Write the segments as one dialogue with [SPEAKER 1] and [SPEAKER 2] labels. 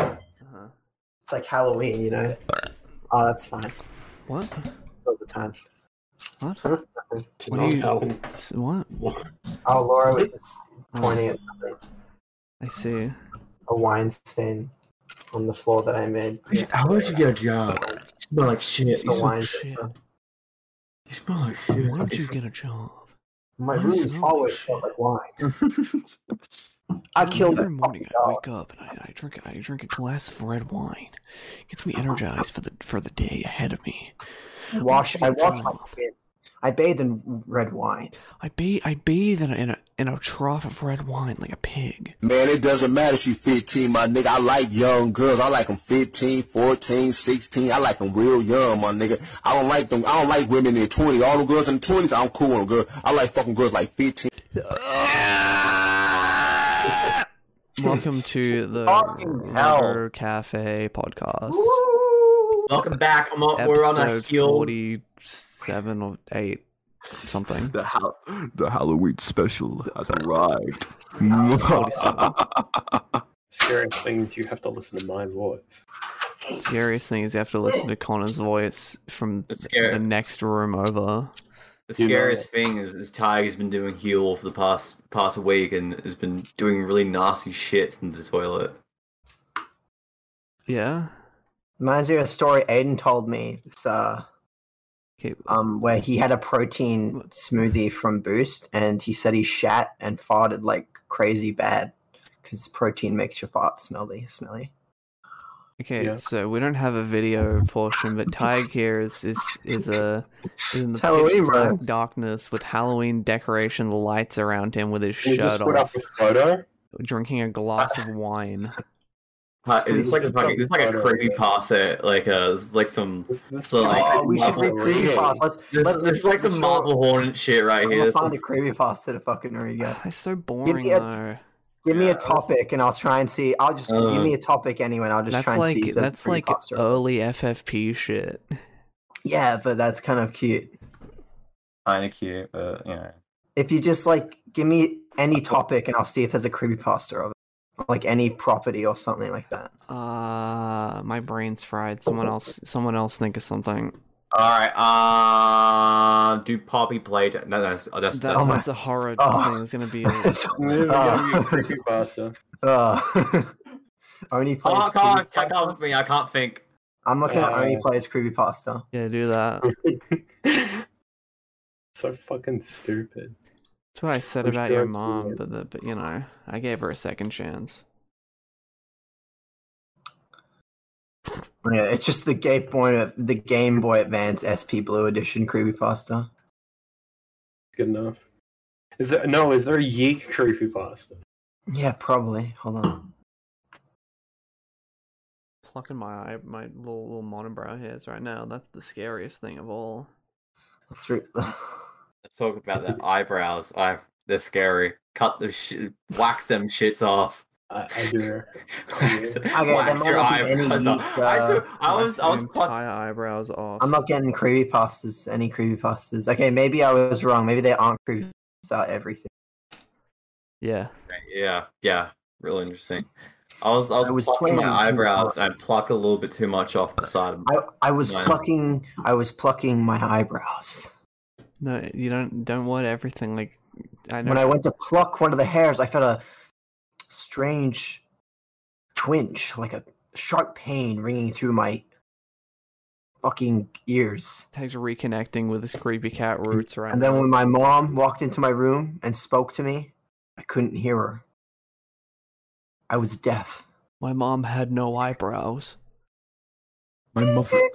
[SPEAKER 1] Uh-huh. It's like Halloween, you know. Oh, that's fine.
[SPEAKER 2] What?
[SPEAKER 1] It's all the time.
[SPEAKER 2] What?
[SPEAKER 1] Did
[SPEAKER 2] What
[SPEAKER 1] not
[SPEAKER 2] are you?
[SPEAKER 1] know.
[SPEAKER 2] s- What?
[SPEAKER 1] Oh, Laura was just
[SPEAKER 2] Oh,
[SPEAKER 1] pointing at something.
[SPEAKER 2] I see.
[SPEAKER 1] A wine stain on the floor that I made.
[SPEAKER 3] How'd you- How did you get a job? You smell like shit. You
[SPEAKER 1] Just a
[SPEAKER 3] smell,
[SPEAKER 1] wine
[SPEAKER 2] shit.
[SPEAKER 1] paper.
[SPEAKER 3] you smell like shit.
[SPEAKER 2] Why did you get a job?
[SPEAKER 1] My
[SPEAKER 2] Why
[SPEAKER 1] room
[SPEAKER 2] does it smell like
[SPEAKER 1] always smells
[SPEAKER 2] shit?
[SPEAKER 1] like wine. I killed
[SPEAKER 2] Every
[SPEAKER 1] that
[SPEAKER 2] morning,
[SPEAKER 1] fucking
[SPEAKER 2] I
[SPEAKER 1] dog.
[SPEAKER 2] wake up and I, I drink. I drink a glass of red wine. Gets me energized for the for the day ahead of me.
[SPEAKER 1] Wash. I wash my
[SPEAKER 2] job.
[SPEAKER 1] skin. I bathe in red wine.
[SPEAKER 2] I bathe. I bathe in a, in a in a trough of red wine like a pig.
[SPEAKER 4] Man, it doesn't matter if you 15, my nigga. I like young girls. I like them 15, 14, 16. I like them real young, my nigga. I don't like them. I don't like women in their 20s. All them girls in the 20s, I'm cool with them, girl. I like fucking girls like 15.
[SPEAKER 2] Welcome to the
[SPEAKER 1] Fucking hell.
[SPEAKER 2] Murder Cafe podcast.
[SPEAKER 3] Welcome back. I'm on, we're on a
[SPEAKER 2] Episode
[SPEAKER 3] heel.
[SPEAKER 2] forty-seven or eight, something.
[SPEAKER 5] The, ha- the Halloween special has arrived.
[SPEAKER 6] Serious things you have to listen to my voice.
[SPEAKER 2] Scariest thing is you have to listen to Connor's voice from
[SPEAKER 7] The scare-
[SPEAKER 2] the next room over.
[SPEAKER 7] The
[SPEAKER 6] You know
[SPEAKER 7] scariest thing is, is Tiger's been doing heel for the past past week and has been doing really nasty shit in the toilet.
[SPEAKER 2] Yeah.
[SPEAKER 1] Reminds me of a story Aiden told me. It's uh,
[SPEAKER 2] Okay. uh,
[SPEAKER 1] um, where he had a protein smoothie from Boost, and he said he shat and farted like crazy bad because protein makes your fart smelly, smelly.
[SPEAKER 2] Okay,
[SPEAKER 6] Yeah.
[SPEAKER 2] so we don't have a video portion, but Tig here is is is a is in the
[SPEAKER 1] It's Halloween,
[SPEAKER 2] pitch black
[SPEAKER 1] bro.
[SPEAKER 2] darkness with Halloween decoration lights around him with his
[SPEAKER 6] Can you just
[SPEAKER 2] shirt
[SPEAKER 6] put up
[SPEAKER 2] off,
[SPEAKER 6] a photo?
[SPEAKER 2] drinking a glass of wine.
[SPEAKER 7] Ti- It's like a fucking, it's like a creepy pass it, like a it's like some
[SPEAKER 6] This, this
[SPEAKER 7] So, like,
[SPEAKER 1] Oh, we should
[SPEAKER 7] Marvel
[SPEAKER 1] read creepy fast. Let's,
[SPEAKER 7] this,
[SPEAKER 1] let's
[SPEAKER 7] this is like some Marvel Hornet shit right
[SPEAKER 1] I'm
[SPEAKER 7] here.
[SPEAKER 1] gonna
[SPEAKER 7] This-
[SPEAKER 1] find a creepy pasta to fucking read. yeah.
[SPEAKER 2] It's so boring
[SPEAKER 1] me a-
[SPEAKER 2] though.
[SPEAKER 1] Give me
[SPEAKER 6] Yeah,
[SPEAKER 1] a topic, and I'll try and see. I'll just
[SPEAKER 7] Uh,
[SPEAKER 1] give me a topic anyway, and I'll just
[SPEAKER 2] That's
[SPEAKER 1] try and see.
[SPEAKER 2] like
[SPEAKER 1] If there's a
[SPEAKER 2] that's like uh,
[SPEAKER 1] creepypasta.
[SPEAKER 2] early FFP shit.
[SPEAKER 1] yeah, but that's kind of cute.
[SPEAKER 7] kind of cute, but you know.
[SPEAKER 1] If you just like give me any topic, and I'll see if there's a creepy pasta of it, like any property or something like that.
[SPEAKER 2] Uh, my brain's fried. Someone else, someone else, think of something.
[SPEAKER 7] All right. Uh, do Poppy play? No, no, that's that's,
[SPEAKER 2] That,
[SPEAKER 7] that's
[SPEAKER 1] my-
[SPEAKER 2] that's a horror
[SPEAKER 1] Oh.
[SPEAKER 2] thing. It's gonna be. A,
[SPEAKER 1] Uh,
[SPEAKER 6] creepy pasta.
[SPEAKER 1] uh, only plays.
[SPEAKER 7] I can't, I
[SPEAKER 1] creepypasta.
[SPEAKER 7] can't, with me, I can't think.
[SPEAKER 1] I'm looking at
[SPEAKER 6] Uh,
[SPEAKER 1] only plays creepy pasta.
[SPEAKER 2] yeah, do that.
[SPEAKER 6] so fucking stupid.
[SPEAKER 2] That's what I said
[SPEAKER 6] For
[SPEAKER 2] about
[SPEAKER 6] sure
[SPEAKER 2] your
[SPEAKER 6] it's
[SPEAKER 2] mom,
[SPEAKER 6] weird.
[SPEAKER 2] but the, but you know, I gave her a second chance.
[SPEAKER 1] Yeah, it's just the Game Boy, the Game Boy Advance SP Blue Edition creepy pasta.
[SPEAKER 6] Good enough. Is there no? Is there a Yeek creepy pasta?
[SPEAKER 1] Yeah, probably. Hold on.
[SPEAKER 2] Plucking my eye, my little little monobrow hairs right now. That's the scariest thing of all.
[SPEAKER 1] Let's read.
[SPEAKER 7] Let's talk about the eyebrows. I they're scary. Cut the shit, wax them shits off.
[SPEAKER 6] I, I do.
[SPEAKER 7] Wax,
[SPEAKER 1] there
[SPEAKER 7] wax
[SPEAKER 1] might
[SPEAKER 7] your
[SPEAKER 1] not be any
[SPEAKER 7] eyebrows off.
[SPEAKER 1] yeast,
[SPEAKER 7] I,
[SPEAKER 1] uh,
[SPEAKER 7] took, I was, I was,
[SPEAKER 2] Waxing
[SPEAKER 7] pluck-
[SPEAKER 2] entire eyebrows off.
[SPEAKER 1] I'm not getting creepy pastas. Any creepy pastas? Okay, maybe I was wrong. Maybe they aren't creepy about everything.
[SPEAKER 2] Yeah,
[SPEAKER 7] yeah, yeah, real interesting. I was, I was,
[SPEAKER 1] I was
[SPEAKER 7] plucking
[SPEAKER 1] playing
[SPEAKER 7] my
[SPEAKER 1] with some
[SPEAKER 7] eyebrows. and I
[SPEAKER 1] cards.
[SPEAKER 7] plucked a little bit too much off the side. Of my,
[SPEAKER 1] I I was
[SPEAKER 7] Wow.
[SPEAKER 1] plucking. I was plucking my eyebrows.
[SPEAKER 2] no, you don't don't want everything. Like I know.
[SPEAKER 1] When I went to pluck one of the hairs, I felt a strange twinge, like a sharp pain ringing through my fucking ears.
[SPEAKER 2] Tag's reconnecting with his creepy cat roots right
[SPEAKER 1] And then
[SPEAKER 2] now.
[SPEAKER 1] when my mom walked into my room and spoke to me, I couldn't hear her. I was deaf.
[SPEAKER 2] My mom had no eyebrows.
[SPEAKER 5] My muffin.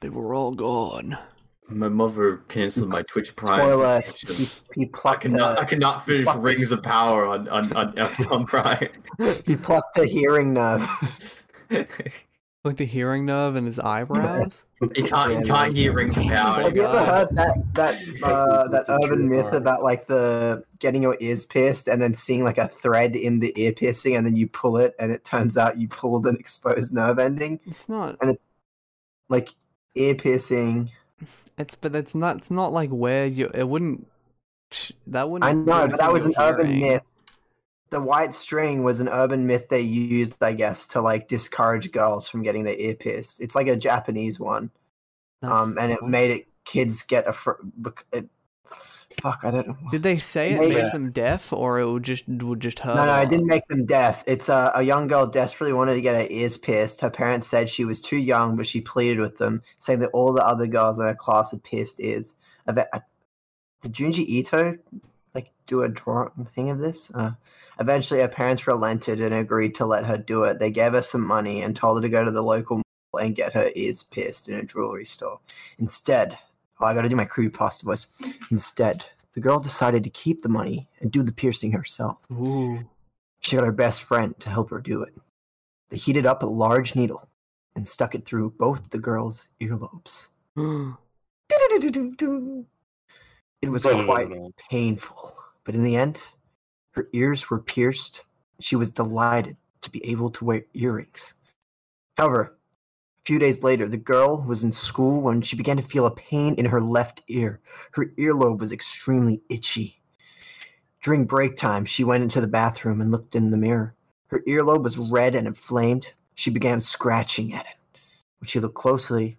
[SPEAKER 2] They were all gone.
[SPEAKER 7] my mother canceled my Twitch Prime.
[SPEAKER 1] Spoiler:
[SPEAKER 7] subscription.
[SPEAKER 1] he, he
[SPEAKER 7] I
[SPEAKER 1] plucked
[SPEAKER 7] cannot, I
[SPEAKER 1] a,
[SPEAKER 7] cannot finish
[SPEAKER 1] fucking-
[SPEAKER 7] Rings of Power on on, on Amazon Prime.
[SPEAKER 1] he plucked a hearing nerve.
[SPEAKER 7] you
[SPEAKER 2] Like the hearing nerve and his eyebrows.
[SPEAKER 7] can't, you can't hear Rings of Power.
[SPEAKER 1] Have you ever
[SPEAKER 2] God.
[SPEAKER 1] heard that that uh, that
[SPEAKER 6] That's a
[SPEAKER 1] urban
[SPEAKER 6] true
[SPEAKER 1] myth
[SPEAKER 6] crime.
[SPEAKER 1] about like the getting your ears pierced and then seeing like a thread in the ear piercing and then you pull it and it turns out you pulled an exposed nerve ending
[SPEAKER 2] it's not.
[SPEAKER 1] and it's like ear piercing.
[SPEAKER 2] It's but it's not. It's not like where you. It wouldn't. That wouldn't.
[SPEAKER 1] I
[SPEAKER 2] do
[SPEAKER 1] know, but
[SPEAKER 2] anything
[SPEAKER 1] that was
[SPEAKER 2] to
[SPEAKER 1] an urban
[SPEAKER 2] hearing.
[SPEAKER 1] myth. the white string was an urban myth they used, I guess, to like discourage girls from getting their ear pierced. It's like a Japanese one, um, and it made it kids get a. Fr- bec- it, fuck, I don't know.
[SPEAKER 2] Did they say it
[SPEAKER 1] Maybe.
[SPEAKER 2] made them deaf, or it would just would just hurt?
[SPEAKER 1] No, no, I didn't make them deaf. It's a, a young girl desperately wanted to get her ears pierced. Her parents said she was too young, but she pleaded with them, saying that all the other girls in her class had pierced ears. I bet- I- Did Junji Ito like do a drawing thing of this? Uh, eventually, her parents relented and agreed to let her do it. They gave her some money and told her to go to the local mall and get her ears pierced in a jewelry store. Instead, oh, I got to do my creepy pasta voice. Instead, the girl decided to keep the money and do the piercing herself.
[SPEAKER 2] Ooh.
[SPEAKER 1] She got her best friend to help her do it. They heated up a large needle and stuck it through both the girl's earlobes. It was quite painful, but in the end, her ears were pierced. She was delighted to be able to wear earrings. However, a few days later, the girl was in school when she began to feel a pain in her left ear. Her earlobe was extremely itchy. During break time, she went into the bathroom and looked in the mirror. Her earlobe was red and inflamed. She began scratching at it. When she looked closely,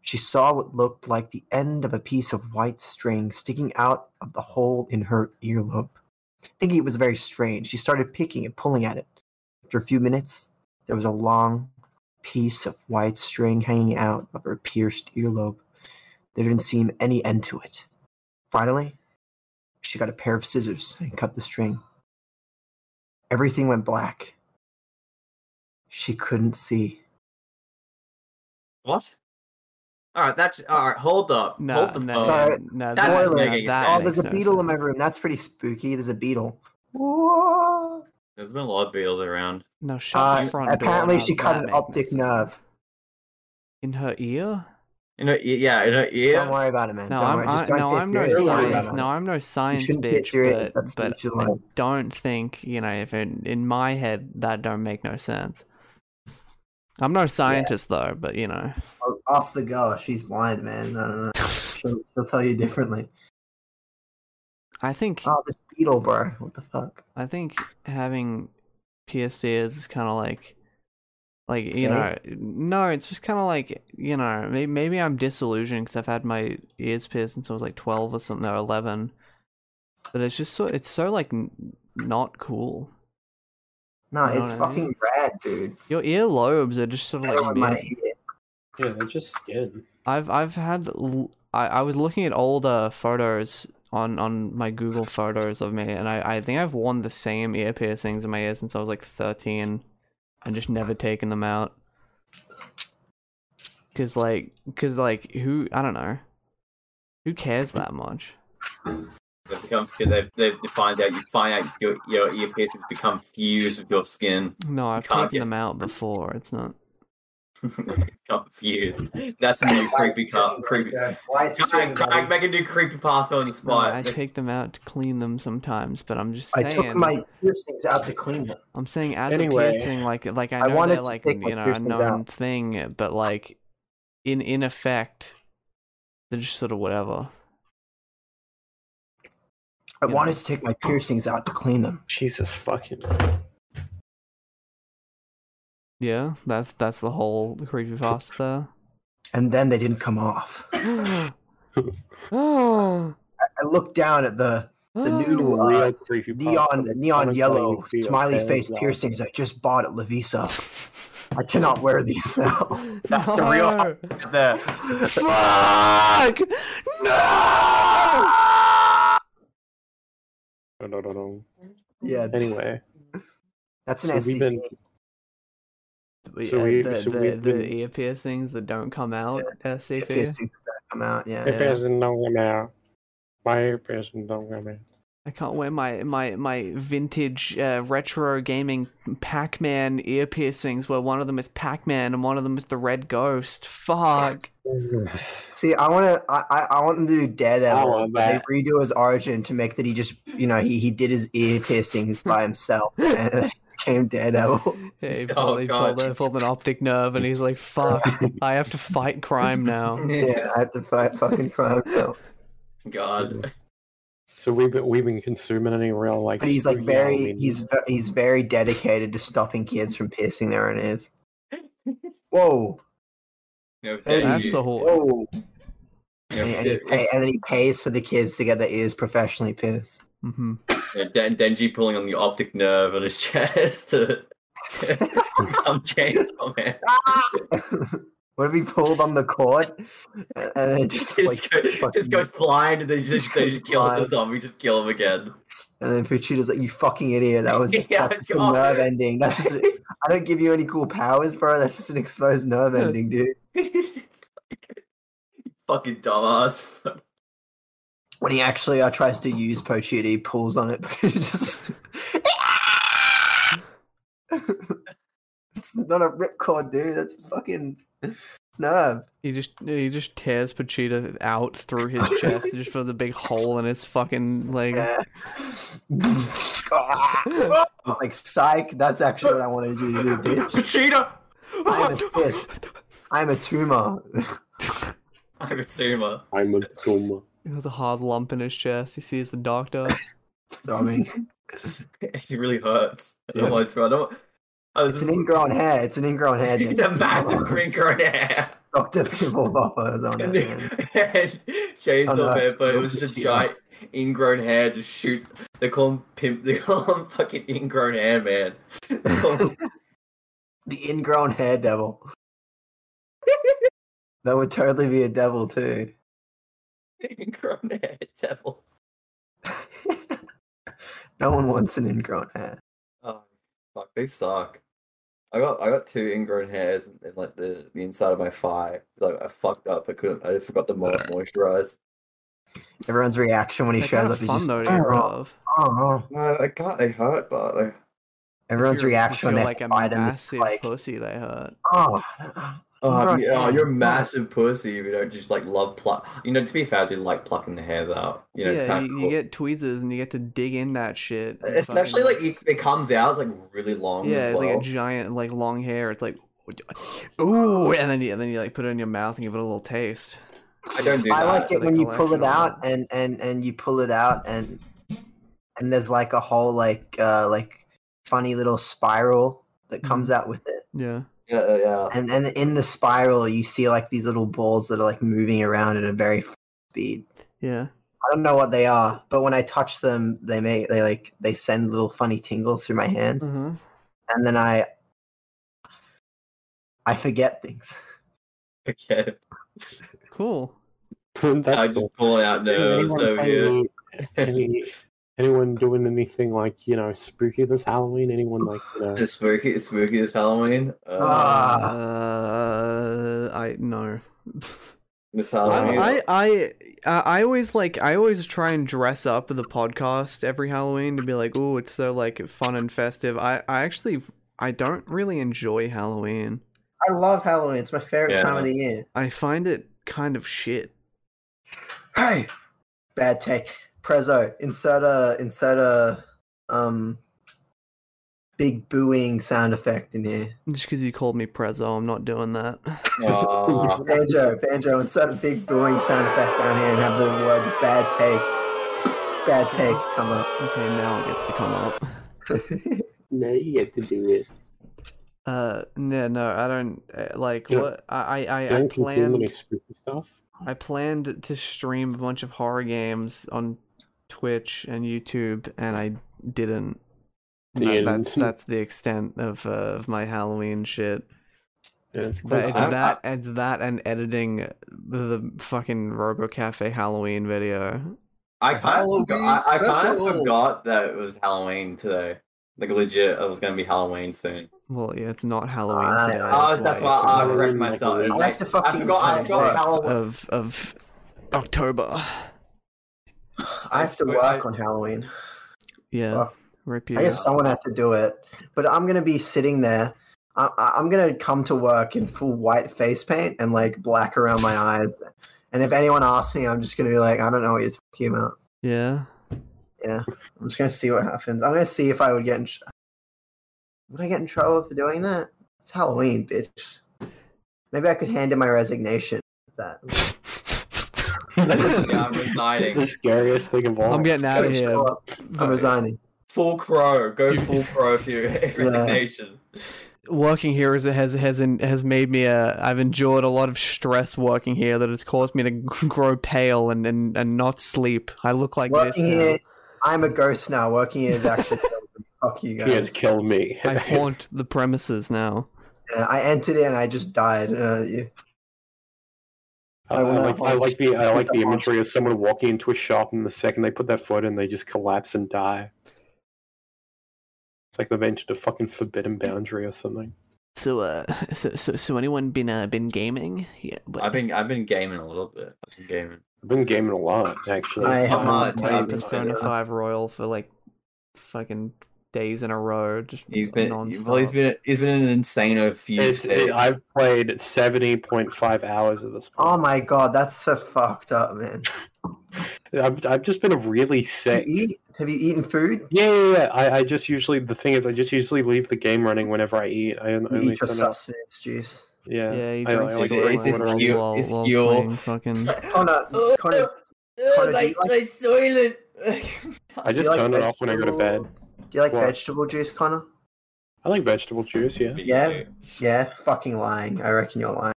[SPEAKER 1] she saw what looked like the end of a piece of white string sticking out of the hole in her earlobe. Thinking it was very strange, she started picking and pulling at it. After a few minutes, there was a long piece of white string hanging out of her pierced earlobe. There didn't seem any end to it. Finally, she got a pair of scissors and cut the string. Everything went black. She couldn't see.
[SPEAKER 8] What? All right, that's all right. Hold up.
[SPEAKER 2] No,
[SPEAKER 8] hold the
[SPEAKER 2] no,
[SPEAKER 8] phone.
[SPEAKER 1] Sorry.
[SPEAKER 2] no, no,
[SPEAKER 8] That's
[SPEAKER 2] that-
[SPEAKER 1] Spoilers.
[SPEAKER 8] making
[SPEAKER 2] that
[SPEAKER 8] sense.
[SPEAKER 1] Oh,
[SPEAKER 2] makes
[SPEAKER 1] there's a
[SPEAKER 2] no
[SPEAKER 1] beetle in my
[SPEAKER 2] sense.
[SPEAKER 1] room. That's pretty spooky. There's a beetle.
[SPEAKER 8] There's been a lot of Beatles around.
[SPEAKER 2] No, shut
[SPEAKER 1] Uh,
[SPEAKER 2] the front door.
[SPEAKER 1] apparently,
[SPEAKER 2] Now
[SPEAKER 1] she cut
[SPEAKER 2] that
[SPEAKER 1] an
[SPEAKER 2] made no
[SPEAKER 1] optic
[SPEAKER 2] sense.
[SPEAKER 1] nerve.
[SPEAKER 2] in her ear.
[SPEAKER 8] You know, yeah, you know, yeah.
[SPEAKER 1] Don't worry about it, man.
[SPEAKER 2] No,
[SPEAKER 1] don't
[SPEAKER 2] I'm,
[SPEAKER 1] worry. Just
[SPEAKER 2] I,
[SPEAKER 1] don't
[SPEAKER 2] no,
[SPEAKER 1] piss
[SPEAKER 2] I'm
[SPEAKER 1] your
[SPEAKER 2] no
[SPEAKER 1] ears.
[SPEAKER 6] serious.
[SPEAKER 1] Don't worry
[SPEAKER 2] science.
[SPEAKER 1] about it.
[SPEAKER 2] No, I'm no science
[SPEAKER 1] shouldn't
[SPEAKER 2] bitch.
[SPEAKER 1] piss your ears.
[SPEAKER 2] But,
[SPEAKER 1] That's
[SPEAKER 2] but
[SPEAKER 1] speech
[SPEAKER 2] I
[SPEAKER 1] alone.
[SPEAKER 2] don't think you know. If in, in my head that don't make no sense. I'm no scientist though, but you know.
[SPEAKER 1] I'll ask the girl. She's blind, man. I don't know. She'll, she'll tell you differently.
[SPEAKER 2] I think
[SPEAKER 1] Oh, this beetle, bro. What the fuck?
[SPEAKER 2] I think having pierced ears is kind of like, like
[SPEAKER 1] Okay.
[SPEAKER 2] you know, no, it's just kind of like you know, maybe, maybe I'm disillusioned because I've had my ears pierced since I was like twelve or something or eleven, but it's just so it's so like n- not cool.
[SPEAKER 1] No,
[SPEAKER 2] You know
[SPEAKER 1] it's
[SPEAKER 2] what I mean?
[SPEAKER 1] fucking rad, dude.
[SPEAKER 2] Your ear lobes are just sort of
[SPEAKER 1] I don't
[SPEAKER 2] like
[SPEAKER 1] want my
[SPEAKER 2] weird.
[SPEAKER 1] ear.
[SPEAKER 6] Yeah, they're just skin.
[SPEAKER 2] I've I've had l- I, I was looking at older photos on on my Google photos of me, and I I think I've worn the same ear piercings in my ears since I was like thirteen, and just never taken them out. Cause like, cause like, who I don't know, who cares that much?
[SPEAKER 8] They've become, they've, they've you find out, you find out your, your ear piercings become fused with your skin.
[SPEAKER 2] No, I've
[SPEAKER 8] can't
[SPEAKER 2] taken
[SPEAKER 8] get-
[SPEAKER 2] them out before. It's not.
[SPEAKER 8] become fused. That's a new creepy cop. Creepy.
[SPEAKER 1] White string,
[SPEAKER 8] Craig, Craig,
[SPEAKER 1] buddy.
[SPEAKER 8] make a new creepy pasta on the
[SPEAKER 2] No,
[SPEAKER 8] spot.
[SPEAKER 2] I take them out to clean them sometimes, but I'm just
[SPEAKER 1] I
[SPEAKER 2] saying.
[SPEAKER 1] took my piercings out to clean them.
[SPEAKER 2] I'm saying as a
[SPEAKER 6] Anyway,
[SPEAKER 2] piercing, like like I
[SPEAKER 1] I
[SPEAKER 2] know
[SPEAKER 1] wanted
[SPEAKER 2] they're
[SPEAKER 1] to
[SPEAKER 2] like
[SPEAKER 1] take my
[SPEAKER 2] you know a
[SPEAKER 1] piercings
[SPEAKER 2] known
[SPEAKER 1] out.
[SPEAKER 2] thing, eh, but like in in effect, they're just sort of whatever.
[SPEAKER 1] I
[SPEAKER 2] Yeah.
[SPEAKER 1] wanted to take my piercings out to clean them.
[SPEAKER 6] Jesus fucking.
[SPEAKER 1] Uh,
[SPEAKER 2] Yeah, that's that's the whole creepypasta.
[SPEAKER 1] And then they didn't come off. I
[SPEAKER 2] oh,
[SPEAKER 1] looked down at the the new uh,
[SPEAKER 6] Real creepy
[SPEAKER 1] neon neon yellow smiley face piercings I just bought at Lavisa. I cannot wear these now.
[SPEAKER 8] That's a real
[SPEAKER 2] No.
[SPEAKER 8] there.
[SPEAKER 2] fuck. No.
[SPEAKER 1] yeah,
[SPEAKER 6] Anyway,
[SPEAKER 1] that's
[SPEAKER 6] so
[SPEAKER 1] an
[SPEAKER 6] we've
[SPEAKER 1] SCP.
[SPEAKER 6] been So
[SPEAKER 2] yeah,
[SPEAKER 6] we-
[SPEAKER 2] the,
[SPEAKER 6] so
[SPEAKER 2] the,
[SPEAKER 6] we've been-
[SPEAKER 2] the ear piercings that don't come out,
[SPEAKER 1] If
[SPEAKER 2] SCP.
[SPEAKER 1] it's that come out. Yeah,
[SPEAKER 2] Yeah.
[SPEAKER 6] It doesn't come out. My person don't come out.
[SPEAKER 2] I can't wear my my my vintage uh, retro gaming Pac-Man ear piercings, where one of them is Pac-Man and one of them is the Red Ghost. Fuck.
[SPEAKER 1] See, I want to. I, I I want them to do
[SPEAKER 6] I
[SPEAKER 1] Daredevil.
[SPEAKER 6] want
[SPEAKER 1] They
[SPEAKER 6] that.
[SPEAKER 1] redo his origin to make that he just, you know, he, he did his ear piercings by himself and became Daredevil.
[SPEAKER 2] Yeah, he
[SPEAKER 8] Oh,
[SPEAKER 2] pulled, he
[SPEAKER 8] God.
[SPEAKER 2] pulled, a- pulled an optic nerve, and he's like, "Fuck, I have to fight crime now."
[SPEAKER 1] Yeah, I have to fight fucking crime. now.
[SPEAKER 8] God.
[SPEAKER 6] So we've been we've been consuming any real like.
[SPEAKER 1] But he's like
[SPEAKER 6] real
[SPEAKER 1] very
[SPEAKER 6] meaning-
[SPEAKER 1] he's ve- he's very dedicated to stopping kids from piercing their own ears. Whoa!
[SPEAKER 7] No,
[SPEAKER 1] Hey,
[SPEAKER 7] thank
[SPEAKER 2] That's
[SPEAKER 7] you.
[SPEAKER 2] the whole.
[SPEAKER 1] Whoa!
[SPEAKER 7] No,
[SPEAKER 1] And, he- and he pay, and then he pays for the kids to get their ears professionally pierced.
[SPEAKER 2] hmm
[SPEAKER 7] Yeah, Den- Denji pulling on the optic nerve on his chest to become Chainsaw Man.
[SPEAKER 1] what if he pulled on the cord and then just
[SPEAKER 7] Just,
[SPEAKER 1] like
[SPEAKER 7] go-
[SPEAKER 1] fucking-
[SPEAKER 7] just goes blind and they just, they
[SPEAKER 1] goes
[SPEAKER 7] just kill the
[SPEAKER 1] blind.
[SPEAKER 7] zombie, just kill him again.
[SPEAKER 1] and then Puchita's like, "You fucking idiot! That was just
[SPEAKER 7] Yeah,
[SPEAKER 1] that's
[SPEAKER 7] it's
[SPEAKER 1] just a
[SPEAKER 7] awesome.
[SPEAKER 1] nerve ending. That's just I don't give you any cool powers, bro. That's just an exposed nerve
[SPEAKER 2] Yeah.
[SPEAKER 1] ending, dude."
[SPEAKER 7] it's like, fucking dumbass.
[SPEAKER 1] When he actually uh, tries to use Pochita, he pulls on it, but it just. it's not a ripcord, dude. That's fucking nerve.
[SPEAKER 2] He just he just tears Pachita out through his chest. He just puts a big hole in his fucking leg.
[SPEAKER 1] Yeah. it's like, psych, that's actually what I wanted you to do, bitch.
[SPEAKER 7] Cheetah!
[SPEAKER 1] I'm a cyst. I'm a tumor.
[SPEAKER 7] I'm a Suma.
[SPEAKER 6] I'm a tumor.
[SPEAKER 2] He has a hard lump in his chest. He sees the doctor.
[SPEAKER 1] Throbbing.
[SPEAKER 7] It really hurts. I don't want to. I don't. I was
[SPEAKER 1] It's an ingrown hair. It's an ingrown hair.
[SPEAKER 7] It's a
[SPEAKER 1] Dan.
[SPEAKER 7] massive wrinkle in hair.
[SPEAKER 1] Dr. Pimple Buffer is on it.
[SPEAKER 7] And
[SPEAKER 1] man. Oh, no,
[SPEAKER 7] Chainsaw Man,
[SPEAKER 1] that's-
[SPEAKER 7] but it
[SPEAKER 1] that's
[SPEAKER 7] was just
[SPEAKER 1] cheating.
[SPEAKER 7] giant ingrown hair just shoots. They call him pimp. They call him fucking ingrown hair man. They call him-
[SPEAKER 1] The ingrown hair devil. that would totally be a devil, too.
[SPEAKER 7] ingrown hair devil.
[SPEAKER 1] no one wants an ingrown hair.
[SPEAKER 7] Oh fuck, they suck. I got I got two ingrown hairs in, in like the, the inside of my thigh. Like I fucked up. I couldn't. I forgot to mo- moisturize.
[SPEAKER 1] Everyone's reaction when he
[SPEAKER 2] They're
[SPEAKER 1] shows
[SPEAKER 2] kinda
[SPEAKER 1] up is
[SPEAKER 2] fun
[SPEAKER 1] just,
[SPEAKER 2] though to get rid
[SPEAKER 1] oh,
[SPEAKER 2] of.
[SPEAKER 1] oh.
[SPEAKER 7] No, I can't. They hurt, but like,
[SPEAKER 1] Everyone's
[SPEAKER 2] If you're- if
[SPEAKER 1] reaction when
[SPEAKER 2] you're
[SPEAKER 1] they
[SPEAKER 2] like a
[SPEAKER 1] fight him is
[SPEAKER 2] massive
[SPEAKER 1] like,
[SPEAKER 2] pussy. They hurt.
[SPEAKER 1] oh,
[SPEAKER 7] oh,
[SPEAKER 1] Ingrown
[SPEAKER 7] you- oh,
[SPEAKER 1] hair.
[SPEAKER 7] you're a massive pussy if you don't just like love pluck. You know, to be fair, I do like plucking the hairs out. You know, it's
[SPEAKER 2] yeah,
[SPEAKER 7] kind
[SPEAKER 2] you,
[SPEAKER 7] of
[SPEAKER 2] you
[SPEAKER 7] cool.
[SPEAKER 2] get tweezers and you get to dig in that shit. and
[SPEAKER 7] Especially like
[SPEAKER 2] fucking-
[SPEAKER 7] it, it comes out it's like really long.
[SPEAKER 2] yeah,
[SPEAKER 7] as
[SPEAKER 2] it's
[SPEAKER 7] well.
[SPEAKER 2] like a giant like long hair. It's like ooh, and then you, and then you like put it in your mouth and give it a little taste.
[SPEAKER 7] I don't do
[SPEAKER 1] I
[SPEAKER 7] that.
[SPEAKER 1] like
[SPEAKER 2] so
[SPEAKER 1] it
[SPEAKER 2] they
[SPEAKER 1] when you
[SPEAKER 2] collect
[SPEAKER 1] pull it
[SPEAKER 2] all of
[SPEAKER 1] out and and and you pull it out and and there's like a whole like uh like funny little spiral that comes out with it
[SPEAKER 2] Yeah,
[SPEAKER 7] Yeah, yeah, yeah.
[SPEAKER 1] and and in the spiral you see like these little balls that are like moving around at a very fast speed
[SPEAKER 2] yeah.
[SPEAKER 1] i don't know what they are but when i touch them they make they like they send little funny tingles through my hands
[SPEAKER 2] Mhm.
[SPEAKER 1] and then i i forget things
[SPEAKER 7] Okay.
[SPEAKER 2] Cool.
[SPEAKER 6] That's
[SPEAKER 7] I
[SPEAKER 6] cool.
[SPEAKER 7] just pull it out nerves.
[SPEAKER 6] Is anyone
[SPEAKER 7] So
[SPEAKER 6] playing
[SPEAKER 7] good.
[SPEAKER 6] any- any- anyone doing anything like you know spooky this Halloween? Anyone like you know,
[SPEAKER 7] It's spooky. It's spooky this Halloween. Uh,
[SPEAKER 1] Ah.
[SPEAKER 2] Uh, I no.
[SPEAKER 7] this
[SPEAKER 2] I'm-
[SPEAKER 7] Halloween.
[SPEAKER 2] I I I I always like I always try and dress up the podcast every Halloween to be like, oh, it's so like fun and festive. I I actually I don't really enjoy Halloween.
[SPEAKER 1] i love halloween it's my favorite time
[SPEAKER 7] Yeah.
[SPEAKER 1] of the year
[SPEAKER 2] I find it kind of shit.
[SPEAKER 1] Hey, bad take. Prezzo, insert a insert a um big booing sound effect in here.
[SPEAKER 2] Just because you called me Prezzo, I'm not doing that.
[SPEAKER 7] Ah.
[SPEAKER 1] Banjo, banjo, insert a big booing sound effect down here and have the words bad take, bad take come up.
[SPEAKER 2] okay, now it gets to come up.
[SPEAKER 6] no, you get to do it.
[SPEAKER 2] Uh, no, no, I don't uh, like
[SPEAKER 6] Yeah.
[SPEAKER 2] what I I I, I
[SPEAKER 6] Don't consume any
[SPEAKER 2] planned.
[SPEAKER 6] spooky stuff.
[SPEAKER 2] I planned to stream a bunch of horror games on Twitch and YouTube, and I didn't.
[SPEAKER 6] So you
[SPEAKER 2] That-
[SPEAKER 6] didn't.
[SPEAKER 2] that's that's the extent of uh, of my Halloween shit.
[SPEAKER 6] Yeah, it's
[SPEAKER 2] That, it's
[SPEAKER 7] I-
[SPEAKER 2] that it's that and editing the fucking RoboCafe Halloween video.
[SPEAKER 7] I kind of
[SPEAKER 1] Halloween
[SPEAKER 7] forgot. I, I kind
[SPEAKER 1] special.
[SPEAKER 7] of forgot that it was Halloween today. Like legit, it was gonna be Halloween soon.
[SPEAKER 2] Well, yeah, it's not Halloween
[SPEAKER 1] Ah,
[SPEAKER 2] today.
[SPEAKER 1] yeah.
[SPEAKER 7] Oh,
[SPEAKER 2] it's
[SPEAKER 7] that's
[SPEAKER 2] like-
[SPEAKER 7] why I
[SPEAKER 6] Halloween,
[SPEAKER 7] correct
[SPEAKER 6] like,
[SPEAKER 7] myself. It's
[SPEAKER 6] I
[SPEAKER 1] have to
[SPEAKER 7] like- I
[SPEAKER 1] fucking
[SPEAKER 7] forgot. I
[SPEAKER 1] kinda
[SPEAKER 7] forgot
[SPEAKER 1] say-
[SPEAKER 7] Halloween.
[SPEAKER 2] of of October.
[SPEAKER 1] I have to work on Halloween.
[SPEAKER 2] Yeah,
[SPEAKER 1] Fuck.
[SPEAKER 2] rip
[SPEAKER 1] I
[SPEAKER 2] you.
[SPEAKER 1] guess someone had to do it, but I'm gonna be sitting there. I, I- I'm gonna come to work in full white face paint and like black around my eyes. And if anyone asks me, I'm just gonna be like, I don't know what you're talking about.
[SPEAKER 2] Yeah,
[SPEAKER 1] I'm just gonna see what happens. I'm gonna see if I would get in. Tr- would I get in trouble for doing that? It's Halloween, bitch. Maybe I could hand in my resignation. with That
[SPEAKER 8] yeah, I'm resigning.
[SPEAKER 6] the scariest thing of all.
[SPEAKER 2] I'm getting out of
[SPEAKER 8] Show
[SPEAKER 2] here.
[SPEAKER 8] up.
[SPEAKER 1] I'm resigning.
[SPEAKER 8] Full crow. Go full crow for your resignation.
[SPEAKER 2] Working here is, has has in, has made me a. I've endured a lot of stress working here that has caused me to grow pale and, and, and not sleep. I look like this
[SPEAKER 1] Working
[SPEAKER 2] now.
[SPEAKER 1] here, I'm a ghost now. Working here is actually fuck you
[SPEAKER 6] He has
[SPEAKER 1] guys.
[SPEAKER 6] killed me.
[SPEAKER 2] I haunt the premises now.
[SPEAKER 1] Yeah, I entered it and I just died. Uh, yeah.
[SPEAKER 6] I,
[SPEAKER 1] I will
[SPEAKER 6] like,
[SPEAKER 1] not
[SPEAKER 6] I like the I
[SPEAKER 1] Just
[SPEAKER 6] like
[SPEAKER 1] get
[SPEAKER 6] the
[SPEAKER 1] the
[SPEAKER 6] imagery of someone walking into a shop, and the second they put their foot in, they just collapse and die. It's like they've entered a fucking forbidden boundary or something.
[SPEAKER 9] So, uh, so, so, so anyone been, uh, been gaming? Yeah, but,
[SPEAKER 8] I've been I've been gaming a little bit. I've been gaming.
[SPEAKER 6] I've been gaming a lot, actually.
[SPEAKER 1] I
[SPEAKER 8] Come
[SPEAKER 1] have not
[SPEAKER 8] on,
[SPEAKER 1] played
[SPEAKER 8] Tom.
[SPEAKER 1] this.
[SPEAKER 2] Persona Five Royal for like fucking days in a row. Just
[SPEAKER 8] He's been
[SPEAKER 2] nonstop.
[SPEAKER 8] well. He's been he's been in an insane few
[SPEAKER 6] It's,
[SPEAKER 8] days.
[SPEAKER 6] it, I've played seventy point five hours of this. Point.
[SPEAKER 1] Oh my god, that's so fucked up, man.
[SPEAKER 6] I've I've just been really
[SPEAKER 1] Have
[SPEAKER 6] sick.
[SPEAKER 1] you, eat? have you eaten food?
[SPEAKER 6] Yeah, yeah, yeah. I, I just usually the thing is I just usually leave the game running whenever I eat. I on-
[SPEAKER 1] You
[SPEAKER 6] only
[SPEAKER 1] eat your
[SPEAKER 6] turn it-
[SPEAKER 1] sustenance juice.
[SPEAKER 6] Yeah.
[SPEAKER 2] Yeah, he
[SPEAKER 6] I- I
[SPEAKER 2] drinks like,
[SPEAKER 6] like
[SPEAKER 8] it. It's- it's you-
[SPEAKER 2] while,
[SPEAKER 8] it's
[SPEAKER 2] while
[SPEAKER 8] you.
[SPEAKER 2] playing fucking.
[SPEAKER 1] Connor, Connor, Connor, do you like-
[SPEAKER 8] silent.
[SPEAKER 6] I just
[SPEAKER 1] like
[SPEAKER 6] turn it off when I go to bed.
[SPEAKER 1] vegetable- do you like
[SPEAKER 6] What?
[SPEAKER 1] vegetable juice, Connor?
[SPEAKER 6] I like vegetable juice. Yeah.
[SPEAKER 1] Yeah. Yeah, fucking lying. I reckon you're lying.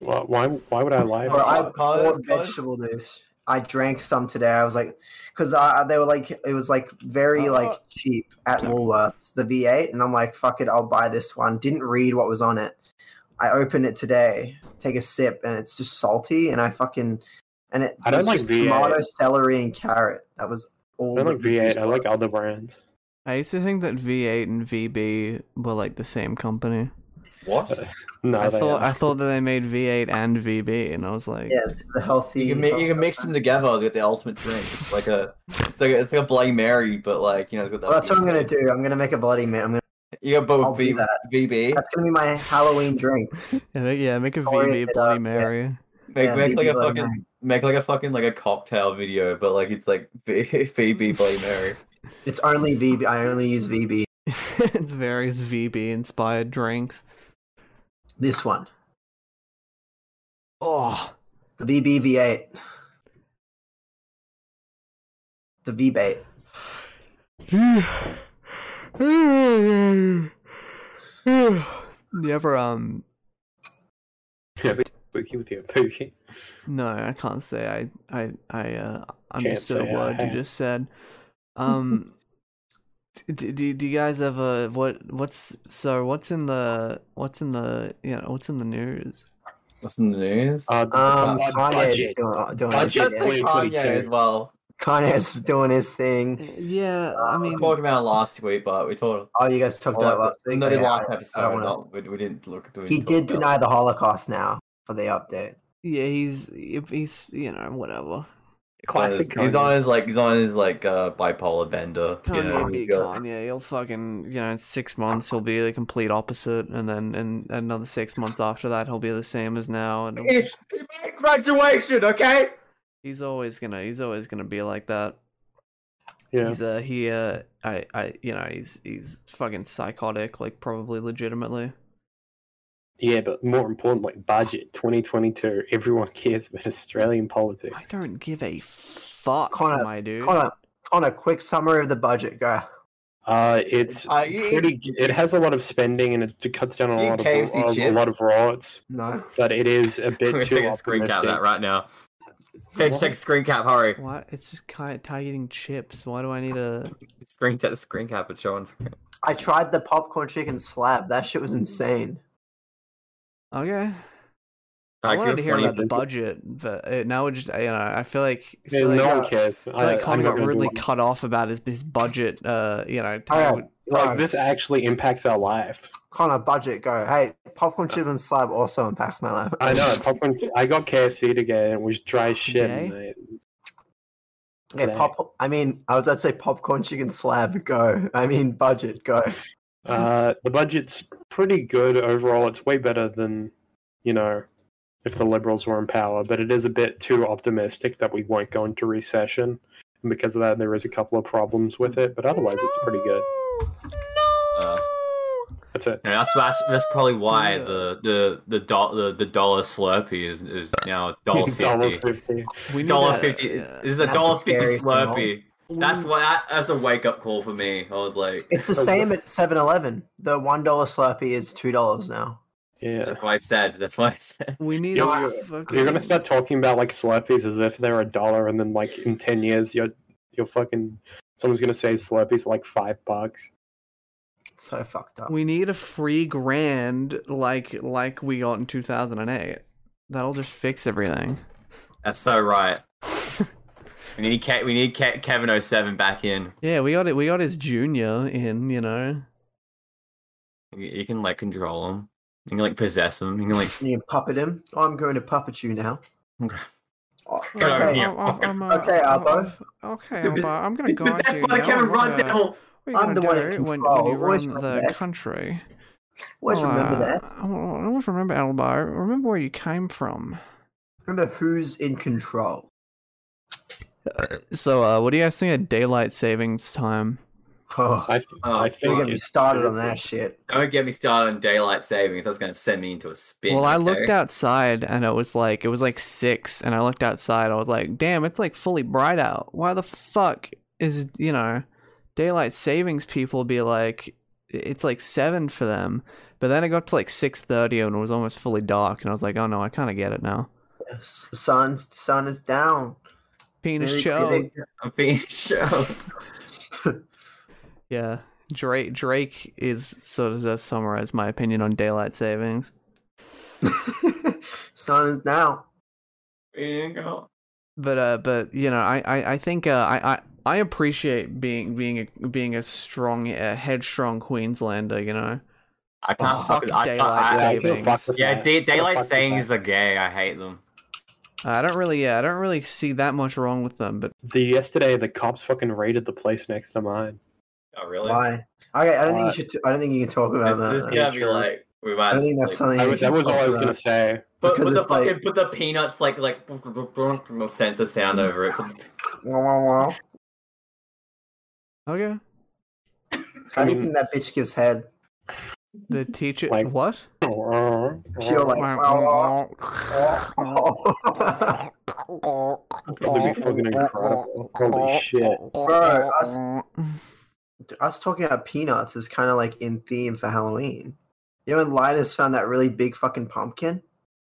[SPEAKER 6] Why? Why, why would I lie?
[SPEAKER 1] Bro,
[SPEAKER 6] about
[SPEAKER 1] I
[SPEAKER 6] that?
[SPEAKER 8] colours,
[SPEAKER 1] bought
[SPEAKER 8] colours?
[SPEAKER 1] vegetable juice. I drank some today. I was like, because they were like, it was like very
[SPEAKER 8] Oh.
[SPEAKER 1] like cheap at Woolworths, the V8, and I'm like, fuck it, I'll buy this one. Didn't read what was on it. I open it today, take a sip, and it's just salty, and I fucking and it.
[SPEAKER 6] I don't
[SPEAKER 1] was
[SPEAKER 6] like
[SPEAKER 1] just
[SPEAKER 6] V8.
[SPEAKER 1] tomato, celery, and carrot. That was all.
[SPEAKER 6] I don't like
[SPEAKER 1] that the juice
[SPEAKER 6] V8. I
[SPEAKER 1] was.
[SPEAKER 6] like other brands.
[SPEAKER 2] I used to think that V8 and VB were like the same company.
[SPEAKER 8] What?
[SPEAKER 6] No,
[SPEAKER 2] I
[SPEAKER 6] they
[SPEAKER 2] thought I
[SPEAKER 6] aren't.
[SPEAKER 2] thought that they made V8 and VB, and I was like,
[SPEAKER 1] Yeah, it's the healthy.
[SPEAKER 8] You can mi- you can mix them together to get the ultimate drink. It's like a it's like a, it's like a Bloody Mary, but like you know it's got that.
[SPEAKER 1] Well, that's what I'm gonna do. I'm gonna make a bloody man. I'm gonna.
[SPEAKER 8] You got both
[SPEAKER 1] I'll do
[SPEAKER 8] v-
[SPEAKER 1] that.
[SPEAKER 8] VB.
[SPEAKER 1] That's gonna be my Halloween drink.
[SPEAKER 2] yeah, make, yeah, make a
[SPEAKER 1] Sorry,
[SPEAKER 2] VB
[SPEAKER 1] it
[SPEAKER 2] Bloody
[SPEAKER 1] up, yeah.
[SPEAKER 2] Mary.
[SPEAKER 8] Make,
[SPEAKER 1] Yeah,
[SPEAKER 8] make like
[SPEAKER 1] VB
[SPEAKER 8] a
[SPEAKER 1] Bloody
[SPEAKER 8] fucking
[SPEAKER 1] Mary.
[SPEAKER 8] make like a fucking like a cocktail video, but like it's like v- VB Bloody Mary.
[SPEAKER 1] It's only VB. I only use VB.
[SPEAKER 2] it's various VB inspired drinks.
[SPEAKER 1] This one,
[SPEAKER 2] Oh,
[SPEAKER 1] the VB V8, the V8.
[SPEAKER 2] you ever um?
[SPEAKER 6] Yeah, but spooky with your pookie.
[SPEAKER 2] No, I can't say I I I uh, understood
[SPEAKER 6] say
[SPEAKER 2] a word
[SPEAKER 6] I-
[SPEAKER 2] you just said. Um, d- d- do do you guys ever what what's so what's in the what's in the you know what's in the news?
[SPEAKER 8] What's in the news?
[SPEAKER 6] Uh,
[SPEAKER 1] Um, Kanye's
[SPEAKER 6] budget.
[SPEAKER 1] doing, doing
[SPEAKER 8] I
[SPEAKER 1] his
[SPEAKER 8] was gonna
[SPEAKER 1] shit.
[SPEAKER 8] say Kanye
[SPEAKER 6] 2022.
[SPEAKER 8] as well.
[SPEAKER 1] Kanye's doing his thing.
[SPEAKER 2] Yeah,
[SPEAKER 7] Uh,
[SPEAKER 2] I
[SPEAKER 8] We
[SPEAKER 2] mean,
[SPEAKER 8] talked about it last week, but we talked.
[SPEAKER 1] Oh, you guys talked about it last week.
[SPEAKER 8] No, the
[SPEAKER 1] Yeah,
[SPEAKER 8] last
[SPEAKER 1] I- I
[SPEAKER 8] episode.
[SPEAKER 1] don't wanna-
[SPEAKER 8] not- we, we didn't look. we
[SPEAKER 1] He
[SPEAKER 8] didn't
[SPEAKER 1] did
[SPEAKER 8] talk
[SPEAKER 1] deny the Holocaust now for the update.
[SPEAKER 2] yeah, he's he's you know whatever.
[SPEAKER 8] about it.
[SPEAKER 6] Classic
[SPEAKER 8] He's
[SPEAKER 6] Kanye.
[SPEAKER 8] on his like he's on his like uh, bipolar bender. you know,
[SPEAKER 2] Kanye be
[SPEAKER 8] he's got-
[SPEAKER 2] Kanye. He'll fucking you know in six months he'll be the complete opposite, and then and another six months after that he'll be the same as now. And he'll-
[SPEAKER 8] It's my graduation, okay?
[SPEAKER 2] he's always gonna he's always gonna be like that.
[SPEAKER 6] Yeah.
[SPEAKER 2] He's uh he uh I I you know he's he's fucking psychotic like probably legitimately.
[SPEAKER 6] yeah, but more importantly, budget 2022. Everyone cares about Australian
[SPEAKER 9] I
[SPEAKER 6] politics.
[SPEAKER 9] don't give a fuck,
[SPEAKER 1] Connor,
[SPEAKER 9] my dude.
[SPEAKER 1] Connor, Connor, quick summary of the budget, go.
[SPEAKER 6] Uh, it's
[SPEAKER 8] I
[SPEAKER 6] pretty. It has a lot of spending, and it cuts down on a
[SPEAKER 8] You
[SPEAKER 6] lot of
[SPEAKER 8] KFC
[SPEAKER 6] a, a lot of
[SPEAKER 8] chips?
[SPEAKER 6] riots.
[SPEAKER 1] No.
[SPEAKER 6] But it is a
[SPEAKER 8] We're
[SPEAKER 6] bit too
[SPEAKER 8] taking a screen cap of
[SPEAKER 6] optimistic.
[SPEAKER 8] that right now. Take,
[SPEAKER 6] What?
[SPEAKER 8] take a screen cap, hurry.
[SPEAKER 2] Why it's just kind targeting chips. Why do I need a
[SPEAKER 8] Screen take the screen cap and show on screen.
[SPEAKER 1] I tried the popcorn chicken slab. That shit was insane.
[SPEAKER 2] okay? I,
[SPEAKER 8] Alright,
[SPEAKER 2] wanted to
[SPEAKER 8] give
[SPEAKER 2] hear
[SPEAKER 8] me
[SPEAKER 2] about
[SPEAKER 8] 20
[SPEAKER 2] the budget, but uh, now it just you know I feel like I
[SPEAKER 6] Yeah,
[SPEAKER 2] feel like,
[SPEAKER 6] no
[SPEAKER 2] uh,
[SPEAKER 6] one cares.
[SPEAKER 2] I feel like
[SPEAKER 6] I'm
[SPEAKER 2] Connor
[SPEAKER 6] not
[SPEAKER 2] got
[SPEAKER 6] gonna do
[SPEAKER 2] rudely
[SPEAKER 6] one. Oh,
[SPEAKER 2] cut off about his his budget. Uh, you know,
[SPEAKER 1] Alright,
[SPEAKER 6] Like this actually impacts our life.
[SPEAKER 1] Connor, budget, go. Hey, popcorn chicken slab also impacts my life.
[SPEAKER 6] I know. Popcorn, I got KFC today, and it was dry shit.
[SPEAKER 2] Today?
[SPEAKER 6] and I-
[SPEAKER 1] Yeah,
[SPEAKER 6] today.
[SPEAKER 1] pop. I mean, I was about to say popcorn chicken slab. Go. I mean, budget. Go.
[SPEAKER 6] Uh, the budget's pretty good overall. It's way better than, you know, if the Liberals were in power, but it is a bit too optimistic that we won't go into recession. And because of that, there is a couple of problems with it, but otherwise, it's pretty good.
[SPEAKER 8] Uh,
[SPEAKER 6] That's it.
[SPEAKER 7] And that's that's, that's probably why the the the, do, the the dollar Slurpee is is now a dollar
[SPEAKER 6] Dollar
[SPEAKER 7] fifty.
[SPEAKER 6] fifty.
[SPEAKER 2] We need
[SPEAKER 7] Dollar
[SPEAKER 2] a-
[SPEAKER 7] fifty.
[SPEAKER 2] uh,
[SPEAKER 7] This is a
[SPEAKER 1] That's the
[SPEAKER 7] dollar fifty
[SPEAKER 1] scariest thing of all.
[SPEAKER 7] Slurpee. That's what Oh, that, that's a wake up call for me. I was like,
[SPEAKER 1] It's the same at 7 Eleven. The $1 Slurpee is $2 now.
[SPEAKER 6] Yeah.
[SPEAKER 7] that's why I said. That's why I said.
[SPEAKER 2] We need
[SPEAKER 6] Yo,
[SPEAKER 2] a
[SPEAKER 6] you're-
[SPEAKER 2] fucking.
[SPEAKER 6] You're gonna start talking about like Slurpees as if they're a dollar, and then like in ten years, you're you're fucking someone's gonna say Slurpees are, like five bucks.
[SPEAKER 1] It's so fucked up.
[SPEAKER 2] We need a free grand like like we got in 2008. That'll just fix everything.
[SPEAKER 7] That's so right. We need Ke- we need Ke- Kevin 07 back in.
[SPEAKER 2] yeah, we got it. We got his junior in. You know,
[SPEAKER 7] You, you can like control him. You can like possess him. You can like
[SPEAKER 1] You puppet him. Oh, I'm going to puppet you now.
[SPEAKER 7] Okay.
[SPEAKER 1] Oh,
[SPEAKER 7] Get over
[SPEAKER 1] okay.
[SPEAKER 7] here.
[SPEAKER 1] Okay, Albo.
[SPEAKER 2] Okay, Albo. uh, I'm gonna guard you.
[SPEAKER 7] Why
[SPEAKER 2] now.
[SPEAKER 7] Kevin
[SPEAKER 2] I'm gonna-
[SPEAKER 7] Rondell?
[SPEAKER 2] What are you
[SPEAKER 1] I'm
[SPEAKER 2] gonna
[SPEAKER 1] the one
[SPEAKER 2] do
[SPEAKER 1] in
[SPEAKER 2] when, when
[SPEAKER 1] control.
[SPEAKER 2] you
[SPEAKER 1] Always
[SPEAKER 2] run
[SPEAKER 1] remember
[SPEAKER 2] the
[SPEAKER 1] that.
[SPEAKER 2] country?
[SPEAKER 1] Always
[SPEAKER 2] Well,
[SPEAKER 1] remember
[SPEAKER 2] uh,
[SPEAKER 1] that.
[SPEAKER 2] I wa- I always remember Albar. Remember where you came from.
[SPEAKER 1] Remember who's in control.
[SPEAKER 2] So, uh, what do you guys think of daylight savings time?
[SPEAKER 1] Oh,
[SPEAKER 6] I, th-
[SPEAKER 7] Oh,
[SPEAKER 6] I
[SPEAKER 1] don't
[SPEAKER 6] think
[SPEAKER 1] get me
[SPEAKER 6] it's-
[SPEAKER 1] started on that shit.
[SPEAKER 7] Don't get me started on daylight savings. That's going to send me into a spin.
[SPEAKER 2] well, I
[SPEAKER 7] okay?
[SPEAKER 2] looked outside and it was like it was like six, and I looked outside. I was like, damn, it's like fully bright out. Why the fuck is you know, daylight savings people be like, it's like seven for them. But then it got to like six thirty and it was almost fully dark, and I was like, oh no, I kind of get it now.
[SPEAKER 1] The sun, sun is down.
[SPEAKER 2] Penis
[SPEAKER 1] Very
[SPEAKER 2] show.
[SPEAKER 1] big.
[SPEAKER 7] I'm being shown.
[SPEAKER 2] Yeah, Drake. Drake is sort of to summarize my opinion on daylight savings.
[SPEAKER 1] sun is down.
[SPEAKER 7] You know?
[SPEAKER 2] but uh but you know i i, I think uh I, I i appreciate being being a being a strong uh, headstrong queenslander you know
[SPEAKER 7] I can't
[SPEAKER 2] Oh,
[SPEAKER 7] fuck with I can't,
[SPEAKER 2] daylight
[SPEAKER 7] I,
[SPEAKER 6] I feel
[SPEAKER 2] savings.
[SPEAKER 6] fucked with
[SPEAKER 7] yeah,
[SPEAKER 6] that.
[SPEAKER 7] day,
[SPEAKER 6] I feel
[SPEAKER 7] daylight
[SPEAKER 6] fucked with
[SPEAKER 7] savings
[SPEAKER 6] that.
[SPEAKER 7] are gay. I hate them.
[SPEAKER 2] i don't really yeah i don't really see that much wrong with them but
[SPEAKER 6] The yesterday, the cops fucking raided the place next to mine.
[SPEAKER 7] Oh, really?
[SPEAKER 1] Why? I, I don't think you should. T- I don't think you can talk about
[SPEAKER 7] This,
[SPEAKER 1] that.
[SPEAKER 7] this is
[SPEAKER 1] though.
[SPEAKER 7] gonna be like we might.
[SPEAKER 1] I don't think that's
[SPEAKER 7] like,
[SPEAKER 1] something.
[SPEAKER 6] I
[SPEAKER 1] you
[SPEAKER 6] was-
[SPEAKER 1] should
[SPEAKER 6] that was all
[SPEAKER 1] talk
[SPEAKER 6] I was
[SPEAKER 1] about.
[SPEAKER 6] gonna say.
[SPEAKER 7] But
[SPEAKER 1] because
[SPEAKER 7] put the
[SPEAKER 1] it's like-
[SPEAKER 7] fucking put the peanuts like like sensor sound over it.
[SPEAKER 1] Wah, wah, wah.
[SPEAKER 2] okay
[SPEAKER 1] How do you
[SPEAKER 6] Um,
[SPEAKER 1] think that bitch gives head?
[SPEAKER 2] the teacher
[SPEAKER 6] Like-
[SPEAKER 2] what
[SPEAKER 1] She'll like. uh, Wah,
[SPEAKER 2] That'll
[SPEAKER 1] wah, wah.
[SPEAKER 6] That'd be fucking incredible. Holy shit.
[SPEAKER 1] Bro, us, us talking about peanuts is kind of like in theme for Halloween. You know when Linus found that really big fucking pumpkin?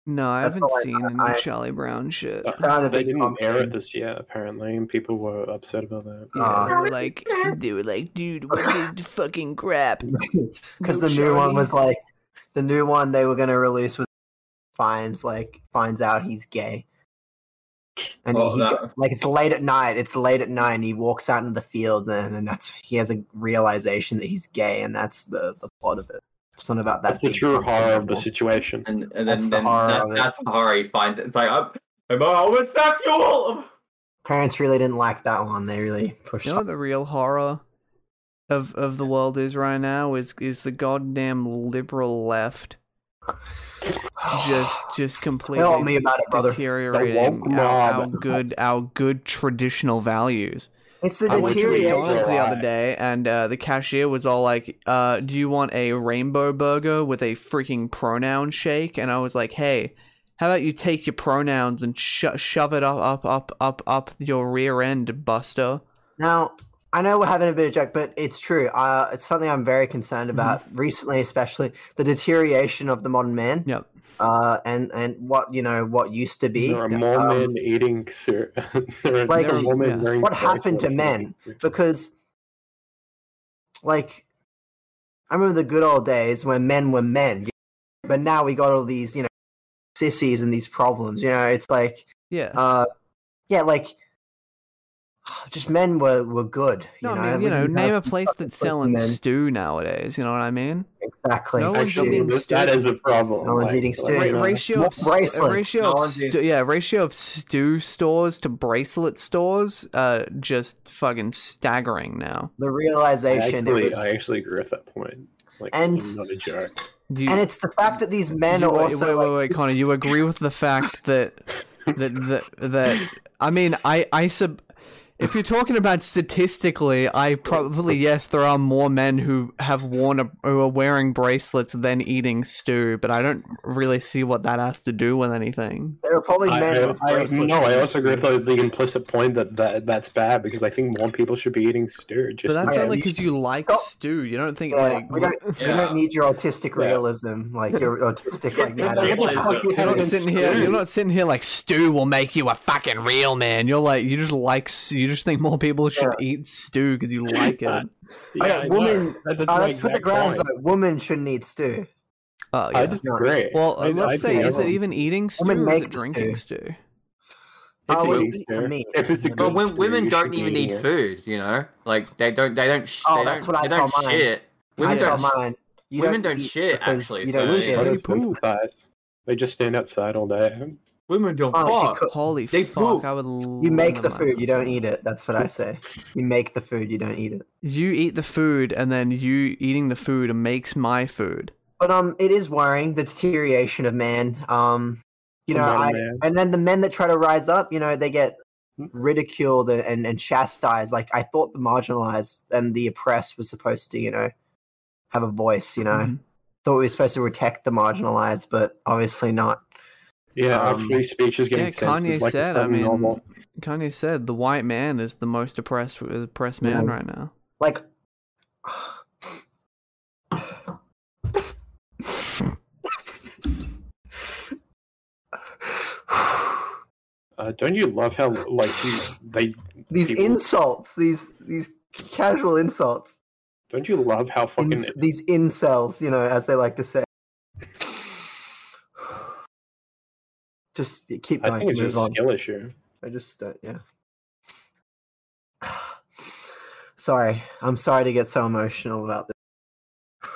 [SPEAKER 2] no i
[SPEAKER 1] That's
[SPEAKER 2] haven't
[SPEAKER 1] all I-
[SPEAKER 2] seen
[SPEAKER 1] I- Uh,
[SPEAKER 2] any charlie brown shit
[SPEAKER 1] Found a
[SPEAKER 6] They
[SPEAKER 1] big
[SPEAKER 6] didn't
[SPEAKER 1] pumpkin.
[SPEAKER 6] air it this year, apparently, and people were upset about that.
[SPEAKER 2] yeah, they
[SPEAKER 1] Aw.
[SPEAKER 2] were like, they were like, dude, what did fucking crap?
[SPEAKER 1] because
[SPEAKER 2] No,
[SPEAKER 1] the new one
[SPEAKER 2] Charlie.
[SPEAKER 1] was like the new one they were going to release was finds like finds out he's gay and he-
[SPEAKER 7] Oh,
[SPEAKER 1] he,
[SPEAKER 7] that-
[SPEAKER 1] like it's late at night it's late at night and he walks out into the field and, and that's he has a realization that he's gay and that's the the plot of it it's not about that
[SPEAKER 6] That's the
[SPEAKER 1] big
[SPEAKER 6] true
[SPEAKER 1] pumpkin
[SPEAKER 6] horror of the
[SPEAKER 1] animal.
[SPEAKER 6] situation.
[SPEAKER 7] And and then,
[SPEAKER 1] That's the
[SPEAKER 7] then
[SPEAKER 1] horror
[SPEAKER 7] that,
[SPEAKER 1] of it.
[SPEAKER 7] that's the horror. He finds it. It's like I'm, I'm a homosexual.
[SPEAKER 1] parents really didn't like that one they really pushed
[SPEAKER 2] You know
[SPEAKER 1] it.
[SPEAKER 2] what the real horror of of the world is right now is is the goddamn liberal left just just completely
[SPEAKER 1] tell me about it brother
[SPEAKER 2] deteriorating
[SPEAKER 6] woke
[SPEAKER 2] our, our
[SPEAKER 6] mob.
[SPEAKER 2] good our good traditional values.
[SPEAKER 1] it's the
[SPEAKER 2] I went to
[SPEAKER 6] Deterioration.
[SPEAKER 2] McDonald's
[SPEAKER 1] deterioration
[SPEAKER 2] the other day and uh, the cashier was all like, uh, "Do you want a rainbow burger with a freaking pronoun shake?" And I was like, "Hey." How about you take your pronouns and sho- shove it up, up, up, up, up your rear end, Buster?
[SPEAKER 1] Now, I know we're having a bit of joke, but it's true. Uh, it's something I'm very concerned
[SPEAKER 2] Mm-hmm.
[SPEAKER 1] about recently, especially the deterioration of the modern man.
[SPEAKER 2] Yep.
[SPEAKER 1] Uh, and and what you know, what used to be,
[SPEAKER 6] There are
[SPEAKER 2] Yeah.
[SPEAKER 6] more
[SPEAKER 1] Um,
[SPEAKER 6] men eating syrup. there are,
[SPEAKER 1] like,
[SPEAKER 6] there are more men
[SPEAKER 2] yeah.
[SPEAKER 6] wearing
[SPEAKER 1] What happened to
[SPEAKER 6] bracelets than-
[SPEAKER 1] because like I remember the good old days when men were men, but now we got all these you know sissies and these problems. You know, it's like
[SPEAKER 2] Yeah.
[SPEAKER 1] uh, yeah, like just men were were good. You
[SPEAKER 2] No,
[SPEAKER 1] know,
[SPEAKER 2] I mean,
[SPEAKER 1] We
[SPEAKER 2] you know,
[SPEAKER 1] didn't
[SPEAKER 2] name a
[SPEAKER 1] have-
[SPEAKER 2] place that's
[SPEAKER 1] place
[SPEAKER 2] selling
[SPEAKER 1] men.
[SPEAKER 2] stew nowadays. You know what I mean?
[SPEAKER 1] exactly.
[SPEAKER 2] no one's
[SPEAKER 1] Actually,
[SPEAKER 6] Actually,
[SPEAKER 2] eating
[SPEAKER 6] this- that
[SPEAKER 2] stew.
[SPEAKER 6] is a problem.
[SPEAKER 1] No one's eating stew.
[SPEAKER 2] Ra-
[SPEAKER 1] Yeah.
[SPEAKER 2] ratio
[SPEAKER 1] More
[SPEAKER 2] of st-
[SPEAKER 1] bracelets.
[SPEAKER 2] ratio
[SPEAKER 7] No,
[SPEAKER 2] of
[SPEAKER 7] I'm being-
[SPEAKER 2] stu- yeah ratio of stew stores to bracelet stores uh just fucking staggering now
[SPEAKER 1] the
[SPEAKER 6] I
[SPEAKER 1] realization it
[SPEAKER 6] actually,
[SPEAKER 1] was,
[SPEAKER 6] I actually agree with that point. Like,
[SPEAKER 1] And-
[SPEAKER 6] it's not a joke.
[SPEAKER 2] Do you,
[SPEAKER 1] and it's the fact that these men
[SPEAKER 2] you-
[SPEAKER 1] are
[SPEAKER 2] wait,
[SPEAKER 1] also
[SPEAKER 2] wait wait
[SPEAKER 1] like,
[SPEAKER 2] wait Connor you agree with the fact that that that that, that I mean I I sub If you're talking about statistically, I probably yes, there are more men who have worn a, who are wearing bracelets than eating stew, but I don't really see what that has to do with anything.
[SPEAKER 1] There are probably
[SPEAKER 6] I,
[SPEAKER 1] men
[SPEAKER 6] I-
[SPEAKER 1] with
[SPEAKER 6] I-
[SPEAKER 1] bracelets.
[SPEAKER 6] no, I
[SPEAKER 1] in
[SPEAKER 6] also agree
[SPEAKER 1] this
[SPEAKER 6] with the, the implicit point that, that that's bad because I think more people should be eating stew.
[SPEAKER 2] But
[SPEAKER 6] Just
[SPEAKER 2] that's
[SPEAKER 1] yeah,
[SPEAKER 2] only
[SPEAKER 1] you
[SPEAKER 2] because you like
[SPEAKER 1] Stop.
[SPEAKER 2] stew. You don't think
[SPEAKER 1] Yeah,
[SPEAKER 2] like
[SPEAKER 1] we don't, we
[SPEAKER 7] Yeah.
[SPEAKER 1] don't need your autistic
[SPEAKER 6] Yeah.
[SPEAKER 1] realism, like your autistic like
[SPEAKER 6] Yeah,
[SPEAKER 1] matter.
[SPEAKER 6] what the
[SPEAKER 7] Yeah.
[SPEAKER 6] fuck you
[SPEAKER 2] You're
[SPEAKER 6] had
[SPEAKER 2] not
[SPEAKER 6] in
[SPEAKER 2] sitting here.
[SPEAKER 6] stew?
[SPEAKER 2] You're not sitting here like stew will make you a fucking real man. You're like you just like s- you just think more people should eat stew because you like it.
[SPEAKER 6] Yeah,
[SPEAKER 1] Okay,
[SPEAKER 6] I know.
[SPEAKER 1] woman-
[SPEAKER 6] That- that's
[SPEAKER 1] Uh,
[SPEAKER 6] my
[SPEAKER 1] let's put the
[SPEAKER 6] exact
[SPEAKER 1] grounds
[SPEAKER 6] point.
[SPEAKER 1] that women shouldn't eat stew.
[SPEAKER 2] Oh
[SPEAKER 6] I
[SPEAKER 2] yeah.
[SPEAKER 6] disagree.
[SPEAKER 2] well, uh,
[SPEAKER 6] I-
[SPEAKER 2] let's
[SPEAKER 6] I
[SPEAKER 2] say
[SPEAKER 6] think
[SPEAKER 2] is it
[SPEAKER 6] wrong.
[SPEAKER 2] even eating stew
[SPEAKER 1] Women
[SPEAKER 2] or is
[SPEAKER 1] make
[SPEAKER 2] it drinking stew?
[SPEAKER 6] It's
[SPEAKER 1] Oh,
[SPEAKER 6] a
[SPEAKER 1] well, eat
[SPEAKER 6] good stew.
[SPEAKER 1] meat.
[SPEAKER 6] If it's a
[SPEAKER 1] But
[SPEAKER 7] But
[SPEAKER 6] good
[SPEAKER 7] when,
[SPEAKER 6] stew,
[SPEAKER 7] women
[SPEAKER 6] you
[SPEAKER 7] don't
[SPEAKER 6] should
[SPEAKER 7] even
[SPEAKER 6] be
[SPEAKER 7] need
[SPEAKER 6] eating it.
[SPEAKER 7] food, you know. Like they don't, they don't. Sh-
[SPEAKER 1] Oh,
[SPEAKER 7] they
[SPEAKER 1] that's
[SPEAKER 7] don't,
[SPEAKER 1] what I
[SPEAKER 7] they
[SPEAKER 1] tell
[SPEAKER 7] don't
[SPEAKER 1] mine.
[SPEAKER 7] shit. Women
[SPEAKER 1] I tell
[SPEAKER 7] don't.
[SPEAKER 1] mine. You
[SPEAKER 7] women don't
[SPEAKER 1] eat
[SPEAKER 7] shit,
[SPEAKER 1] because
[SPEAKER 7] actually,
[SPEAKER 1] You don't
[SPEAKER 7] so-
[SPEAKER 6] I
[SPEAKER 1] shit.
[SPEAKER 6] don't sympathize. They just stand outside all day.
[SPEAKER 7] Women don't.
[SPEAKER 1] Oh, she
[SPEAKER 7] fuck.
[SPEAKER 1] cooked.
[SPEAKER 2] Holy
[SPEAKER 7] They
[SPEAKER 2] fuck!
[SPEAKER 7] poop.
[SPEAKER 2] I would.
[SPEAKER 1] You make
[SPEAKER 2] love
[SPEAKER 1] the
[SPEAKER 2] my
[SPEAKER 1] food, you don't
[SPEAKER 2] husband.
[SPEAKER 1] eat it. That's what I say. You make the food, you don't eat it.
[SPEAKER 2] You eat the food, and then you eating the food makes my food.
[SPEAKER 1] But um, it is worrying the deterioration of man. Um, you know,
[SPEAKER 6] I'm not a
[SPEAKER 1] I
[SPEAKER 6] man.
[SPEAKER 1] and then the men that try to rise up, you know, they get ridiculed and, and, and chastised. Like I thought the marginalized and the oppressed was supposed to, you know, have a voice. You know,
[SPEAKER 2] Mhm.
[SPEAKER 1] thought we were supposed to protect the marginalized, but obviously not.
[SPEAKER 6] Yeah, our
[SPEAKER 1] Um,
[SPEAKER 6] free speech is getting
[SPEAKER 2] yeah,
[SPEAKER 6] censored.
[SPEAKER 2] Kanye
[SPEAKER 6] like it's
[SPEAKER 2] said, I
[SPEAKER 6] gotten
[SPEAKER 2] mean-
[SPEAKER 6] normal.
[SPEAKER 2] Kanye said the white man is the most oppressed oppressed man
[SPEAKER 1] Yeah.
[SPEAKER 2] right now.
[SPEAKER 1] Like,
[SPEAKER 6] Uh, don't you love how like you, they
[SPEAKER 1] these
[SPEAKER 6] People-
[SPEAKER 1] insults, these these casual insults,
[SPEAKER 6] don't you love how fucking
[SPEAKER 1] ins- these incels, you know, as they like to say. Just keep
[SPEAKER 6] I
[SPEAKER 1] going.
[SPEAKER 6] think it's
[SPEAKER 1] move
[SPEAKER 6] just
[SPEAKER 1] on.
[SPEAKER 6] a skill issue.
[SPEAKER 1] I just don't. Yeah. sorry, I'm sorry to get so emotional about this.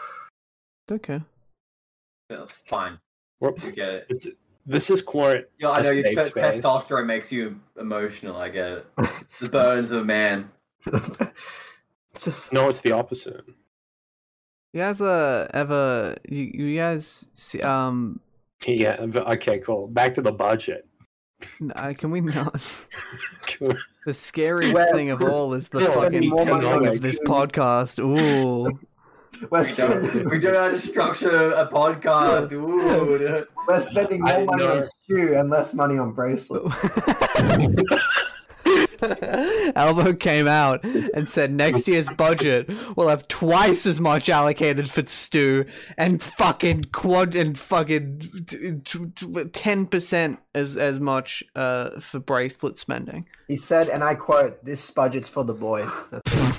[SPEAKER 2] It's okay.
[SPEAKER 7] Yeah, Fine,
[SPEAKER 6] Well,
[SPEAKER 7] you get it.
[SPEAKER 6] it's, this is quite
[SPEAKER 7] Yeah, I
[SPEAKER 6] A
[SPEAKER 7] know. Your
[SPEAKER 6] safe
[SPEAKER 7] t-
[SPEAKER 6] space.
[SPEAKER 7] testosterone makes you emotional. I get it. The burdens of a man.
[SPEAKER 1] it's just
[SPEAKER 6] no, it's the opposite.
[SPEAKER 2] You guys uh, ever you, you guys see, um
[SPEAKER 6] Yeah. v- Okay. Cool. Back to the budget.
[SPEAKER 2] n- uh, can we not? The scariest
[SPEAKER 1] Well,
[SPEAKER 2] thing of all is the
[SPEAKER 1] it's gonna be
[SPEAKER 2] fucking
[SPEAKER 1] more
[SPEAKER 6] money
[SPEAKER 2] ending
[SPEAKER 6] on
[SPEAKER 2] of this
[SPEAKER 1] you.
[SPEAKER 2] podcast. Ooh,
[SPEAKER 1] we're,
[SPEAKER 7] We don't, we
[SPEAKER 1] spending,
[SPEAKER 7] don't know how to structure a podcast. Ooh, dude.
[SPEAKER 1] we're spending
[SPEAKER 6] I
[SPEAKER 1] more money
[SPEAKER 6] know.
[SPEAKER 1] on stew and less money on bracelets.
[SPEAKER 2] Alvo came out and said next year's budget will have twice as much allocated for stew and fucking quad and fucking ten percent as as much uh for bracelet spending.
[SPEAKER 1] He said, and I quote, "This budget's for the boys." That's what he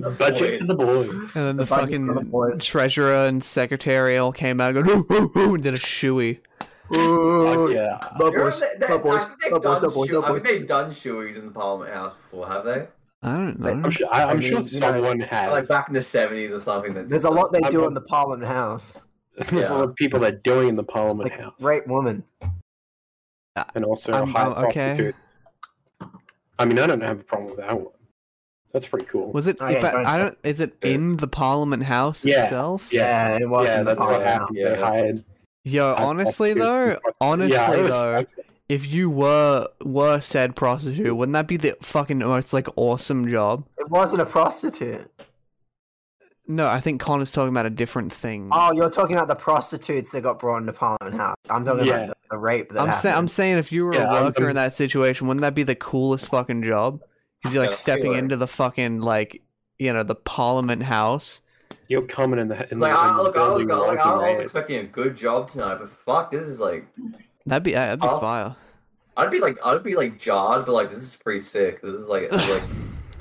[SPEAKER 1] said.
[SPEAKER 6] budget for the boys.
[SPEAKER 2] And then the,
[SPEAKER 1] The budget for the
[SPEAKER 2] fucking
[SPEAKER 1] boys.
[SPEAKER 2] treasurer and secretary all came out and going, ooh, ooh, ooh, and did a shooey.
[SPEAKER 6] Fuck
[SPEAKER 1] Ooh,
[SPEAKER 6] yeah.
[SPEAKER 1] the
[SPEAKER 7] They're-
[SPEAKER 1] boys,
[SPEAKER 7] they- they-
[SPEAKER 1] the boys,
[SPEAKER 7] I think they've
[SPEAKER 1] the boys,
[SPEAKER 7] done
[SPEAKER 1] the boys, the
[SPEAKER 7] shoe- I think
[SPEAKER 1] boys.
[SPEAKER 7] they've done shoeings in the Parliament House before, have they?
[SPEAKER 2] I don't know.
[SPEAKER 6] I'm sure. I, I'm
[SPEAKER 1] I
[SPEAKER 6] sure
[SPEAKER 1] mean, you know,
[SPEAKER 6] someone
[SPEAKER 7] Like
[SPEAKER 6] has.
[SPEAKER 7] back in the seventies or something. That
[SPEAKER 1] There's a lot they
[SPEAKER 6] I'm
[SPEAKER 1] do
[SPEAKER 6] not-
[SPEAKER 1] in the Parliament House.
[SPEAKER 6] There's a lot of people that are doing in the Parliament
[SPEAKER 1] Like
[SPEAKER 6] House,
[SPEAKER 1] great woman.
[SPEAKER 6] and also
[SPEAKER 2] I'm-
[SPEAKER 6] high
[SPEAKER 2] I'm okay.
[SPEAKER 6] prostitutes. I mean, I don't have a problem with that one. That's pretty cool.
[SPEAKER 2] Was it?
[SPEAKER 1] Oh, yeah,
[SPEAKER 2] but
[SPEAKER 1] don't
[SPEAKER 2] I
[SPEAKER 1] say-
[SPEAKER 2] don't. Is it
[SPEAKER 6] Yeah.
[SPEAKER 2] in the Parliament House
[SPEAKER 6] Yeah.
[SPEAKER 2] itself?
[SPEAKER 6] Yeah.
[SPEAKER 1] Yeah, it was
[SPEAKER 6] yeah,
[SPEAKER 1] in the
[SPEAKER 6] that's what
[SPEAKER 1] Parliament House.
[SPEAKER 6] happens. They
[SPEAKER 7] Yeah.
[SPEAKER 6] hired.
[SPEAKER 2] Yo,
[SPEAKER 6] high
[SPEAKER 2] honestly
[SPEAKER 6] prostitutes and
[SPEAKER 2] though,
[SPEAKER 6] fucking-
[SPEAKER 2] honestly
[SPEAKER 6] Yeah, I was-
[SPEAKER 2] though, if you were were said prostitute, wouldn't that be the fucking most like awesome job?
[SPEAKER 1] It wasn't a prostitute.
[SPEAKER 2] No, I think Connor's talking about a different thing.
[SPEAKER 1] Oh, you're talking about the prostitutes that got brought into Parliament House. I'm talking
[SPEAKER 6] Yeah.
[SPEAKER 1] about the, the rape that
[SPEAKER 2] I'm
[SPEAKER 1] happened.
[SPEAKER 2] saying, I'm saying, if you were
[SPEAKER 6] Yeah,
[SPEAKER 2] a
[SPEAKER 6] I'm-
[SPEAKER 2] worker
[SPEAKER 6] I'm-
[SPEAKER 2] in that situation, wouldn't that be the coolest fucking job? Because you're like
[SPEAKER 7] Yeah,
[SPEAKER 2] stepping
[SPEAKER 7] sure.
[SPEAKER 2] into the fucking like, you know, the Parliament House.
[SPEAKER 6] You're coming in the in
[SPEAKER 7] Like,
[SPEAKER 6] the, in
[SPEAKER 7] I,
[SPEAKER 6] the
[SPEAKER 7] look, I was,
[SPEAKER 6] building
[SPEAKER 7] like, I
[SPEAKER 6] rising
[SPEAKER 7] was
[SPEAKER 6] red.
[SPEAKER 7] expecting a good job tonight, but fuck, this is like,
[SPEAKER 2] That'd be that'd be
[SPEAKER 7] Oh.
[SPEAKER 2] fire.
[SPEAKER 7] I'd be like, I'd be like jarred, but like, this is pretty sick. This is like, like,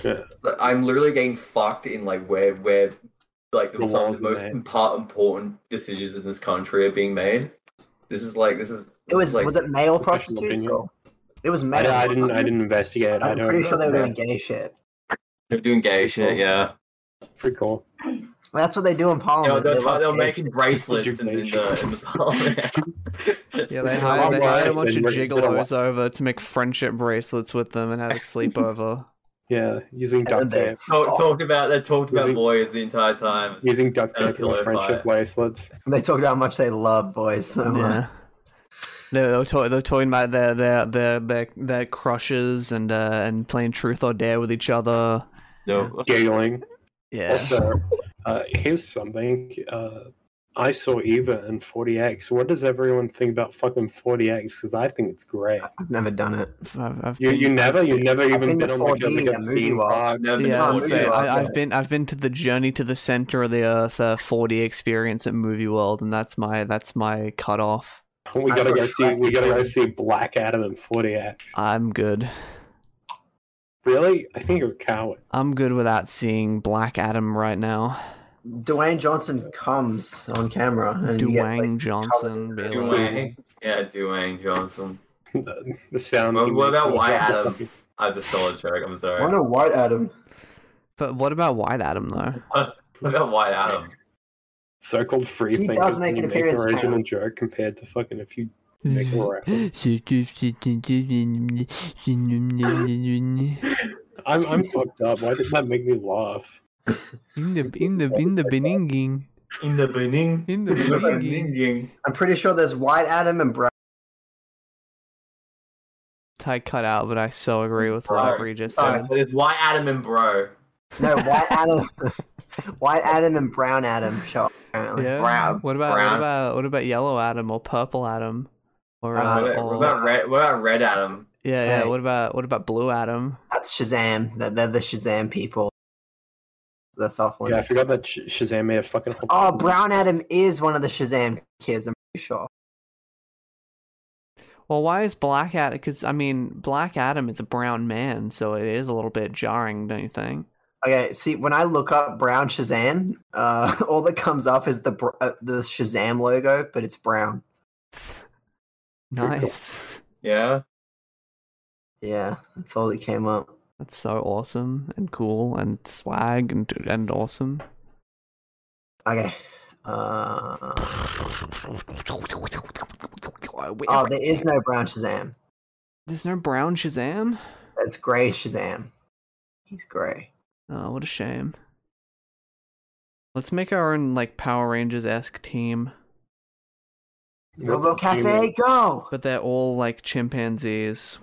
[SPEAKER 6] Yeah.
[SPEAKER 7] like, I'm literally getting fucked in like where where like the,
[SPEAKER 6] The
[SPEAKER 7] some of
[SPEAKER 6] laws are
[SPEAKER 7] the most
[SPEAKER 6] made.
[SPEAKER 7] impar- important decisions in this country are being made. This is like, this is.
[SPEAKER 1] it was
[SPEAKER 7] like,
[SPEAKER 1] was it male
[SPEAKER 6] professional
[SPEAKER 1] prostitutes?
[SPEAKER 6] opinion.
[SPEAKER 1] Or, it was
[SPEAKER 6] I,
[SPEAKER 1] male.
[SPEAKER 6] don't- I didn't. I didn't investigate. I
[SPEAKER 1] I'm
[SPEAKER 6] don't.
[SPEAKER 1] pretty sure they were
[SPEAKER 7] know.
[SPEAKER 1] doing gay shit.
[SPEAKER 7] They're doing gay shit,
[SPEAKER 6] Cool.
[SPEAKER 7] yeah.
[SPEAKER 6] Pretty cool.
[SPEAKER 1] Well, that's what they do in
[SPEAKER 2] Oh,
[SPEAKER 7] You know,
[SPEAKER 1] Parliament.
[SPEAKER 7] they're,
[SPEAKER 1] They love
[SPEAKER 7] they're
[SPEAKER 1] gay
[SPEAKER 7] making bracelets in, in the in the parliament.
[SPEAKER 2] Yeah, they
[SPEAKER 6] It's
[SPEAKER 2] hired, they
[SPEAKER 6] not
[SPEAKER 2] hired a
[SPEAKER 6] worse
[SPEAKER 2] bunch of
[SPEAKER 6] than what- little
[SPEAKER 2] gigolos over to make friendship bracelets with them and have a sleepover.
[SPEAKER 6] Yeah, using duct
[SPEAKER 1] And they-
[SPEAKER 6] tape.
[SPEAKER 7] Talk, talked about they talked about
[SPEAKER 6] Using-
[SPEAKER 7] boys the entire time.
[SPEAKER 6] Using duct
[SPEAKER 7] And a
[SPEAKER 6] tape and
[SPEAKER 7] pillow
[SPEAKER 6] friendship
[SPEAKER 7] fight.
[SPEAKER 6] bracelets.
[SPEAKER 1] shit. They talk about how much they love boys. So much.
[SPEAKER 2] yeah. They they were, talk- they were talking about their their their their, their crushes and uh, and playing truth or dare with each other.
[SPEAKER 7] No.
[SPEAKER 6] giggling.
[SPEAKER 2] Yeah.
[SPEAKER 6] Also, uh, here's something. Uh, I saw Eva in 40X. What does everyone think about fucking 40X? Because I think it's great.
[SPEAKER 1] I've never done it.
[SPEAKER 2] I've, I've
[SPEAKER 6] You,
[SPEAKER 2] been-
[SPEAKER 6] you never, you never even
[SPEAKER 1] been
[SPEAKER 6] been
[SPEAKER 1] to
[SPEAKER 6] on like a,
[SPEAKER 1] 4D
[SPEAKER 6] like a
[SPEAKER 1] at movie
[SPEAKER 6] theme
[SPEAKER 1] world.
[SPEAKER 6] park.
[SPEAKER 7] I've never been
[SPEAKER 2] Yeah,
[SPEAKER 1] I'm
[SPEAKER 7] to
[SPEAKER 2] I
[SPEAKER 7] one
[SPEAKER 2] would
[SPEAKER 1] movie
[SPEAKER 2] say,
[SPEAKER 7] of these.
[SPEAKER 1] world,
[SPEAKER 2] I,
[SPEAKER 1] yeah.
[SPEAKER 2] I've been I've been to the Journey to the Center of the Earth uh, 4D experience at Movie World, and that's my that's my cutoff.
[SPEAKER 6] We
[SPEAKER 1] I
[SPEAKER 6] gotta
[SPEAKER 1] saw
[SPEAKER 6] go see. We
[SPEAKER 1] Shrek.
[SPEAKER 6] gotta go see Black Adam in 40X.
[SPEAKER 2] I'm good.
[SPEAKER 6] Really? I think you're a coward.
[SPEAKER 2] I'm good without seeing Black Adam right now.
[SPEAKER 1] Dwayne Johnson comes on camera
[SPEAKER 6] Uh,
[SPEAKER 1] and you get, like,
[SPEAKER 2] Dwayne Johnson, be like,
[SPEAKER 7] Dwayne. Yeah, Dwayne Johnson.
[SPEAKER 6] The, the sound.
[SPEAKER 7] What-
[SPEAKER 6] he
[SPEAKER 7] what
[SPEAKER 6] makes
[SPEAKER 7] about
[SPEAKER 6] when he
[SPEAKER 7] White
[SPEAKER 6] drops the
[SPEAKER 7] Adam?
[SPEAKER 6] fucking-
[SPEAKER 7] I just stole a joke. I'm sorry.
[SPEAKER 1] Why not White Adam?
[SPEAKER 2] But what about White Adam though?
[SPEAKER 7] What about White Adam?
[SPEAKER 6] So-called free
[SPEAKER 1] He
[SPEAKER 6] thing.
[SPEAKER 1] does
[SPEAKER 6] is
[SPEAKER 1] make
[SPEAKER 6] when
[SPEAKER 1] an
[SPEAKER 6] you
[SPEAKER 1] appearance,
[SPEAKER 6] An original
[SPEAKER 1] Kyle.
[SPEAKER 6] joke compared to fucking if you make a reference.
[SPEAKER 2] in
[SPEAKER 6] I'm I'm fucked up. Why did that make me laugh?
[SPEAKER 2] the in the in the beninging.
[SPEAKER 8] In the beginning.
[SPEAKER 2] In the beninging.
[SPEAKER 1] I'm pretty sure there's White Adam and Brad.
[SPEAKER 2] I cut out, but I so agree with whatever he just
[SPEAKER 7] Sorry,
[SPEAKER 2] said.
[SPEAKER 7] but it's White Adam and Bro.
[SPEAKER 1] No, White Adam. White Adam and Brown Adam show up, apparently.
[SPEAKER 2] Yeah.
[SPEAKER 7] Brown,
[SPEAKER 2] What about what
[SPEAKER 7] brown.
[SPEAKER 2] about what about Yellow Adam or Purple Adam? Or,
[SPEAKER 1] Uh,
[SPEAKER 2] uh,
[SPEAKER 7] what, about,
[SPEAKER 2] or-
[SPEAKER 7] what about Red? What about Red Adam?
[SPEAKER 2] yeah, yeah.
[SPEAKER 1] Hey.
[SPEAKER 2] What about what about Blue Adam?
[SPEAKER 1] That's Shazam. They're, they're the Shazam people. That's off one.
[SPEAKER 6] Yeah, I forgot that Sh- Shazam made a fucking. whole-
[SPEAKER 1] Oh, Brown Adam is one of the Shazam kids, I'm pretty sure.
[SPEAKER 2] Well, why is Black Adam? Because I mean, Black Adam is a brown man, so it is a little bit jarring, don't you think?
[SPEAKER 1] Okay, see, when I look up Brown Shazam, uh, all that comes up is the br- uh, the Shazam logo, but it's brown.
[SPEAKER 2] Nice.
[SPEAKER 7] Yeah.
[SPEAKER 1] Yeah, that's all that came up.
[SPEAKER 2] That's so awesome and cool and swag and and awesome.
[SPEAKER 1] Okay. Uh, oh, there is no Brown Shazam.
[SPEAKER 2] There's no brown Shazam.
[SPEAKER 1] That's Gray Shazam. He's gray.
[SPEAKER 2] Oh, what a shame. Let's make our own like Power Rangers esque team,
[SPEAKER 6] That's
[SPEAKER 1] Robo Cafe,
[SPEAKER 6] human.
[SPEAKER 1] go!
[SPEAKER 2] but they're all like chimpanzees,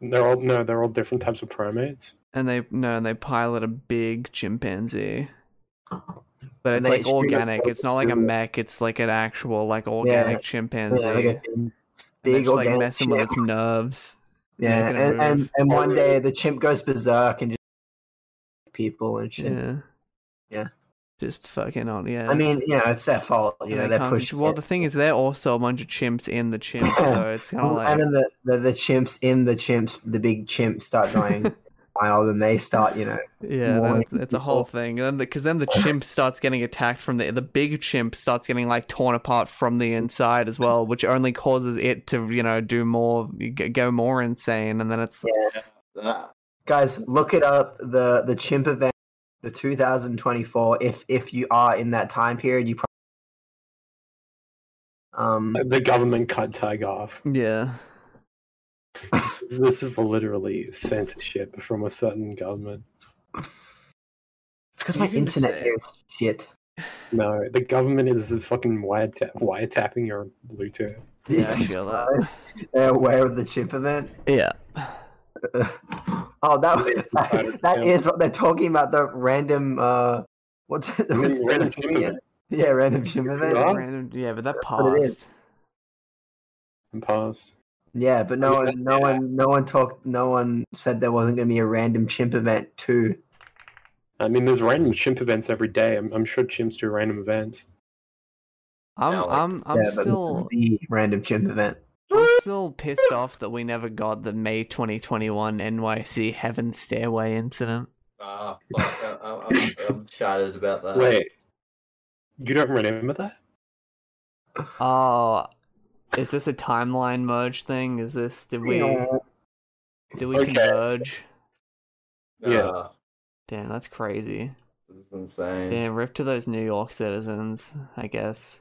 [SPEAKER 6] They're all no, they're all different types of primates.
[SPEAKER 2] and they no, and they pilot a big chimpanzee. But it's
[SPEAKER 1] And they
[SPEAKER 2] like
[SPEAKER 1] shoot us
[SPEAKER 2] organic.
[SPEAKER 1] both
[SPEAKER 2] It's not like a
[SPEAKER 1] through it.
[SPEAKER 2] mech. It's like an actual like organic chimpanzee.
[SPEAKER 1] Yeah, like a big,
[SPEAKER 2] And they're
[SPEAKER 1] big
[SPEAKER 2] just, like
[SPEAKER 1] organic
[SPEAKER 2] messing with
[SPEAKER 1] shit.
[SPEAKER 2] its nerves.
[SPEAKER 1] Yeah,
[SPEAKER 2] making it
[SPEAKER 1] and, and,
[SPEAKER 2] move.
[SPEAKER 1] and one day the chimp goes berserk and just people and shit.
[SPEAKER 2] Yeah.
[SPEAKER 1] Yeah.
[SPEAKER 2] Just fucking on. Yeah.
[SPEAKER 1] I mean, you know, it's their fault. You
[SPEAKER 2] And
[SPEAKER 1] know,
[SPEAKER 2] they
[SPEAKER 1] they're
[SPEAKER 2] can't-
[SPEAKER 1] pushing.
[SPEAKER 2] Well,
[SPEAKER 1] it.
[SPEAKER 2] the thing is, they're also a bunch of chimps in the chimp, so it's kind of
[SPEAKER 1] Well,
[SPEAKER 2] like.
[SPEAKER 1] and then the, the, the chimps in the chimps, the big chimps start going wild, and they start, you know,
[SPEAKER 2] Yeah,
[SPEAKER 1] more
[SPEAKER 2] that's, it's a whole
[SPEAKER 1] people.
[SPEAKER 2] thing. And then because then the chimp starts getting attacked from the the big chimp starts getting like torn apart from the inside as well, which only causes it to you know do more g- go more insane. And then it's
[SPEAKER 7] That-
[SPEAKER 1] guys, look it up the the chimp event, the 2024. If if you are in that time period, you probably um
[SPEAKER 6] The government cut Tig off.
[SPEAKER 2] yeah,
[SPEAKER 6] This is literally censorship from a certain government.
[SPEAKER 1] it's because my
[SPEAKER 2] You can just
[SPEAKER 1] internet
[SPEAKER 2] say
[SPEAKER 1] here is shit.
[SPEAKER 6] No, the government is the fucking wireta- wiretapping your Bluetooth.
[SPEAKER 2] yeah, I feel that.
[SPEAKER 1] They're aware of the chimp event.
[SPEAKER 2] Yeah,
[SPEAKER 1] oh, that that, that is what they're talking about. The random uh, what's it?
[SPEAKER 6] mean
[SPEAKER 1] what's the
[SPEAKER 6] random
[SPEAKER 1] thing
[SPEAKER 6] chimp
[SPEAKER 1] again?
[SPEAKER 6] event?
[SPEAKER 1] Yeah, random chimp event.
[SPEAKER 6] Huh?
[SPEAKER 2] Random- yeah, but that
[SPEAKER 1] what it is.
[SPEAKER 2] passed.
[SPEAKER 6] And pause.
[SPEAKER 1] Yeah, but no
[SPEAKER 6] Yeah,
[SPEAKER 1] one, no one, no one talked. No one said there wasn't going to be a random chimp event too.
[SPEAKER 6] I mean, there's random chimp events every day. I'm, I'm sure chimps do random events.
[SPEAKER 2] I'm
[SPEAKER 7] Yeah, like-
[SPEAKER 2] I'm I'm
[SPEAKER 1] yeah,
[SPEAKER 2] still
[SPEAKER 1] but this is the random chimp event.
[SPEAKER 2] I'm still pissed off that we never got the May 2021 NYC Heaven Stairway incident.
[SPEAKER 7] Ah, fuck, I- I- I'm, I'm shattered about that.
[SPEAKER 6] Wait, you don't remember that?
[SPEAKER 2] Oh, is this a timeline merge thing? Is this did we did we
[SPEAKER 6] Okay.
[SPEAKER 2] converge?
[SPEAKER 6] Yeah.
[SPEAKER 7] Ah,
[SPEAKER 2] Damn, that's crazy.
[SPEAKER 7] this is insane.
[SPEAKER 2] Damn, rip to those New York citizens, I guess.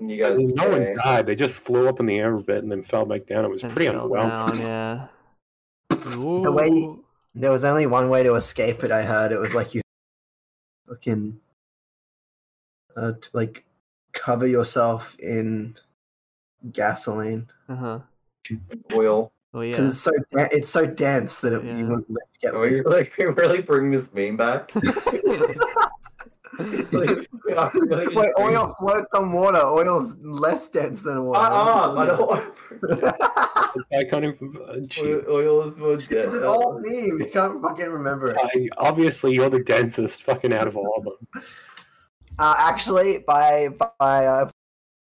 [SPEAKER 8] You guys.
[SPEAKER 6] no one
[SPEAKER 8] okay.
[SPEAKER 6] died. They just flew up in the air a bit and then fell back down. It was
[SPEAKER 2] And
[SPEAKER 6] pretty
[SPEAKER 2] fell
[SPEAKER 6] unwell.
[SPEAKER 2] down, yeah.
[SPEAKER 1] The way there was only one way to escape it. I heard it was like you fucking uh, to, like cover yourself in gasoline
[SPEAKER 2] Uh huh.
[SPEAKER 8] Oil.
[SPEAKER 2] Oh yeah.
[SPEAKER 1] because it's so da- it's so dense that it,
[SPEAKER 2] Yeah.
[SPEAKER 1] you won't lift, get
[SPEAKER 8] Are we
[SPEAKER 1] lifted.
[SPEAKER 8] like we really bring this meme back? like, yeah, I'm gonna
[SPEAKER 1] Wait,
[SPEAKER 8] just bring-
[SPEAKER 1] oil floats on water. Oil's less dense than water.
[SPEAKER 8] Shut up! Ah, I don't want
[SPEAKER 6] It's icon info- uh,
[SPEAKER 8] oil,
[SPEAKER 6] jeez.
[SPEAKER 8] oil is more dead.
[SPEAKER 1] It's an old meme. You can't fucking remember it.
[SPEAKER 6] I, obviously, you're the densest fucking out of all of them.
[SPEAKER 1] Uh, actually, by by uh,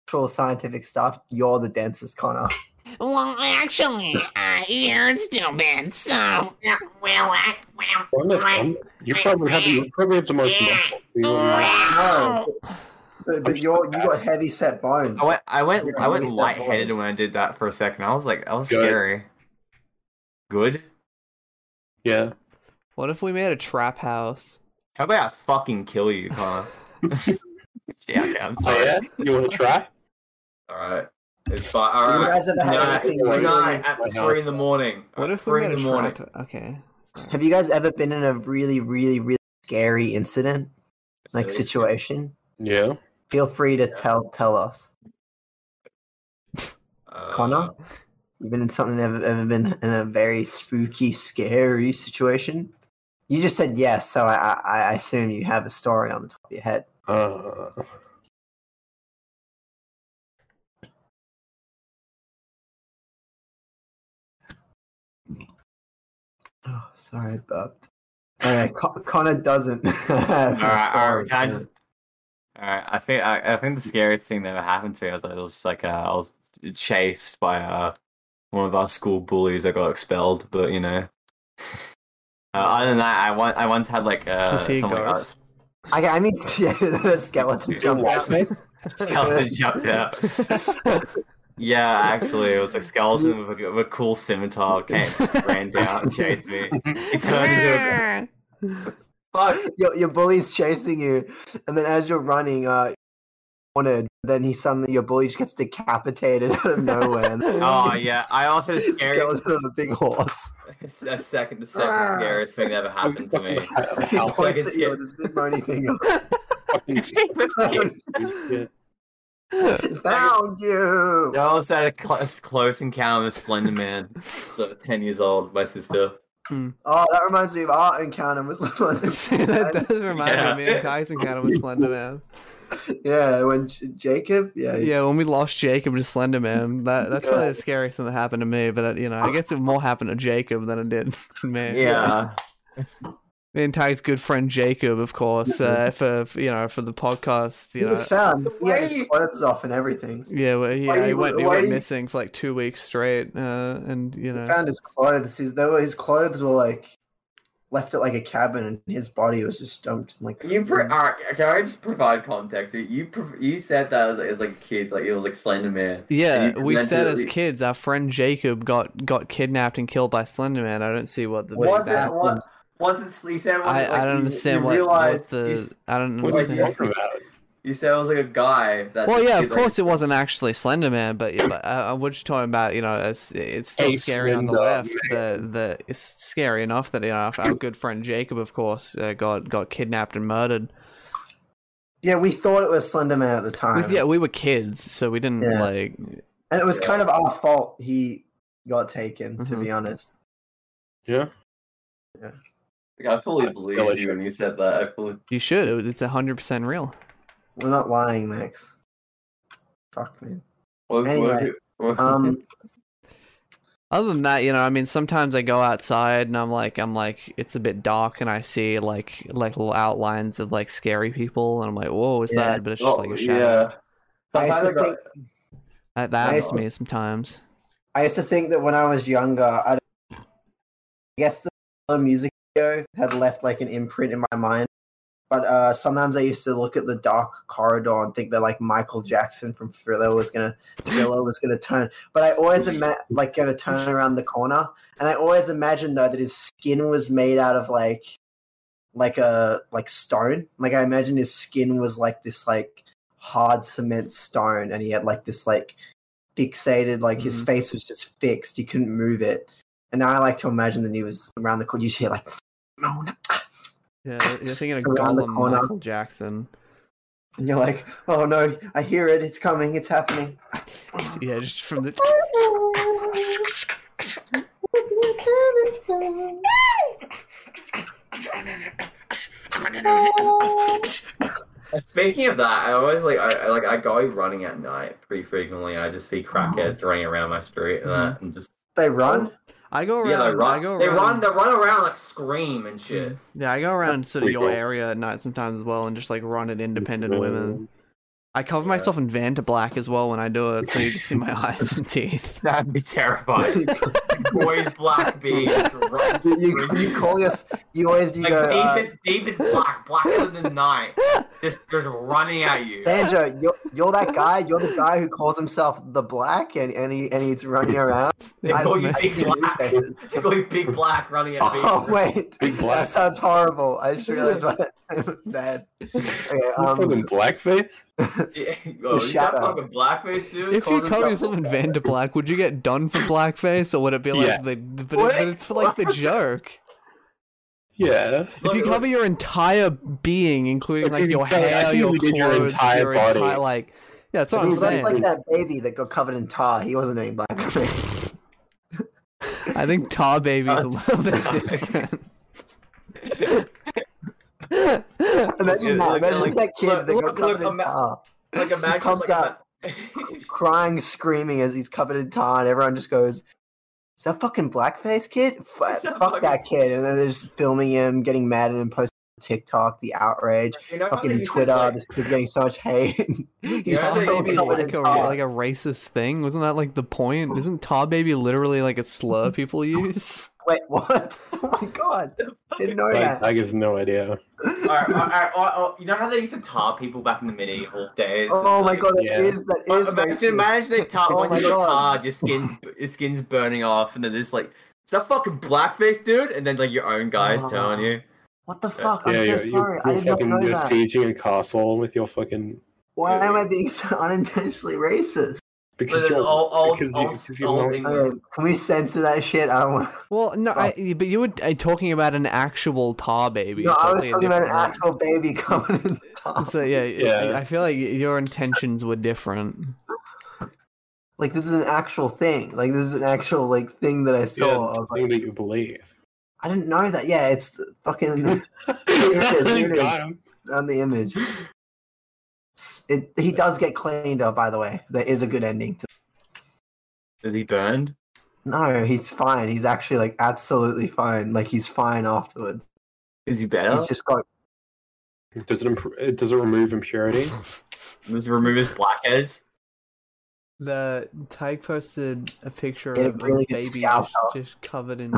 [SPEAKER 1] actual scientific stuff, you're the densest, Connor.
[SPEAKER 10] Well, actually, uh, you're stupid, so. uh, Well, I. Well.
[SPEAKER 6] Well, look, I'm- You probably have the, you probably have the most muscle. too, and
[SPEAKER 10] Wow.
[SPEAKER 1] But, but you're you got heavy set bones.
[SPEAKER 7] I went, I went,
[SPEAKER 1] You're
[SPEAKER 7] I went
[SPEAKER 1] really so
[SPEAKER 7] lightheaded when I did that for a second. I was like, that was
[SPEAKER 6] Good.
[SPEAKER 7] scary. Good.
[SPEAKER 6] Yeah.
[SPEAKER 2] What if we made a trap house?
[SPEAKER 7] How about I fucking kill you, Connor? yeah, okay,
[SPEAKER 2] Oh,
[SPEAKER 7] I'm
[SPEAKER 6] So,
[SPEAKER 7] sorry.
[SPEAKER 6] yeah, you want to try?
[SPEAKER 8] All right.
[SPEAKER 7] It's fine. All
[SPEAKER 1] You
[SPEAKER 7] right.
[SPEAKER 1] guys ever had
[SPEAKER 7] Tonight,
[SPEAKER 1] anything
[SPEAKER 6] no,
[SPEAKER 1] really-
[SPEAKER 7] tonight at
[SPEAKER 6] no,
[SPEAKER 7] three
[SPEAKER 6] it's
[SPEAKER 7] in the
[SPEAKER 6] fine.
[SPEAKER 7] morning.
[SPEAKER 2] What
[SPEAKER 7] at
[SPEAKER 2] if we
[SPEAKER 7] three
[SPEAKER 2] made
[SPEAKER 7] in
[SPEAKER 2] a
[SPEAKER 7] the morning?
[SPEAKER 2] trap? Okay. sorry.
[SPEAKER 1] Have you guys ever been in a really, really, really scary incident like
[SPEAKER 7] Seriously?
[SPEAKER 1] situation?
[SPEAKER 6] Yeah.
[SPEAKER 1] Feel free to
[SPEAKER 8] Yeah.
[SPEAKER 1] tell tell us,
[SPEAKER 7] Uh,
[SPEAKER 1] Connor. You've been in something ever ever been in a very spooky, scary situation. You just said yes, so I, I, I assume you have a story on the top of your head.
[SPEAKER 6] Uh,
[SPEAKER 1] Oh, sorry, I burped. All right, Con- Connor doesn't. All
[SPEAKER 7] All right, all right. Can I just? All right. I think I, I think the scariest thing that ever happened to me was like it was like uh, I was chased by uh, one of our school bullies. I got expelled, but you know. Uh, other than that, I once I once had like uh,
[SPEAKER 2] Is he a
[SPEAKER 7] someone
[SPEAKER 2] ghost?
[SPEAKER 1] I, I mean, yeah, the skeleton jumped out.
[SPEAKER 7] got skeleton jumped out. Yeah, actually, it was a skeleton with a, with a cool scimitar came ran down and chased me. He turned into a
[SPEAKER 1] Fuck! Your, your bully's chasing you, and then as you're running, uh, wanted. Then he suddenly your bully just gets decapitated out of nowhere.
[SPEAKER 7] oh yeah. I also scared.
[SPEAKER 1] skeleton of a big horse.
[SPEAKER 7] A second, the second scariest thing that ever happened to me.
[SPEAKER 1] He
[SPEAKER 7] How
[SPEAKER 1] points
[SPEAKER 7] fucking
[SPEAKER 1] at you with his big bony finger.
[SPEAKER 7] that
[SPEAKER 1] Found you.
[SPEAKER 7] was at a cl- close encounter with Slender Man. So ten years old, my sister.
[SPEAKER 1] Oh, that reminds me of our encounter with
[SPEAKER 2] that
[SPEAKER 1] someone.
[SPEAKER 2] does remind me
[SPEAKER 7] Yeah.
[SPEAKER 2] of me and Tyson kind of with Slender Man.
[SPEAKER 1] yeah, when J- Jacob. Yeah,
[SPEAKER 2] Yeah, when we lost Jacob to Slender Man, that, that's probably the scariest thing that happened to me. But uh, you know, I guess it more happened to Jacob than it did to me.
[SPEAKER 7] Yeah.
[SPEAKER 2] Me and Ty's good friend Jacob, of course, uh, for for, you know for the podcast.
[SPEAKER 1] he
[SPEAKER 2] You know,
[SPEAKER 1] was found. He had
[SPEAKER 8] Why-
[SPEAKER 1] his clothes off and everything.
[SPEAKER 2] yeah, well, yeah,
[SPEAKER 1] Why
[SPEAKER 2] he
[SPEAKER 1] you-
[SPEAKER 2] went he
[SPEAKER 1] why
[SPEAKER 2] went
[SPEAKER 1] you-
[SPEAKER 2] missing for like two weeks straight, uh, and you
[SPEAKER 1] He
[SPEAKER 2] know,
[SPEAKER 1] found his clothes. His, they were, his clothes were like left at like a cabin, and his body was just dumped. in, like
[SPEAKER 8] You pro- all right, can I just provide context? You you, prov- you said that as, as like kids, like it was like Slender Man.
[SPEAKER 2] yeah,
[SPEAKER 8] And you
[SPEAKER 2] we said as
[SPEAKER 8] mentally-
[SPEAKER 2] kids, our friend Jacob got got kidnapped and killed by Slender Man. I don't see what the big
[SPEAKER 8] Was
[SPEAKER 2] bad-
[SPEAKER 8] it what? Was it? You said it was
[SPEAKER 2] I,
[SPEAKER 8] like,
[SPEAKER 2] I don't
[SPEAKER 8] you,
[SPEAKER 2] understand
[SPEAKER 8] you
[SPEAKER 2] what,
[SPEAKER 8] realized,
[SPEAKER 2] what the
[SPEAKER 8] You, s-
[SPEAKER 2] I don't
[SPEAKER 6] What are
[SPEAKER 8] Like,
[SPEAKER 6] you
[SPEAKER 2] understand.
[SPEAKER 8] yeah.
[SPEAKER 6] talking about?
[SPEAKER 8] you said it was like a guy. That
[SPEAKER 2] Well,
[SPEAKER 8] just
[SPEAKER 2] yeah,
[SPEAKER 8] did,
[SPEAKER 2] of
[SPEAKER 8] like-
[SPEAKER 2] course it wasn't actually Slender Man, but, yeah, but uh, we're just talking about you know it's it's still
[SPEAKER 6] A
[SPEAKER 2] scary on the
[SPEAKER 6] Slender
[SPEAKER 2] left. The the it's scary enough that you know our- our good friend Jacob, of course, uh, got got kidnapped and murdered.
[SPEAKER 1] yeah, we thought it was Slender Man at the time.
[SPEAKER 2] With, yeah, we were kids, so we didn't
[SPEAKER 1] Yeah.
[SPEAKER 2] like.
[SPEAKER 1] and it was kind of our fault. He got taken. To
[SPEAKER 2] Mm-hmm.
[SPEAKER 1] be honest,
[SPEAKER 6] Yeah.
[SPEAKER 8] Like, I fully
[SPEAKER 6] I
[SPEAKER 8] believed
[SPEAKER 6] really
[SPEAKER 8] you when you said that. I fully.
[SPEAKER 2] You should. It, was- it's hundred percent real.
[SPEAKER 1] we're not lying, Max. Fuck man.
[SPEAKER 8] What, what-
[SPEAKER 1] Anyway,
[SPEAKER 8] what-
[SPEAKER 1] Um,
[SPEAKER 2] Other than that, you know, I mean, sometimes I go outside and I'm like, I'm like, it's a bit dark, and I see like like little outlines of like scary people, and I'm like, whoa, is
[SPEAKER 1] Yeah.
[SPEAKER 2] that? But it's just like a
[SPEAKER 8] well,
[SPEAKER 2] shadow.
[SPEAKER 8] oh, yeah.
[SPEAKER 1] I used,
[SPEAKER 8] Sometimes I
[SPEAKER 1] to
[SPEAKER 8] got,
[SPEAKER 1] think,
[SPEAKER 2] That, that
[SPEAKER 1] I
[SPEAKER 2] happens to
[SPEAKER 1] also-
[SPEAKER 2] me sometimes.
[SPEAKER 1] I used to think that when I was younger, I, don't- I guess the Thriller music video had left like an imprint in my mind. But uh, sometimes I used to look at the dark corridor and think that like Michael Jackson from Thriller was gonna Thriller was gonna turn. But I always ima- like gonna turn around the corner, and I always imagined though that his skin was made out of like like a like stone. Like I imagined his skin was like this like hard cement stone, and he had like this like fixated, like his face was just fixed. You couldn't move it. And now I like to imagine that he was around the corner. You just hear like, "Mona."
[SPEAKER 2] Yeah, you're thinking of
[SPEAKER 1] Around the
[SPEAKER 2] Gollum
[SPEAKER 1] corner.
[SPEAKER 2] Michael Jackson.
[SPEAKER 1] And you're like, oh no, I hear it, it's coming, it's happening.
[SPEAKER 2] Yeah, just from the.
[SPEAKER 8] Speaking of that, I always like I I- like I go running at night pretty frequently. and I just see
[SPEAKER 1] Mm-hmm.
[SPEAKER 8] crackheads running around my street and that, and just
[SPEAKER 1] They run?
[SPEAKER 2] I go around.
[SPEAKER 8] yeah, they
[SPEAKER 2] I
[SPEAKER 8] run.
[SPEAKER 2] go around.
[SPEAKER 8] They run. They run around like scream and shit.
[SPEAKER 1] Mm-hmm.
[SPEAKER 2] Yeah, I go around sort of
[SPEAKER 8] pretty
[SPEAKER 2] your
[SPEAKER 8] cool.
[SPEAKER 2] area at night sometimes as well, and just like run at independent
[SPEAKER 6] Mm.
[SPEAKER 2] women. I cover myself in Vantablack black as well when I do it, so you can see my eyes and teeth.
[SPEAKER 7] That'd be terrifying. Boys, black bees, right
[SPEAKER 1] You, you,
[SPEAKER 7] through
[SPEAKER 1] you call us, you always do
[SPEAKER 7] Like
[SPEAKER 1] go, uh,
[SPEAKER 7] deepest, deepest black, blacker than night, just just running at you.
[SPEAKER 1] Banjo, uh, you're, you're that guy, you're the guy who calls himself the black and, and, he, and he's running around.
[SPEAKER 7] They
[SPEAKER 1] I-
[SPEAKER 7] call you
[SPEAKER 1] I
[SPEAKER 7] big
[SPEAKER 1] see
[SPEAKER 7] black.
[SPEAKER 1] newspapers.
[SPEAKER 7] They call you big black running at me.
[SPEAKER 1] Oh wait,
[SPEAKER 6] Big
[SPEAKER 1] that
[SPEAKER 6] black.
[SPEAKER 1] sounds horrible. I just realized what that bad. Okay,
[SPEAKER 6] You
[SPEAKER 1] um,
[SPEAKER 6] fucking blackface?
[SPEAKER 8] Yeah, yo, you
[SPEAKER 1] Shut
[SPEAKER 8] got
[SPEAKER 1] up.
[SPEAKER 8] fucking blackface, dude.
[SPEAKER 2] If you
[SPEAKER 8] Calls
[SPEAKER 2] cover
[SPEAKER 8] himself-
[SPEAKER 2] yourself in Vantablack, black, would you get done for blackface, or would it be like
[SPEAKER 6] Yes.
[SPEAKER 2] the? But, it, but it's for like the joke.
[SPEAKER 6] Yeah.
[SPEAKER 2] If you
[SPEAKER 8] Look,
[SPEAKER 2] cover your entire being, including
[SPEAKER 6] If
[SPEAKER 2] like
[SPEAKER 6] you
[SPEAKER 2] your
[SPEAKER 6] did- I
[SPEAKER 2] hair,
[SPEAKER 6] think
[SPEAKER 2] your
[SPEAKER 6] we did
[SPEAKER 2] clothes,
[SPEAKER 6] your
[SPEAKER 2] your entire,
[SPEAKER 6] entire body.
[SPEAKER 2] like yeah, that's what
[SPEAKER 6] If
[SPEAKER 2] I'm
[SPEAKER 6] you
[SPEAKER 1] That's
[SPEAKER 2] saying.
[SPEAKER 1] like that baby that got covered in tar. He wasn't eating black.
[SPEAKER 2] I think Tar Baby's a little bit different.
[SPEAKER 1] imagine
[SPEAKER 8] Yeah,
[SPEAKER 1] that.
[SPEAKER 8] look,
[SPEAKER 1] Imagine
[SPEAKER 8] like-
[SPEAKER 1] that kid
[SPEAKER 8] look,
[SPEAKER 1] that got
[SPEAKER 8] look,
[SPEAKER 1] covered
[SPEAKER 8] look,
[SPEAKER 1] in
[SPEAKER 8] ima-
[SPEAKER 1] tar,
[SPEAKER 8] like imagine
[SPEAKER 1] comes
[SPEAKER 8] like,
[SPEAKER 1] out.
[SPEAKER 8] ima-
[SPEAKER 1] crying, screaming as he's covered in tar, and everyone just goes, "Is that fucking blackface kid? Fuck,
[SPEAKER 8] Is that
[SPEAKER 1] fuck that
[SPEAKER 8] fucking-
[SPEAKER 1] kid!" And then they're just filming him, getting mad at him, posting on TikTok, the outrage.
[SPEAKER 8] you know how they
[SPEAKER 1] Fucking
[SPEAKER 8] used to,
[SPEAKER 1] Twitter,
[SPEAKER 8] like-
[SPEAKER 1] this kid's getting so much hate. He's
[SPEAKER 8] Yeah, I
[SPEAKER 1] so
[SPEAKER 8] think maybe
[SPEAKER 1] covered in
[SPEAKER 2] like a
[SPEAKER 1] tar.
[SPEAKER 2] like a racist thing. Wasn't that like the point? Isn't tar baby literally like a slur people use?
[SPEAKER 1] Wait, what? Oh my god! Didn't know
[SPEAKER 6] Like,
[SPEAKER 1] that.
[SPEAKER 6] I guess no idea.
[SPEAKER 7] Alright, alright, alright, alright, you know how they used to tar people back in the medieval days?
[SPEAKER 1] Oh my god, that
[SPEAKER 6] Yeah.
[SPEAKER 1] is that
[SPEAKER 7] Uh,
[SPEAKER 1] is
[SPEAKER 7] imagine,
[SPEAKER 1] racist.
[SPEAKER 7] imagine they tar,
[SPEAKER 1] Oh my
[SPEAKER 7] once you got
[SPEAKER 1] God.
[SPEAKER 7] tarred, your skin's, your skin's burning off, and then it's like, is that fucking blackface, dude? And then, like, your own guy's
[SPEAKER 1] Oh.
[SPEAKER 7] telling you.
[SPEAKER 1] What the fuck?
[SPEAKER 6] yeah,
[SPEAKER 1] I'm so
[SPEAKER 6] you're,
[SPEAKER 1] sorry.
[SPEAKER 6] you're,
[SPEAKER 1] I
[SPEAKER 6] you're
[SPEAKER 1] did not
[SPEAKER 6] fucking
[SPEAKER 1] know
[SPEAKER 6] you're
[SPEAKER 1] that.
[SPEAKER 6] sieging a castle with your fucking
[SPEAKER 1] Why am I being so unintentionally racist?
[SPEAKER 6] because
[SPEAKER 7] Listen,
[SPEAKER 6] you're
[SPEAKER 7] all- all-
[SPEAKER 6] because
[SPEAKER 7] all-
[SPEAKER 6] you, because you're
[SPEAKER 7] all
[SPEAKER 6] not-
[SPEAKER 7] England-
[SPEAKER 1] Okay, can we censor that shit? I don't want.
[SPEAKER 2] Well, no, I, but you were uh, talking about an actual tar baby.
[SPEAKER 1] No,
[SPEAKER 2] so
[SPEAKER 1] I
[SPEAKER 2] it's,
[SPEAKER 1] was
[SPEAKER 2] like, a
[SPEAKER 1] talking about an
[SPEAKER 2] different one.
[SPEAKER 1] actual baby coming in. the top.
[SPEAKER 2] So yeah,
[SPEAKER 6] Yeah.
[SPEAKER 2] I, I feel like your intentions were different.
[SPEAKER 1] Like this is an actual thing. Like this is an actual like thing that I
[SPEAKER 6] yeah,
[SPEAKER 1] saw. I, was like,
[SPEAKER 6] thing that you believe.
[SPEAKER 1] I didn't know that. Yeah, it's the fucking here it is, here it
[SPEAKER 6] Got
[SPEAKER 1] is,
[SPEAKER 6] him.
[SPEAKER 1] on the image. It's- It, he does get cleaned up, by the way. There is a good ending. To,
[SPEAKER 7] Is he burned?
[SPEAKER 1] no, he's fine. He's actually like absolutely fine. Like he's fine afterwards.
[SPEAKER 7] Is he better?
[SPEAKER 1] He's just got
[SPEAKER 6] Does it imp- it- does it remove impurities?
[SPEAKER 7] Let's remove his blackheads.
[SPEAKER 2] The Tyke posted a picture
[SPEAKER 1] Get a
[SPEAKER 2] of
[SPEAKER 1] really
[SPEAKER 2] a
[SPEAKER 1] good
[SPEAKER 2] baby
[SPEAKER 1] scalp
[SPEAKER 2] just,
[SPEAKER 1] out.
[SPEAKER 2] just covered in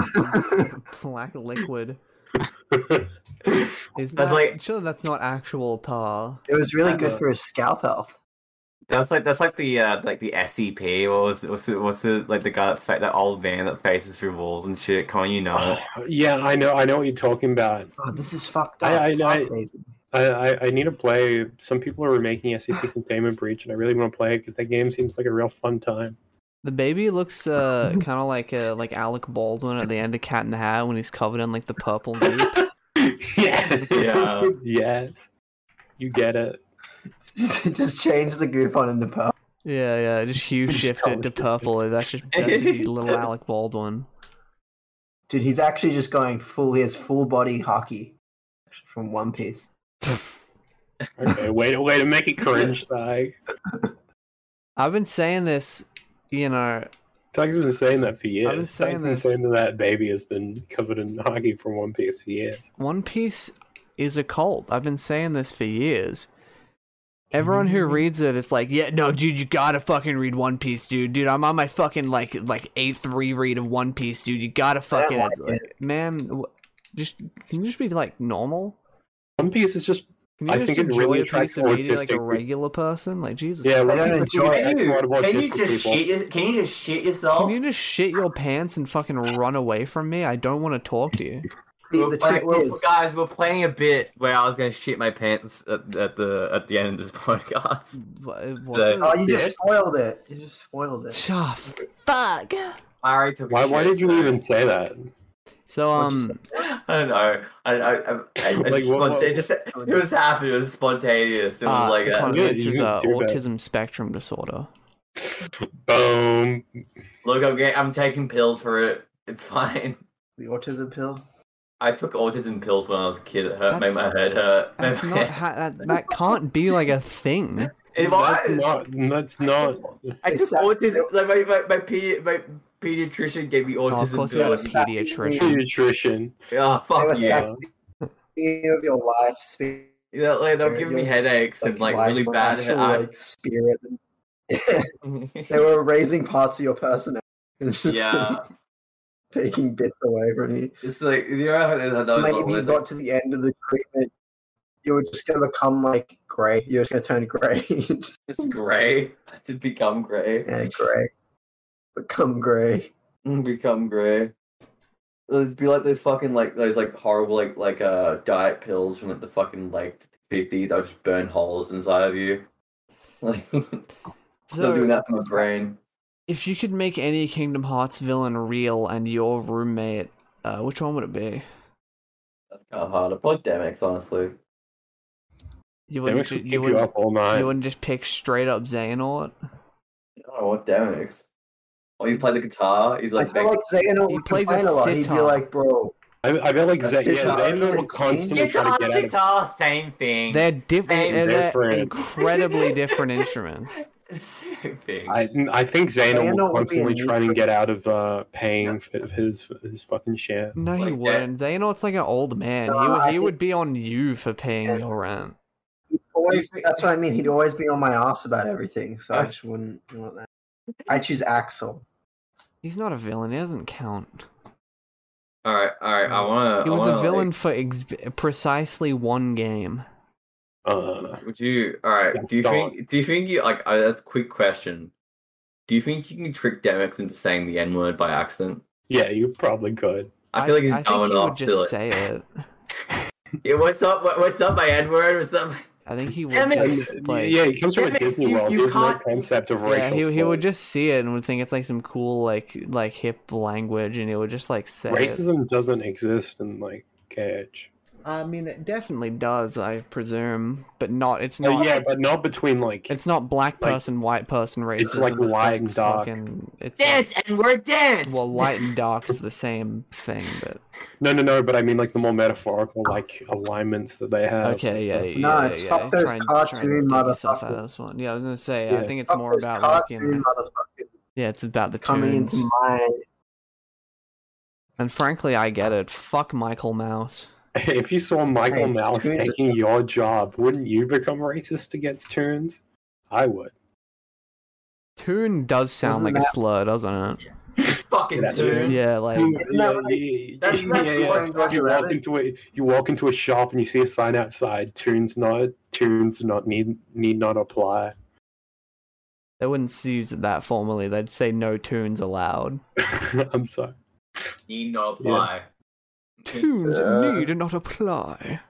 [SPEAKER 2] in black liquid. Is
[SPEAKER 7] That's
[SPEAKER 2] that,
[SPEAKER 7] like-
[SPEAKER 2] sure that's not actual tar?
[SPEAKER 1] It was really
[SPEAKER 7] I
[SPEAKER 1] good
[SPEAKER 7] know.
[SPEAKER 1] for his scalp health.
[SPEAKER 7] That's like that's like the uh, like the SCP. What was what's the, what's the like the guy that fa- that old man that faces through walls and shit? Come on, you know it.
[SPEAKER 6] yeah, I know. I know what you're talking about.
[SPEAKER 1] Oh, this is fucked up.
[SPEAKER 6] I- I- I-
[SPEAKER 1] Fuck, baby.
[SPEAKER 6] I, I, I need to play. Some people are making SCP Containment Breach, and I really want to play it because that game seems like a real fun time.
[SPEAKER 2] The baby looks uh, kind of like uh, like Alec Baldwin at the end of Cat in the Hat when he's covered in like the purple goop.
[SPEAKER 6] yes.
[SPEAKER 7] Yeah.
[SPEAKER 6] Yes. You get it.
[SPEAKER 1] just, just change the group on in the pub.
[SPEAKER 2] yeah, yeah, just hue
[SPEAKER 6] Just
[SPEAKER 2] shifted to
[SPEAKER 6] covered in-
[SPEAKER 2] purple. That's just that's just little Alec Baldwin.
[SPEAKER 1] Dude, he's actually just going full. He has full body hockey from One Piece.
[SPEAKER 6] Okay. Way to way to make it cringe. Like
[SPEAKER 2] I've been saying this, you know,
[SPEAKER 6] Tug's been saying that for years.
[SPEAKER 2] been saying
[SPEAKER 6] Tug's been
[SPEAKER 2] this.
[SPEAKER 6] saying that that baby has been covered in hockey from One Piece for years.
[SPEAKER 2] One Piece is a cult. I've been saying this for years. Everyone who
[SPEAKER 6] Mm-hmm.
[SPEAKER 2] reads it is like, yeah, no, dude, you gotta fucking read One Piece, dude. Dude, I'm on my fucking like like eighth reread of One Piece, dude. You gotta fucking
[SPEAKER 1] like
[SPEAKER 2] It's like, man. w- Just can you just be like normal?
[SPEAKER 6] One Piece is just
[SPEAKER 2] Can you
[SPEAKER 6] I
[SPEAKER 2] just
[SPEAKER 6] think it
[SPEAKER 2] enjoy
[SPEAKER 6] really
[SPEAKER 2] a piece
[SPEAKER 6] attracts
[SPEAKER 2] of media like
[SPEAKER 6] autistic
[SPEAKER 2] a
[SPEAKER 6] people.
[SPEAKER 2] regular person? Like Jesus,
[SPEAKER 6] yeah.
[SPEAKER 2] Christ.
[SPEAKER 1] I
[SPEAKER 6] One
[SPEAKER 1] don't
[SPEAKER 6] Piece is
[SPEAKER 1] enjoy it.
[SPEAKER 6] attracting a lot of
[SPEAKER 7] Can you
[SPEAKER 6] autistic
[SPEAKER 7] just
[SPEAKER 6] people.
[SPEAKER 7] shit? your- Can you just shit yourself?
[SPEAKER 2] can you just shit your pants and fucking run away from me? I don't want to talk to you.
[SPEAKER 1] The,
[SPEAKER 7] We're
[SPEAKER 1] the
[SPEAKER 7] play-
[SPEAKER 1] trick
[SPEAKER 7] we're-
[SPEAKER 1] is,
[SPEAKER 7] guys, we're playing a bit where I was gonna shit my pants at, at the at the end of this podcast.
[SPEAKER 2] What, it
[SPEAKER 7] Like-
[SPEAKER 2] wasn't-
[SPEAKER 1] oh, you just spoiled it. You just spoiled it.
[SPEAKER 2] Chuff. Fuck.
[SPEAKER 7] I already took. a
[SPEAKER 6] Why, why
[SPEAKER 7] shit,
[SPEAKER 6] did you
[SPEAKER 7] so-
[SPEAKER 6] even say that?
[SPEAKER 2] So um,
[SPEAKER 7] I don't know. I, I, I, I
[SPEAKER 6] Like,
[SPEAKER 7] just
[SPEAKER 6] what-
[SPEAKER 7] spont-
[SPEAKER 6] what-
[SPEAKER 7] it just it was happening. It was spontaneous. It was
[SPEAKER 2] uh,
[SPEAKER 7] like
[SPEAKER 2] the
[SPEAKER 7] a,
[SPEAKER 2] correct
[SPEAKER 6] Yeah, you
[SPEAKER 2] answer is
[SPEAKER 6] can
[SPEAKER 2] uh,
[SPEAKER 6] do that.
[SPEAKER 2] autism spectrum disorder.
[SPEAKER 6] Boom.
[SPEAKER 7] look. I'm getting, I'm taking pills for it. It's fine.
[SPEAKER 1] The autism pill.
[SPEAKER 7] I took autism pills when I was a kid. It hurt.
[SPEAKER 2] That's-
[SPEAKER 7] made my head hurt.
[SPEAKER 2] That's not ha- that, that can't be like a thing.
[SPEAKER 7] it
[SPEAKER 6] That's
[SPEAKER 7] was.
[SPEAKER 6] not. That's not.
[SPEAKER 7] I took
[SPEAKER 1] It's not-
[SPEAKER 7] autism. Like my my my, pe- my pediatrician gave me
[SPEAKER 2] Oh, of
[SPEAKER 7] autism
[SPEAKER 2] course, you got a
[SPEAKER 7] pills.
[SPEAKER 2] pediatrician.
[SPEAKER 6] Pediatrician.
[SPEAKER 7] Oh,
[SPEAKER 6] It
[SPEAKER 7] fuck
[SPEAKER 6] was
[SPEAKER 7] yeah.
[SPEAKER 6] sad.
[SPEAKER 1] Beginning of your life, speaking
[SPEAKER 7] You know, like they'll
[SPEAKER 1] Yeah,
[SPEAKER 7] give
[SPEAKER 1] you'll-
[SPEAKER 7] me headaches and like really
[SPEAKER 1] life,
[SPEAKER 7] bad.
[SPEAKER 1] actual,
[SPEAKER 7] head-
[SPEAKER 1] like spirit.
[SPEAKER 7] I-
[SPEAKER 1] They were erasing parts of your personality. and just
[SPEAKER 7] yeah,
[SPEAKER 1] taking bits away from you.
[SPEAKER 7] it's like you know how there's those
[SPEAKER 1] like if you
[SPEAKER 7] ones
[SPEAKER 1] got to the end of the treatment, you were just gonna become like grey. You're just gonna turn grey.
[SPEAKER 7] like, it's grey. I did become grey.
[SPEAKER 1] yeah, grey. Become grey.
[SPEAKER 7] Mm, Become grey. It'd be like those fucking like those like horrible like like uh diet pills from like the fucking like fifties. I'll just burn holes inside of you. Like still
[SPEAKER 2] So,
[SPEAKER 7] doing that for my brain.
[SPEAKER 2] if you could make any Kingdom Hearts villain real and your roommate, uh, which one would it be?
[SPEAKER 7] That's kind of hard. Probably Demix, honestly.
[SPEAKER 2] You
[SPEAKER 6] They
[SPEAKER 2] wouldn't.
[SPEAKER 6] makes
[SPEAKER 2] ju-
[SPEAKER 6] me
[SPEAKER 2] You
[SPEAKER 6] keep you
[SPEAKER 2] wouldn't.
[SPEAKER 6] up all
[SPEAKER 2] You
[SPEAKER 6] night.
[SPEAKER 2] wouldn't just pick straight up Xehanort.
[SPEAKER 7] I don't know what Demix. Or you play the guitar. He's
[SPEAKER 1] I
[SPEAKER 7] like,
[SPEAKER 1] feel like Xehanort
[SPEAKER 2] He
[SPEAKER 1] would
[SPEAKER 2] plays a
[SPEAKER 1] complain a lot. He'd be
[SPEAKER 2] sitar.
[SPEAKER 1] like, bro,
[SPEAKER 6] I, I feel like
[SPEAKER 1] That's
[SPEAKER 6] Zay, yeah,
[SPEAKER 1] guitar,
[SPEAKER 6] Xander
[SPEAKER 1] isn't
[SPEAKER 6] will
[SPEAKER 1] it?
[SPEAKER 6] constantly try to get out of
[SPEAKER 7] guitar, same thing.
[SPEAKER 2] They're different.
[SPEAKER 7] Same
[SPEAKER 2] They're, they're
[SPEAKER 6] different.
[SPEAKER 2] incredibly different instruments.
[SPEAKER 7] same thing.
[SPEAKER 6] I, I think Xana
[SPEAKER 1] Xana
[SPEAKER 6] will
[SPEAKER 1] would be
[SPEAKER 6] constantly
[SPEAKER 1] a
[SPEAKER 6] try and get out of uh, paying for his his fucking shit.
[SPEAKER 2] No,
[SPEAKER 7] Like
[SPEAKER 2] he
[SPEAKER 7] that.
[SPEAKER 2] wouldn't. Xehanort's like an old man.
[SPEAKER 1] No,
[SPEAKER 2] he
[SPEAKER 1] I
[SPEAKER 2] he
[SPEAKER 1] think-
[SPEAKER 2] would be on you for paying your rent.
[SPEAKER 1] he'd always.
[SPEAKER 7] think-
[SPEAKER 1] That's what I mean. He'd always be on my ass about everything. So I just wouldn't want that. I choose Axel.
[SPEAKER 2] He's not a villain. He doesn't count.
[SPEAKER 7] all right, all right. I wanna.
[SPEAKER 2] Um, He
[SPEAKER 7] I
[SPEAKER 2] was
[SPEAKER 7] wanna,
[SPEAKER 2] a villain for ex- precisely one game.
[SPEAKER 6] Uh,
[SPEAKER 7] Like, would you? All right.
[SPEAKER 6] Yeah,
[SPEAKER 7] do you
[SPEAKER 6] go
[SPEAKER 7] think? Do you think you like? Uh, that's a quick question. Do you think you can trick Demix into saying the N word by accident?
[SPEAKER 6] yeah, you probably could.
[SPEAKER 7] I feel like he's
[SPEAKER 2] I
[SPEAKER 7] dumb
[SPEAKER 2] think he would
[SPEAKER 7] enough to
[SPEAKER 2] just
[SPEAKER 7] like.
[SPEAKER 2] say it.
[SPEAKER 7] Yeah, what's up? What, what's up? My N word. What's up?
[SPEAKER 2] I think he would
[SPEAKER 7] Damn it.
[SPEAKER 2] just like
[SPEAKER 6] yeah, it comes from a
[SPEAKER 7] Demix,
[SPEAKER 6] Disney
[SPEAKER 7] you-
[SPEAKER 6] World.
[SPEAKER 7] you
[SPEAKER 6] There's no
[SPEAKER 7] can't-
[SPEAKER 6] concept of
[SPEAKER 2] yeah,
[SPEAKER 6] racial.
[SPEAKER 2] he, he would
[SPEAKER 6] slurs.
[SPEAKER 2] just see it and would think it's like some cool like like hip language, and he would just like say it.
[SPEAKER 6] racism doesn't exist in like cage.
[SPEAKER 2] I mean, it definitely does, I presume, but not. It's
[SPEAKER 6] No,
[SPEAKER 2] not.
[SPEAKER 6] Oh, yeah, but not between like
[SPEAKER 2] It's not black
[SPEAKER 6] Like,
[SPEAKER 2] person, white person racism.
[SPEAKER 6] it's like light and dark.
[SPEAKER 2] Fucking, it's
[SPEAKER 10] Dance and we're
[SPEAKER 2] like,
[SPEAKER 10] dance.
[SPEAKER 2] well, light and dark is the same thing, but
[SPEAKER 6] no, no, no. But I mean like the more metaphorical like alignments that they have.
[SPEAKER 2] okay, yeah, yeah.
[SPEAKER 1] No,
[SPEAKER 2] yeah,
[SPEAKER 1] it's
[SPEAKER 2] yeah.
[SPEAKER 1] fuck
[SPEAKER 2] I'm
[SPEAKER 1] those
[SPEAKER 2] trying- trying to
[SPEAKER 1] cartoon
[SPEAKER 2] dig myself out of
[SPEAKER 1] motherfuckers.
[SPEAKER 2] this one. Yeah, I was gonna say. I
[SPEAKER 6] Yeah.
[SPEAKER 2] think it's
[SPEAKER 1] Fuck
[SPEAKER 2] more
[SPEAKER 1] those
[SPEAKER 2] about
[SPEAKER 1] cartoon
[SPEAKER 2] looking.
[SPEAKER 1] motherfuckers
[SPEAKER 2] Yeah, it's about the
[SPEAKER 1] coming
[SPEAKER 2] tunes.
[SPEAKER 1] into my
[SPEAKER 2] And frankly, I get it. Fuck Michael Mouse.
[SPEAKER 6] If you saw Michael
[SPEAKER 1] Hey,
[SPEAKER 6] Mouse
[SPEAKER 1] Toons-
[SPEAKER 6] taking your job, wouldn't you become racist against Toons? I would.
[SPEAKER 2] Tune does sound
[SPEAKER 1] Wasn't
[SPEAKER 2] like a
[SPEAKER 1] that-
[SPEAKER 2] slur, doesn't it?
[SPEAKER 7] Fucking
[SPEAKER 6] That's
[SPEAKER 7] dude.
[SPEAKER 6] it.
[SPEAKER 2] Yeah, like
[SPEAKER 6] You-
[SPEAKER 1] Isn't that what they-
[SPEAKER 6] you-
[SPEAKER 1] that's-
[SPEAKER 6] you-
[SPEAKER 1] that's
[SPEAKER 6] yeah,
[SPEAKER 1] the
[SPEAKER 6] yeah.
[SPEAKER 1] one Roger
[SPEAKER 6] You walk
[SPEAKER 1] Rabbit-
[SPEAKER 6] into a you walk into a shop and you see a sign outside. Tunes not tunes not need need not apply.
[SPEAKER 2] they wouldn't use it that formally. They'd say no tunes allowed.
[SPEAKER 6] I'm sorry.
[SPEAKER 7] Need not apply.
[SPEAKER 2] Tunes
[SPEAKER 1] Uh.
[SPEAKER 2] need not apply.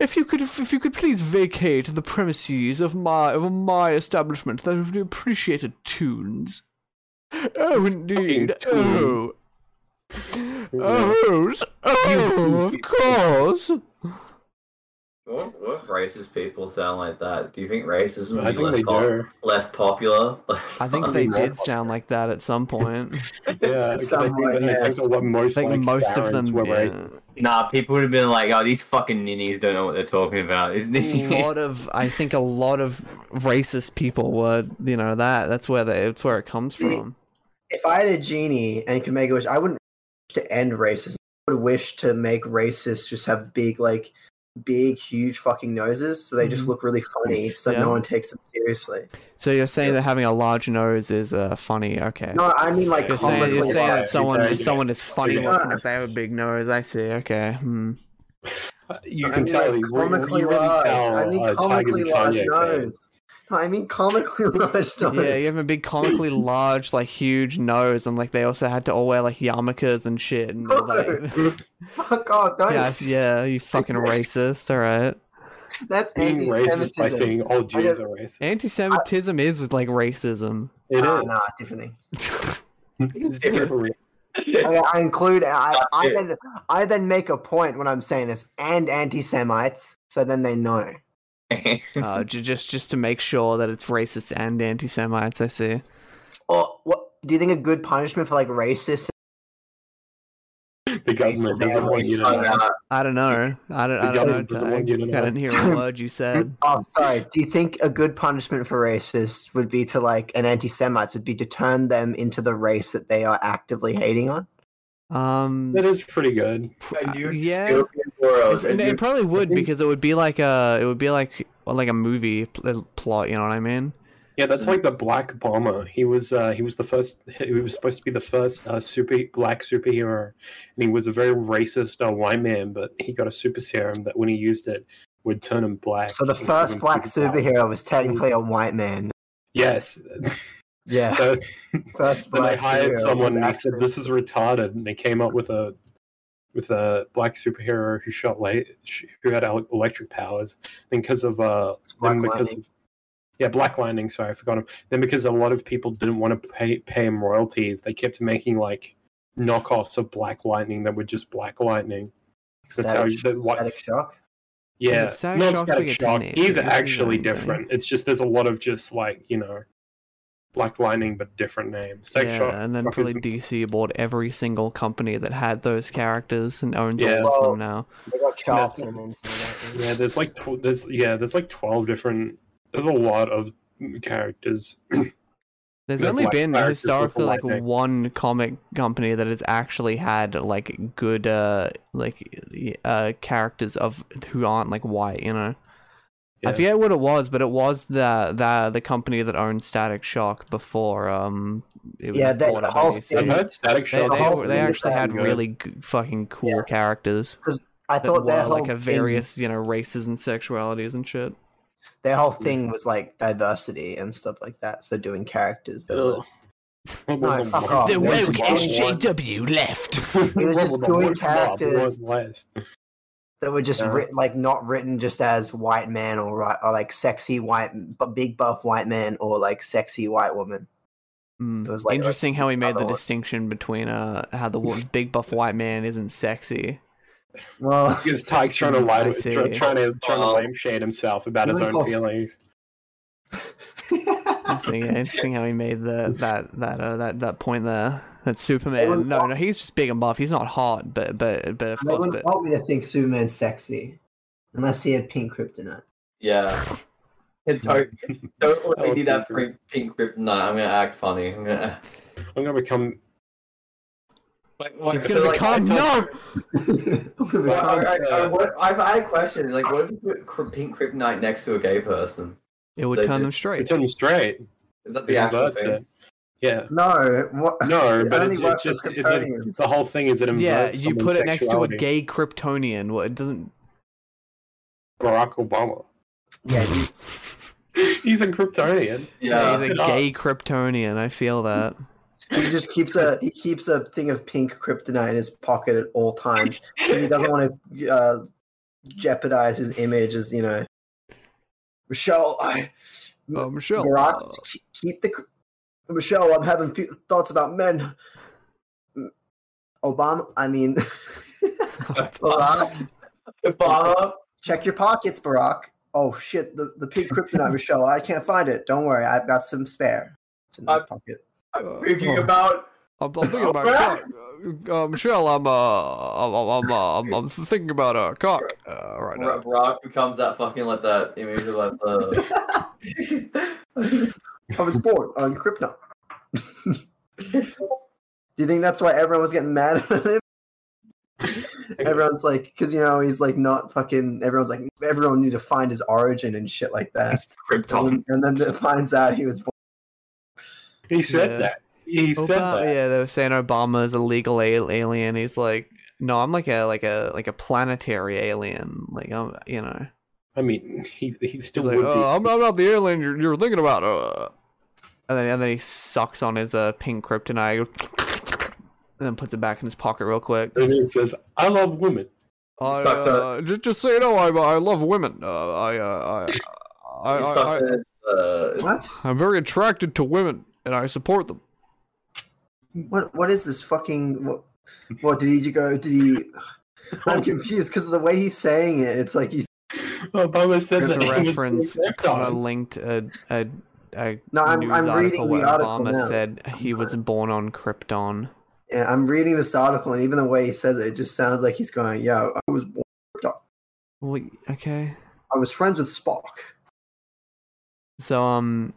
[SPEAKER 2] If you could, if you could please vacate the premises of my of my establishment, that would be appreciated. Tunes. Oh, indeed. Oh.
[SPEAKER 6] Tunes.
[SPEAKER 2] Oh, s- oh, of course.
[SPEAKER 7] What, what if racist people sound like that? Do you think racism would
[SPEAKER 6] I
[SPEAKER 7] be
[SPEAKER 6] think
[SPEAKER 7] less,
[SPEAKER 6] they
[SPEAKER 7] pop-
[SPEAKER 6] do.
[SPEAKER 7] less popular? Less
[SPEAKER 2] I think
[SPEAKER 7] fun?
[SPEAKER 2] they
[SPEAKER 6] Fucking
[SPEAKER 2] did sound like that at some point.
[SPEAKER 6] Yeah, 'cause I think,
[SPEAKER 1] Somewhat,
[SPEAKER 6] I
[SPEAKER 1] yeah.
[SPEAKER 6] think what
[SPEAKER 2] I
[SPEAKER 6] most
[SPEAKER 2] think
[SPEAKER 6] like,
[SPEAKER 2] most of them.
[SPEAKER 6] Karens were racist.
[SPEAKER 2] yeah.
[SPEAKER 7] Nah, people would have been like, "Oh, these fucking ninnies don't know what they're talking about." Isn't
[SPEAKER 2] a
[SPEAKER 7] it?
[SPEAKER 2] lot of I think a lot of racist people were you know that that's where they, it's where it comes from.
[SPEAKER 1] if I had a genie and could make a wish, I wouldn't wish to end racism. I would wish to make racists just have big, like, big, huge fucking noses, so they just
[SPEAKER 2] Mhm.
[SPEAKER 1] look really funny, so that
[SPEAKER 2] Yeah.
[SPEAKER 1] no one takes them seriously.
[SPEAKER 2] So you're saying that having a large nose is uh, funny? Okay.
[SPEAKER 1] No, I mean like
[SPEAKER 2] you're saying, you're
[SPEAKER 1] comically
[SPEAKER 2] saying
[SPEAKER 1] bad.
[SPEAKER 2] that someone
[SPEAKER 6] Yeah.
[SPEAKER 2] if someone is funny
[SPEAKER 6] Yeah.
[SPEAKER 2] looking if they have a big nose. I see. Okay. Hmm.
[SPEAKER 6] Uh, You
[SPEAKER 1] I
[SPEAKER 6] can
[SPEAKER 1] mean,
[SPEAKER 6] tell.
[SPEAKER 1] like,
[SPEAKER 6] you re-
[SPEAKER 1] comically
[SPEAKER 6] you really
[SPEAKER 1] large.
[SPEAKER 6] tell,
[SPEAKER 1] I mean
[SPEAKER 6] uh, Tigers
[SPEAKER 1] comically
[SPEAKER 6] and
[SPEAKER 1] large
[SPEAKER 6] Kanye fans.
[SPEAKER 1] nose. No, I mean comically large nose.
[SPEAKER 2] Yeah, you have a big comically large, like huge nose, and like they also had to all wear like yarmulkes and shit. And all that.
[SPEAKER 1] Oh God, don't.
[SPEAKER 2] yeah, yeah, you fucking racist. All right.
[SPEAKER 1] That's
[SPEAKER 6] Being racist by
[SPEAKER 1] anti-Semitism.
[SPEAKER 6] saying all Jews
[SPEAKER 1] guess-
[SPEAKER 6] are racist.
[SPEAKER 2] Anti-Semitism is like racism.
[SPEAKER 6] It
[SPEAKER 1] Nah,
[SPEAKER 6] is.
[SPEAKER 1] nah, Tiffany.
[SPEAKER 6] It's different.
[SPEAKER 1] I, I include. I, I then I then make a point when I'm saying this, and anti-Semites, so then they know.
[SPEAKER 2] uh, ju- just just to make sure that it's racist and anti-Semites. I see.
[SPEAKER 1] Or what? Do you think a good punishment for like racist?
[SPEAKER 6] The government doesn't want you to know.
[SPEAKER 2] I don't know. I don't. I
[SPEAKER 6] The
[SPEAKER 2] don't
[SPEAKER 6] government
[SPEAKER 2] know.
[SPEAKER 6] doesn't
[SPEAKER 2] Tag.
[SPEAKER 6] want you to
[SPEAKER 2] I didn't
[SPEAKER 6] know.
[SPEAKER 2] hear a word you said.
[SPEAKER 1] Oh, sorry. Do you think a good punishment for racists would be to like an anti-Semites would be to turn them into the race that they are actively hating on?
[SPEAKER 2] Um.
[SPEAKER 6] That is pretty good.
[SPEAKER 8] you
[SPEAKER 2] yeah.
[SPEAKER 8] European world.
[SPEAKER 2] It,
[SPEAKER 8] and
[SPEAKER 2] it
[SPEAKER 8] you-
[SPEAKER 2] probably would
[SPEAKER 6] think-
[SPEAKER 2] because it would be like a it would be like like a movie pl- uh, plot. You know what I mean?
[SPEAKER 6] Yeah, that's like the Black Bomber. He was uh, he was the first. He was supposed to be the first uh, super black superhero, and he was a very racist uh, white man. But he got a super serum that when he used it would turn him black.
[SPEAKER 1] So the
[SPEAKER 6] and give
[SPEAKER 1] first
[SPEAKER 6] him
[SPEAKER 1] black
[SPEAKER 6] superpowers.
[SPEAKER 1] superhero was technically a white man.
[SPEAKER 6] Yes.
[SPEAKER 1] Yeah,
[SPEAKER 6] So,
[SPEAKER 1] first
[SPEAKER 6] then they
[SPEAKER 1] black
[SPEAKER 6] hired
[SPEAKER 1] superhero
[SPEAKER 6] someone
[SPEAKER 1] was
[SPEAKER 6] and he said
[SPEAKER 1] actually-
[SPEAKER 6] this is retarded, and they came up with a with a black superhero who shot light, sh- who had el- electric powers, and because of uh,
[SPEAKER 1] It's Black
[SPEAKER 6] then because
[SPEAKER 1] Lightning.
[SPEAKER 6] of yeah, Black Lightning. Sorry, I forgot him. Then because a lot of people didn't want to pay pay him royalties, they kept making like knockoffs of Black Lightning that were just Black Lightning. That's how
[SPEAKER 1] Static-
[SPEAKER 6] the, what,
[SPEAKER 1] Static shock.
[SPEAKER 6] yeah,
[SPEAKER 2] but Static
[SPEAKER 6] not
[SPEAKER 2] Shock's like
[SPEAKER 6] Static
[SPEAKER 2] a
[SPEAKER 6] Shock.
[SPEAKER 2] teenager,
[SPEAKER 6] He's
[SPEAKER 2] isn't he,
[SPEAKER 6] actually
[SPEAKER 2] or anything?
[SPEAKER 6] different. It's just there's a lot of just like you know, Black Lightning, but different names. Static
[SPEAKER 2] yeah,
[SPEAKER 6] Shock.
[SPEAKER 2] and then
[SPEAKER 6] Shock
[SPEAKER 2] probably
[SPEAKER 6] is-
[SPEAKER 2] DC bought every single company that had those characters and owns
[SPEAKER 6] Yeah.
[SPEAKER 2] all of
[SPEAKER 1] Well,
[SPEAKER 2] them now.
[SPEAKER 1] They got
[SPEAKER 6] That's-
[SPEAKER 1] Charlton and stuff
[SPEAKER 6] yeah,
[SPEAKER 1] like that.
[SPEAKER 6] there's like tw- there's yeah, there's like twelve different. There's a lot of characters.
[SPEAKER 2] There's
[SPEAKER 6] Yeah,
[SPEAKER 2] only
[SPEAKER 6] Black
[SPEAKER 2] been
[SPEAKER 6] characters
[SPEAKER 2] historically
[SPEAKER 6] before
[SPEAKER 2] like
[SPEAKER 6] Lightning.
[SPEAKER 2] one comic company that has actually had like good uh like uh characters of who aren't like white, you know. I
[SPEAKER 6] Yeah.
[SPEAKER 2] forget what it was, but it was the the the company that owned Static Shock before um it was
[SPEAKER 1] Yeah, that
[SPEAKER 2] bought up by
[SPEAKER 1] whole
[SPEAKER 2] DC.
[SPEAKER 6] I've
[SPEAKER 1] thing-
[SPEAKER 6] heard Static
[SPEAKER 2] They,
[SPEAKER 6] Shock.
[SPEAKER 1] the
[SPEAKER 2] they,
[SPEAKER 1] whole
[SPEAKER 2] were-
[SPEAKER 1] thing
[SPEAKER 2] they
[SPEAKER 1] is
[SPEAKER 2] actually had
[SPEAKER 6] good.
[SPEAKER 2] really g- fucking cool characters
[SPEAKER 1] I
[SPEAKER 2] that were
[SPEAKER 1] thought their whole
[SPEAKER 2] like a
[SPEAKER 1] thing-
[SPEAKER 2] various you know races and sexualities and shit.
[SPEAKER 1] their whole thing was like diversity and stuff like that. So doing characters that
[SPEAKER 6] Ugh.
[SPEAKER 1] was
[SPEAKER 6] What
[SPEAKER 1] No,
[SPEAKER 6] was
[SPEAKER 1] fuck
[SPEAKER 6] one-
[SPEAKER 1] off.
[SPEAKER 6] what
[SPEAKER 1] The woke
[SPEAKER 6] was one-
[SPEAKER 10] SJW left.
[SPEAKER 6] what
[SPEAKER 1] was just
[SPEAKER 6] the
[SPEAKER 1] doing
[SPEAKER 6] one- what was
[SPEAKER 1] characters.
[SPEAKER 6] last?
[SPEAKER 1] that were just
[SPEAKER 6] Yeah.
[SPEAKER 1] written like not written just as white man or right or like sexy white but big buff white man or like sexy white woman.
[SPEAKER 2] Mm.
[SPEAKER 1] It was like a
[SPEAKER 2] Interesting how he made the
[SPEAKER 1] other one.
[SPEAKER 2] distinction between uh how the wo- big buff white man isn't sexy.
[SPEAKER 1] Well,
[SPEAKER 6] Because Tyke's trying to
[SPEAKER 2] Mm,
[SPEAKER 6] lie,
[SPEAKER 2] I
[SPEAKER 6] with-
[SPEAKER 2] see.
[SPEAKER 6] try- trying to trying to
[SPEAKER 8] Oh.
[SPEAKER 6] lampshade himself about his own
[SPEAKER 1] Impulse.
[SPEAKER 6] feelings.
[SPEAKER 2] Interesting, interesting how he made the that that uh, that that point there. That Superman. No, no, he's just big and buff. He's not hot, but but but of
[SPEAKER 1] they
[SPEAKER 2] course,
[SPEAKER 1] wouldn't
[SPEAKER 2] but
[SPEAKER 1] want me to think Superman's sexy unless he had pink kryptonite.
[SPEAKER 8] Yeah. And don't don't let me
[SPEAKER 6] would
[SPEAKER 8] do
[SPEAKER 6] be
[SPEAKER 8] that
[SPEAKER 6] great.
[SPEAKER 8] pink, pink grip. No, I'm gonna act funny. I'm gonna.
[SPEAKER 6] I'm gonna become.
[SPEAKER 8] Like, what,
[SPEAKER 2] he's gonna become no.
[SPEAKER 8] I've I had a question. Like, what if you put cr- pink kryptonite next to a gay person?
[SPEAKER 2] It would
[SPEAKER 8] They
[SPEAKER 2] turn them
[SPEAKER 8] just-
[SPEAKER 6] I
[SPEAKER 2] straight.
[SPEAKER 6] turn straight.
[SPEAKER 8] Is that the
[SPEAKER 6] because
[SPEAKER 8] actual
[SPEAKER 6] that's
[SPEAKER 8] thing?
[SPEAKER 6] it. Yeah.
[SPEAKER 1] no, what?
[SPEAKER 6] No,
[SPEAKER 1] It
[SPEAKER 6] but
[SPEAKER 1] only
[SPEAKER 6] it's, it's
[SPEAKER 1] works for
[SPEAKER 6] just it,
[SPEAKER 1] Kryptonians.
[SPEAKER 6] it, the whole thing is it
[SPEAKER 2] Yeah,
[SPEAKER 6] inverts
[SPEAKER 2] you
[SPEAKER 6] someone's
[SPEAKER 2] put it next to a
[SPEAKER 6] sexuality.
[SPEAKER 2] gay Kryptonian. What it doesn't.
[SPEAKER 6] Barack Obama.
[SPEAKER 1] Yeah, you-
[SPEAKER 6] He's a Kryptonian.
[SPEAKER 8] Yeah.
[SPEAKER 2] he's a
[SPEAKER 6] Yeah.
[SPEAKER 2] gay Kryptonian. I feel that.
[SPEAKER 1] He just keeps a he keeps a thing of pink kryptonite in his pocket at all times because he doesn't want to uh, jeopardize his image as you know. Michelle, I,
[SPEAKER 2] Oh, Michelle.
[SPEAKER 1] Barack, k- keep the cr- Michelle. I'm having fe- thoughts about men. M- Obama, I mean, Barack,
[SPEAKER 8] Obama.
[SPEAKER 1] check your pockets, Barack. Oh shit, the, the pink kryptonite, Michelle. I can't find it. Don't worry, I've got some spare. It's in his
[SPEAKER 8] Uh,
[SPEAKER 1] pocket.
[SPEAKER 8] I'm thinking
[SPEAKER 2] oh,
[SPEAKER 8] about.
[SPEAKER 2] uh, I'm, I'm thinking about cock. Uh, uh, Michelle, I'm uh, I'm I'm uh, I'm, I'm thinking about a uh, cock uh, right now.
[SPEAKER 8] Barack Brock becomes that fucking like that image of like the.
[SPEAKER 1] I was bored on kryptonite. Do you think that's why everyone was getting mad at him? Everyone's like, because you know he's like not fucking. Everyone's like, everyone needs to find his origin and shit like that. And, and then it finds out he was. Born.
[SPEAKER 6] He said
[SPEAKER 2] Yeah. Oh,
[SPEAKER 6] that. He
[SPEAKER 2] Oba-
[SPEAKER 6] said that.
[SPEAKER 2] Yeah, they were saying Obama is a legal al- alien. He's like, no, I'm like a like a like a planetary alien. Like I'm, you know,
[SPEAKER 6] I mean, he he still
[SPEAKER 2] he's like,
[SPEAKER 6] would be.
[SPEAKER 2] oh, I'm, I'm not the alien you're, you're thinking about. Uh. And then and then he sucks on his uh, pink kryptonite, and then puts it back in his pocket real quick.
[SPEAKER 6] and he says, "I love women."
[SPEAKER 2] I,
[SPEAKER 8] sucks
[SPEAKER 2] uh, just, just so you know, I, I love women. Uh, I, uh, I, I,
[SPEAKER 8] He
[SPEAKER 2] I, I,
[SPEAKER 8] sucks at his, uh, his-
[SPEAKER 1] What?
[SPEAKER 2] I'm very attracted to women, and I support them.
[SPEAKER 1] What what is this fucking what? What did he go? Did he? I'm confused because of the way he's saying it. It's like he's.
[SPEAKER 6] Obama said
[SPEAKER 2] There's
[SPEAKER 6] that.
[SPEAKER 2] a
[SPEAKER 6] he was
[SPEAKER 2] reference.
[SPEAKER 6] being ripped
[SPEAKER 2] Connor
[SPEAKER 6] on.
[SPEAKER 2] linked a a, a
[SPEAKER 1] No, I'm-
[SPEAKER 2] news
[SPEAKER 1] I'm
[SPEAKER 2] article
[SPEAKER 1] reading the
[SPEAKER 2] where
[SPEAKER 1] article
[SPEAKER 2] Obama
[SPEAKER 1] now.
[SPEAKER 2] said he was born on Krypton.
[SPEAKER 1] Yeah, I'm reading this article, and even the way he says it, it just sounds like he's going, "Yo, I was born,
[SPEAKER 2] Well, okay.
[SPEAKER 1] I was friends with Spock."
[SPEAKER 2] So um.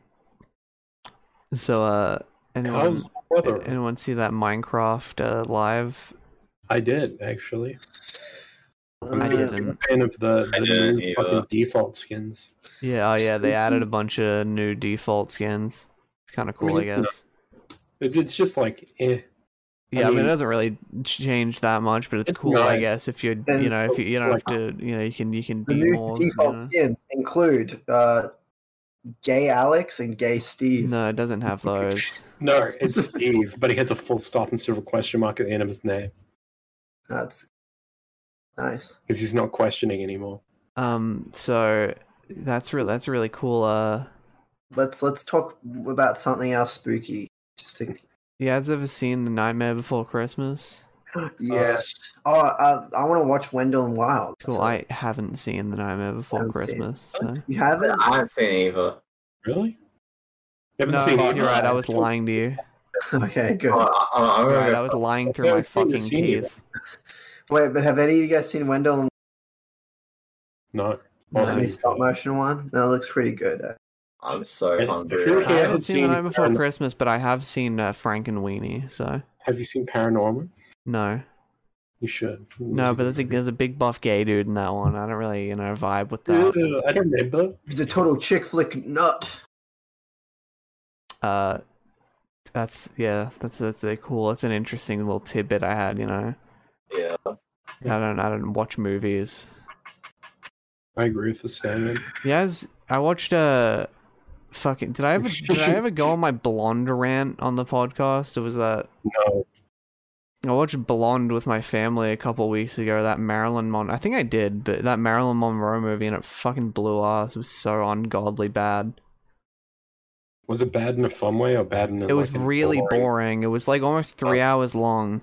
[SPEAKER 2] So uh, anyone
[SPEAKER 6] How's my brother?
[SPEAKER 2] anyone see that Minecraft uh, live?
[SPEAKER 6] I did actually.
[SPEAKER 2] I didn't.
[SPEAKER 6] Fan of the, the
[SPEAKER 7] I
[SPEAKER 6] new
[SPEAKER 7] didn't either.
[SPEAKER 6] fucking default skins.
[SPEAKER 2] Yeah, oh yeah, they added a bunch of new default skins. It's kind of cool, I
[SPEAKER 6] mean, it's-
[SPEAKER 2] guess.
[SPEAKER 6] It's, it's just like, eh.
[SPEAKER 2] Yeah, I mean,
[SPEAKER 6] mean-
[SPEAKER 2] it doesn't really change that much, but it's,
[SPEAKER 6] It's
[SPEAKER 2] cool, I
[SPEAKER 6] nice.
[SPEAKER 2] guess. If you're,
[SPEAKER 1] And
[SPEAKER 2] you
[SPEAKER 1] it's
[SPEAKER 2] know, if you, you don't have
[SPEAKER 6] like-
[SPEAKER 2] to, you know, you can you can
[SPEAKER 1] The
[SPEAKER 2] be
[SPEAKER 1] new
[SPEAKER 2] more. you
[SPEAKER 1] default
[SPEAKER 2] know.
[SPEAKER 1] skins include uh, Gay Alex and Gay Steve.
[SPEAKER 2] No, it doesn't have those.
[SPEAKER 6] No, it's Steve, but he has a full stop and silver question mark at the end of his name
[SPEAKER 1] That's nice.
[SPEAKER 6] because he's not questioning anymore.
[SPEAKER 2] Um, so that's real. That's really cool. Uh,
[SPEAKER 1] Let's let's talk about something else spooky. Just to,
[SPEAKER 2] you guys ever seen the Nightmare Before Christmas?
[SPEAKER 1] yes. oh, uh, I want to watch Wendell and Wild.
[SPEAKER 2] Cool. I haven't seen the Nightmare Before
[SPEAKER 1] Haven't seen it.
[SPEAKER 2] Christmas. So.
[SPEAKER 1] you haven't?
[SPEAKER 7] I haven't seen it either.
[SPEAKER 6] Really? You haven't
[SPEAKER 2] No,
[SPEAKER 6] seen
[SPEAKER 2] you're right. I
[SPEAKER 6] Minecraft?
[SPEAKER 2] was lying to you.
[SPEAKER 1] okay, good.
[SPEAKER 7] Oh, I, I, I'm
[SPEAKER 2] You're
[SPEAKER 7] gonna
[SPEAKER 2] Right, uh,
[SPEAKER 7] go-
[SPEAKER 2] I was lying through
[SPEAKER 6] I've
[SPEAKER 2] my
[SPEAKER 6] seen the
[SPEAKER 2] fucking
[SPEAKER 6] senior.
[SPEAKER 2] teeth.
[SPEAKER 1] Wait, but have any of you guys seen Wendell and
[SPEAKER 6] No.
[SPEAKER 2] No.
[SPEAKER 1] the
[SPEAKER 6] Awesome.
[SPEAKER 1] new stop motion one? No, it looks pretty good. uh,
[SPEAKER 7] I'm so
[SPEAKER 6] If- if
[SPEAKER 7] hungry.
[SPEAKER 6] you're
[SPEAKER 7] right
[SPEAKER 2] I
[SPEAKER 6] Yeah,
[SPEAKER 2] haven't
[SPEAKER 6] it's
[SPEAKER 2] seen the
[SPEAKER 6] seen
[SPEAKER 2] Night Before
[SPEAKER 6] Paranormal.
[SPEAKER 2] Christmas, but I have seen uh, Frank and Weenie. So
[SPEAKER 6] Have you seen Paranormal?
[SPEAKER 2] no,
[SPEAKER 6] You should.
[SPEAKER 2] no, but there's a there's a big buff gay dude in that one. I don't really you know vibe with that.
[SPEAKER 6] Ew, I don't remember.
[SPEAKER 1] He's a total chick flick nut.
[SPEAKER 2] uh that's yeah that's that's a cool that's an interesting little tidbit i had you know
[SPEAKER 7] Yeah.
[SPEAKER 2] i don't i don't watch movies
[SPEAKER 6] I agree with the statement.
[SPEAKER 2] yes i watched uh fucking did i ever did i ever go on my blonde rant on the podcast or was that
[SPEAKER 6] No.
[SPEAKER 2] i watched blonde with my family a couple weeks ago that marilyn mon i think i did but that marilyn monroe movie and it fucking blew us it was so ungodly bad
[SPEAKER 6] Was it bad in a fun way or bad in a
[SPEAKER 2] it was
[SPEAKER 6] like, a
[SPEAKER 2] really boring. It was like almost three hours long.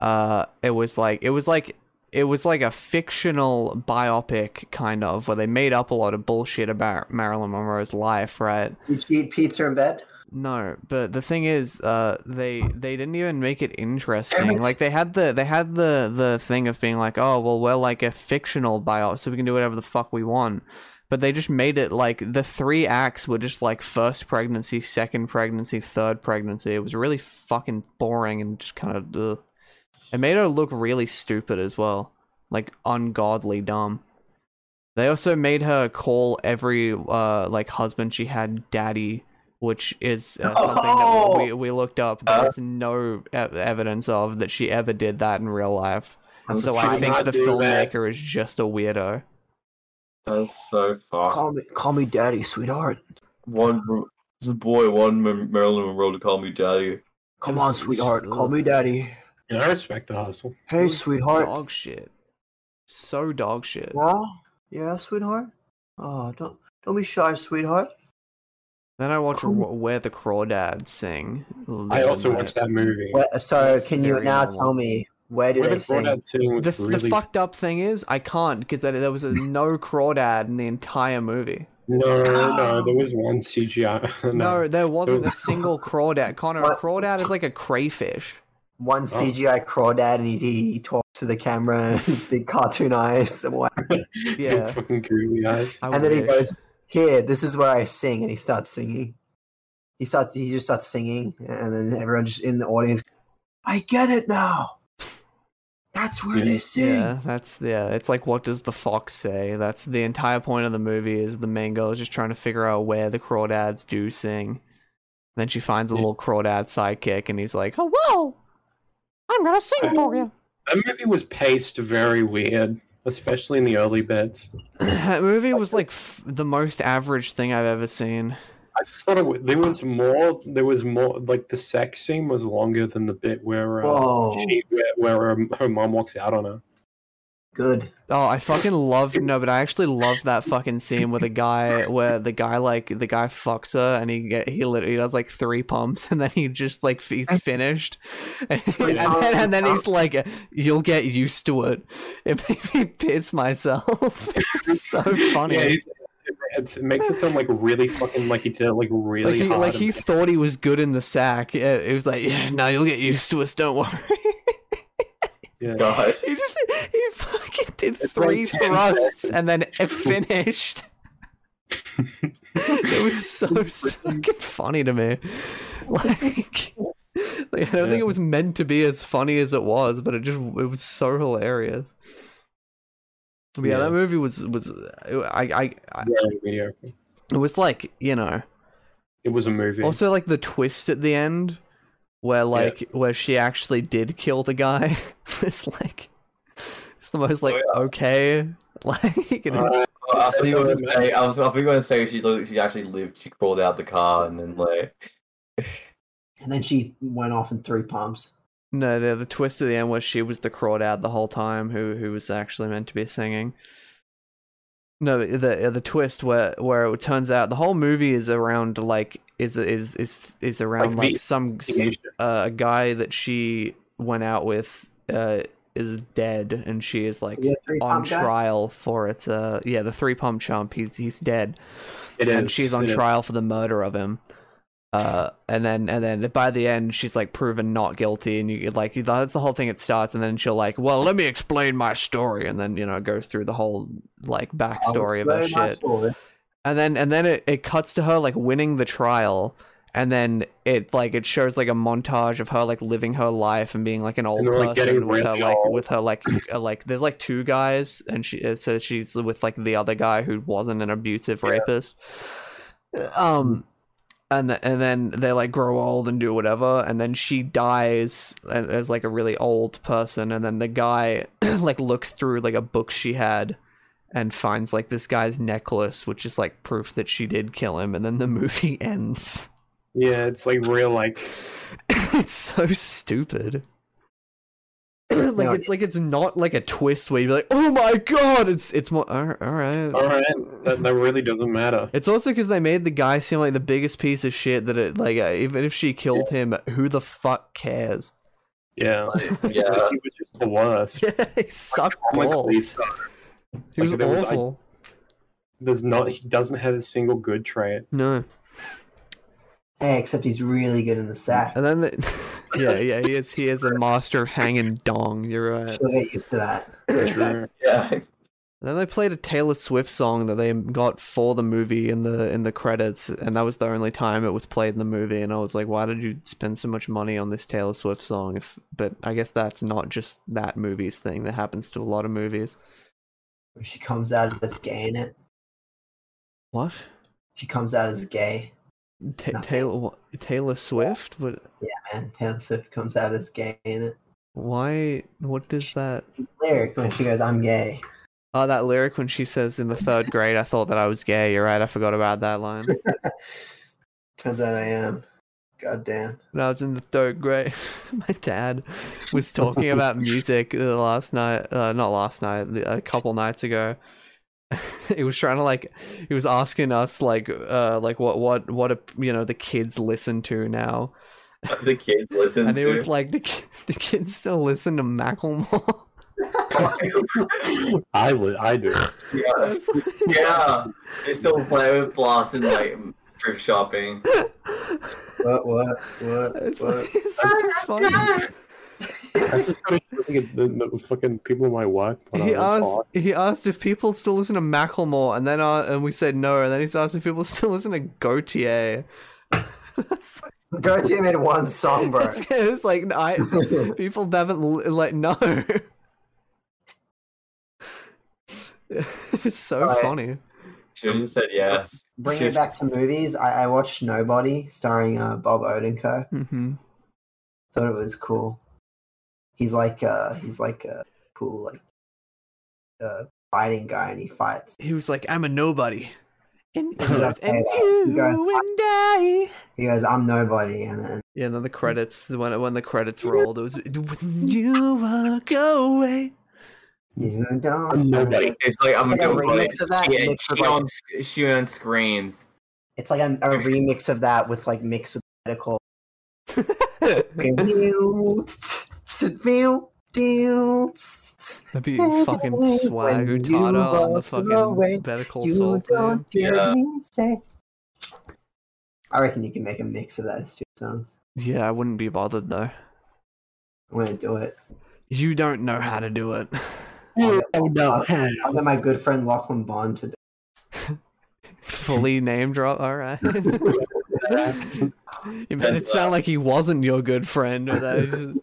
[SPEAKER 2] Uh, it was like it was like it was like a fictional biopic kind of where they made up a lot of bullshit about Marilyn Monroe's life, right?
[SPEAKER 1] Did she eat pizza in bed?
[SPEAKER 2] No, but the thing is, uh, they they didn't even make it interesting. Like they had the they had the the thing of being like, oh well, we're like a fictional bio, so we can do whatever the fuck we want. But they just made it like the three acts were just like first pregnancy, second pregnancy, third pregnancy. It was really fucking boring and just kind of. Ugh. It made her look really stupid as well, like ungodly dumb. They also made her call every uh like husband she had daddy, which is uh, something that
[SPEAKER 6] Oh!
[SPEAKER 2] we we looked up. There's no e- evidence of that she ever did that in real life. And so I
[SPEAKER 6] She did
[SPEAKER 2] think
[SPEAKER 6] not
[SPEAKER 2] the
[SPEAKER 6] do that.
[SPEAKER 2] filmmaker is just a weirdo.
[SPEAKER 7] That's so fucked.
[SPEAKER 1] Call me, call me daddy, sweetheart.
[SPEAKER 7] One this boy, one Ma- Marilyn Monroe to call me daddy.
[SPEAKER 1] Come on, sweetheart. Call me daddy.
[SPEAKER 6] And I respect the hustle.
[SPEAKER 2] It
[SPEAKER 1] Hey,
[SPEAKER 2] was
[SPEAKER 1] sweetheart.
[SPEAKER 2] Dog shit. So dog shit.
[SPEAKER 1] Yeah, yeah, sweetheart. Oh, don't don't be shy, sweetheart.
[SPEAKER 2] Then I watched
[SPEAKER 1] Cool.
[SPEAKER 2] Wh- Where the Crawdads Sing. the
[SPEAKER 6] I
[SPEAKER 2] other
[SPEAKER 6] also
[SPEAKER 2] night.
[SPEAKER 6] watched that movie.
[SPEAKER 1] Where, so,
[SPEAKER 2] That's
[SPEAKER 1] uh, can you
[SPEAKER 2] very
[SPEAKER 1] now
[SPEAKER 2] normal.
[SPEAKER 1] tell me where do
[SPEAKER 6] Where
[SPEAKER 1] they
[SPEAKER 6] the
[SPEAKER 1] sing?
[SPEAKER 6] Crawdad Sing was
[SPEAKER 2] The, the
[SPEAKER 6] really
[SPEAKER 2] fucked up thing is, I can't because there, there was a no crawdad in the entire movie.
[SPEAKER 6] No, no, there was one CGI. no.
[SPEAKER 2] No, there wasn't
[SPEAKER 6] Oh.
[SPEAKER 2] a single crawdad. Connor, a
[SPEAKER 1] What?
[SPEAKER 2] crawdad is like a crayfish.
[SPEAKER 1] One CGI crawdad, and he, he talks to the camera, his big cartoon eyes, and, what-
[SPEAKER 2] Yeah.
[SPEAKER 6] fucking googly eyes.
[SPEAKER 2] I
[SPEAKER 1] and then he
[SPEAKER 2] wish.
[SPEAKER 1] goes, "Here, this is where I sing," and he starts singing. He starts. He just starts singing, and then everyone just in the audience. I get it now. That's where they sing.
[SPEAKER 2] Yeah, that's yeah. It's like what does the fox say? That's the entire point of the movie is the main girl is just trying to figure out where the crawdads do sing. Then she finds a
[SPEAKER 6] Yeah.
[SPEAKER 2] little crawdad sidekick, and he's like, "Oh whoa, I'm gonna sing for you."
[SPEAKER 6] That movie was paced very weird, especially in the early bits.
[SPEAKER 2] that movie was like f- the most average thing I've ever seen.
[SPEAKER 6] I just thought it was, there was more. There was more. Like the sex scene was longer than the bit where um, uh,
[SPEAKER 1] Whoa.
[SPEAKER 6] she, where, where her, her mom walks out on her.
[SPEAKER 1] Good.
[SPEAKER 2] Oh, I fucking love no, but I actually love that fucking scene with the guy where the guy like the guy fucks her and he get, he literally does like three pumps and then he just like he's finished, and, and
[SPEAKER 6] uh,
[SPEAKER 2] then, and then he's like, "You'll get used to it." It made me piss myself. it's so funny.
[SPEAKER 6] Yeah, he's- it's, it makes it sound like really fucking like he did it
[SPEAKER 2] like
[SPEAKER 6] like really
[SPEAKER 2] he,
[SPEAKER 6] hard.
[SPEAKER 2] like
[SPEAKER 6] and-
[SPEAKER 2] he thought he was good in the sack. Yeah, It was like, yeah, no, you'll get used to us. Don't worry.
[SPEAKER 6] yeah.
[SPEAKER 8] God.
[SPEAKER 2] He just he fucking did three
[SPEAKER 6] like 10
[SPEAKER 2] thrusts and then it finished. it was so fucking funny to me. Like, like I don't think it was meant to be as funny as it was, but it just it was so hilarious. But yeah,
[SPEAKER 6] Yeah.
[SPEAKER 2] that movie was was I I, I
[SPEAKER 6] Really mediocre.
[SPEAKER 2] it was like you know
[SPEAKER 6] It was a movie.
[SPEAKER 2] also like the twist at the end where like where she actually did kill the guy it's like it's the most like okay like it-
[SPEAKER 6] Uh,
[SPEAKER 8] I thought you were gonna say. I was. I thought you were gonna say she. like, She actually lived. She crawled out the car and then like.
[SPEAKER 1] And then she went off in three pumps.
[SPEAKER 2] no the, the twist at the end where she was the crawdad the whole time who who was actually meant to be singing no the the twist where where it turns out the whole movie is around like is is is is around
[SPEAKER 6] the
[SPEAKER 2] like, some uh, a guy that she went out with uh is dead and she is like
[SPEAKER 1] Yeah, three
[SPEAKER 2] on
[SPEAKER 1] pump guy?
[SPEAKER 2] trial for its uh yeah the three pump chump he's he's dead
[SPEAKER 6] It
[SPEAKER 2] and
[SPEAKER 6] is,
[SPEAKER 2] she's on
[SPEAKER 6] it is.
[SPEAKER 2] trial for the murder of him uh and then and then by the end she's like proven not guilty and you like that's the whole thing it starts and then she'll like well let me explain my story and then you know it goes through the whole like backstory of her
[SPEAKER 1] Very nice
[SPEAKER 2] shit
[SPEAKER 1] story.
[SPEAKER 2] and then and then it, it cuts to her like winning the trial and then it like it shows like a montage of her like living her life and being like an old
[SPEAKER 6] they're, like,
[SPEAKER 2] person
[SPEAKER 6] getting
[SPEAKER 2] with her
[SPEAKER 6] really
[SPEAKER 2] like
[SPEAKER 6] old.
[SPEAKER 2] with her like uh, like there's like two guys and she uh, so she's with like the other guy who wasn't an abusive rapist um and th- and then they like grow old and do whatever and then she dies as, as like a really old person and then the guy like looks through like a book she had and finds like this guy's necklace which is like proof that she did kill him and then the movie ends
[SPEAKER 6] yeah, it's like real like
[SPEAKER 2] it's so stupid like
[SPEAKER 1] No,
[SPEAKER 2] it's like it's not like a twist where you're like oh my god it's it's more all right
[SPEAKER 6] all right. That, that really doesn't matter.
[SPEAKER 2] It's also because they made the guy seem like the biggest piece of shit that it like uh, even if she killed him, who the fuck cares?
[SPEAKER 6] Yeah,
[SPEAKER 8] Yeah.
[SPEAKER 6] Like, he was just the worst.
[SPEAKER 2] Yeah, he sucked
[SPEAKER 6] Comically
[SPEAKER 2] balls.
[SPEAKER 6] so.
[SPEAKER 2] He was
[SPEAKER 6] Like, there was- I-
[SPEAKER 2] awful.
[SPEAKER 6] There's not. He doesn't have a single good trait.
[SPEAKER 2] No,
[SPEAKER 1] Hey, except he's really good in the sack.
[SPEAKER 2] and then the... yeah, yeah, he is he is a master of hanging dong. You're right.
[SPEAKER 1] She'll get used to that.
[SPEAKER 6] True.
[SPEAKER 8] Yeah.
[SPEAKER 2] And then they played a Taylor Swift song that they got for the movie in the in the credits, and that was the only time it was played in the movie. And I was like, why did you spend so much money on this Taylor Swift song? If but I guess that's not just that movie's thing. That happens to a lot of movies.
[SPEAKER 1] When she comes out as gay in it,
[SPEAKER 2] What?
[SPEAKER 1] she comes out as gay.
[SPEAKER 2] Ta
[SPEAKER 1] Nothing.
[SPEAKER 2] Taylor what, Taylor Swift? But
[SPEAKER 1] Man, Taylor Swift comes out as gay in it.
[SPEAKER 2] why? What does that?
[SPEAKER 1] Lyric when she goes, "I'm gay."
[SPEAKER 2] Oh, that lyric when she says in the third grade, "I thought that I was gay." You're right. I forgot about that line.
[SPEAKER 1] Turns out I am. God damn.
[SPEAKER 2] when I was in the third grade, my dad was talking about music uh, last night. Uh, not last night, the- a couple nights ago. he was trying to like, he was asking us like, uh, like what what what a, you know the kids listen to now,
[SPEAKER 8] The kids listen.
[SPEAKER 2] and he
[SPEAKER 8] to-
[SPEAKER 2] was like, the, ki- the kids still listen to Macklemore.
[SPEAKER 6] I would. I do.
[SPEAKER 8] yeah.
[SPEAKER 2] It's like-
[SPEAKER 8] yeah. They still play with blast and like thrift shopping.
[SPEAKER 1] What? What? What?
[SPEAKER 2] It's,
[SPEAKER 1] what?
[SPEAKER 2] like, it's so funny.
[SPEAKER 6] That's just kind of shit that the, the fucking people in my work. put on.
[SPEAKER 2] He
[SPEAKER 6] It's
[SPEAKER 2] asked.
[SPEAKER 6] awesome.
[SPEAKER 2] He asked if people still listen to Macklemore, and then uh, and we said no, and then he's asked if people still listen to Gautier. it's like,
[SPEAKER 1] Garcia made one song, bro.
[SPEAKER 2] it's like no, I, people haven't li- like no. it's so
[SPEAKER 1] Sorry.
[SPEAKER 2] funny.
[SPEAKER 8] Should have said yes.
[SPEAKER 1] Bringing it back to movies, I, I watched Nobody, starring uh, Bob Odenkirk.
[SPEAKER 2] Mm-hmm.
[SPEAKER 1] Thought it was cool. He's like, uh, he's like a cool, like, uh, fighting guy, and he fights.
[SPEAKER 2] He was like, "I'm a nobody." And,
[SPEAKER 1] You guys say
[SPEAKER 2] and
[SPEAKER 1] that.
[SPEAKER 2] you
[SPEAKER 1] You guys-
[SPEAKER 2] and I.
[SPEAKER 1] He goes, "I'm nobody," and then
[SPEAKER 2] Yeah, and then the credits when when the credits rolled, it was when you walk away.
[SPEAKER 1] You don't.
[SPEAKER 6] I'm nobody.
[SPEAKER 7] It's like I'm
[SPEAKER 1] Like a
[SPEAKER 7] gonna go
[SPEAKER 1] remix of that
[SPEAKER 7] Yeah,
[SPEAKER 1] mixed with
[SPEAKER 7] she
[SPEAKER 1] like-
[SPEAKER 7] on sc- she on screams.
[SPEAKER 1] It's like a, a remix of that with like mixed with medical.
[SPEAKER 2] That'd be fucking swag
[SPEAKER 1] When you
[SPEAKER 2] Utada on the
[SPEAKER 1] walk
[SPEAKER 2] fucking
[SPEAKER 1] away,
[SPEAKER 2] Better Call Saul
[SPEAKER 1] You
[SPEAKER 2] thing.
[SPEAKER 1] don't hear
[SPEAKER 7] Yeah.
[SPEAKER 1] me say. I reckon you can make a mix of those two songs.
[SPEAKER 2] Yeah, I wouldn't be bothered though.
[SPEAKER 1] I'm gonna do it.
[SPEAKER 2] You don't know how to do it.
[SPEAKER 6] Oh no! hey.
[SPEAKER 1] I'll get my good friend Lachlan Bond to do
[SPEAKER 2] Fully name drop. All right. you made it sound like he wasn't your good friend, or that he's just-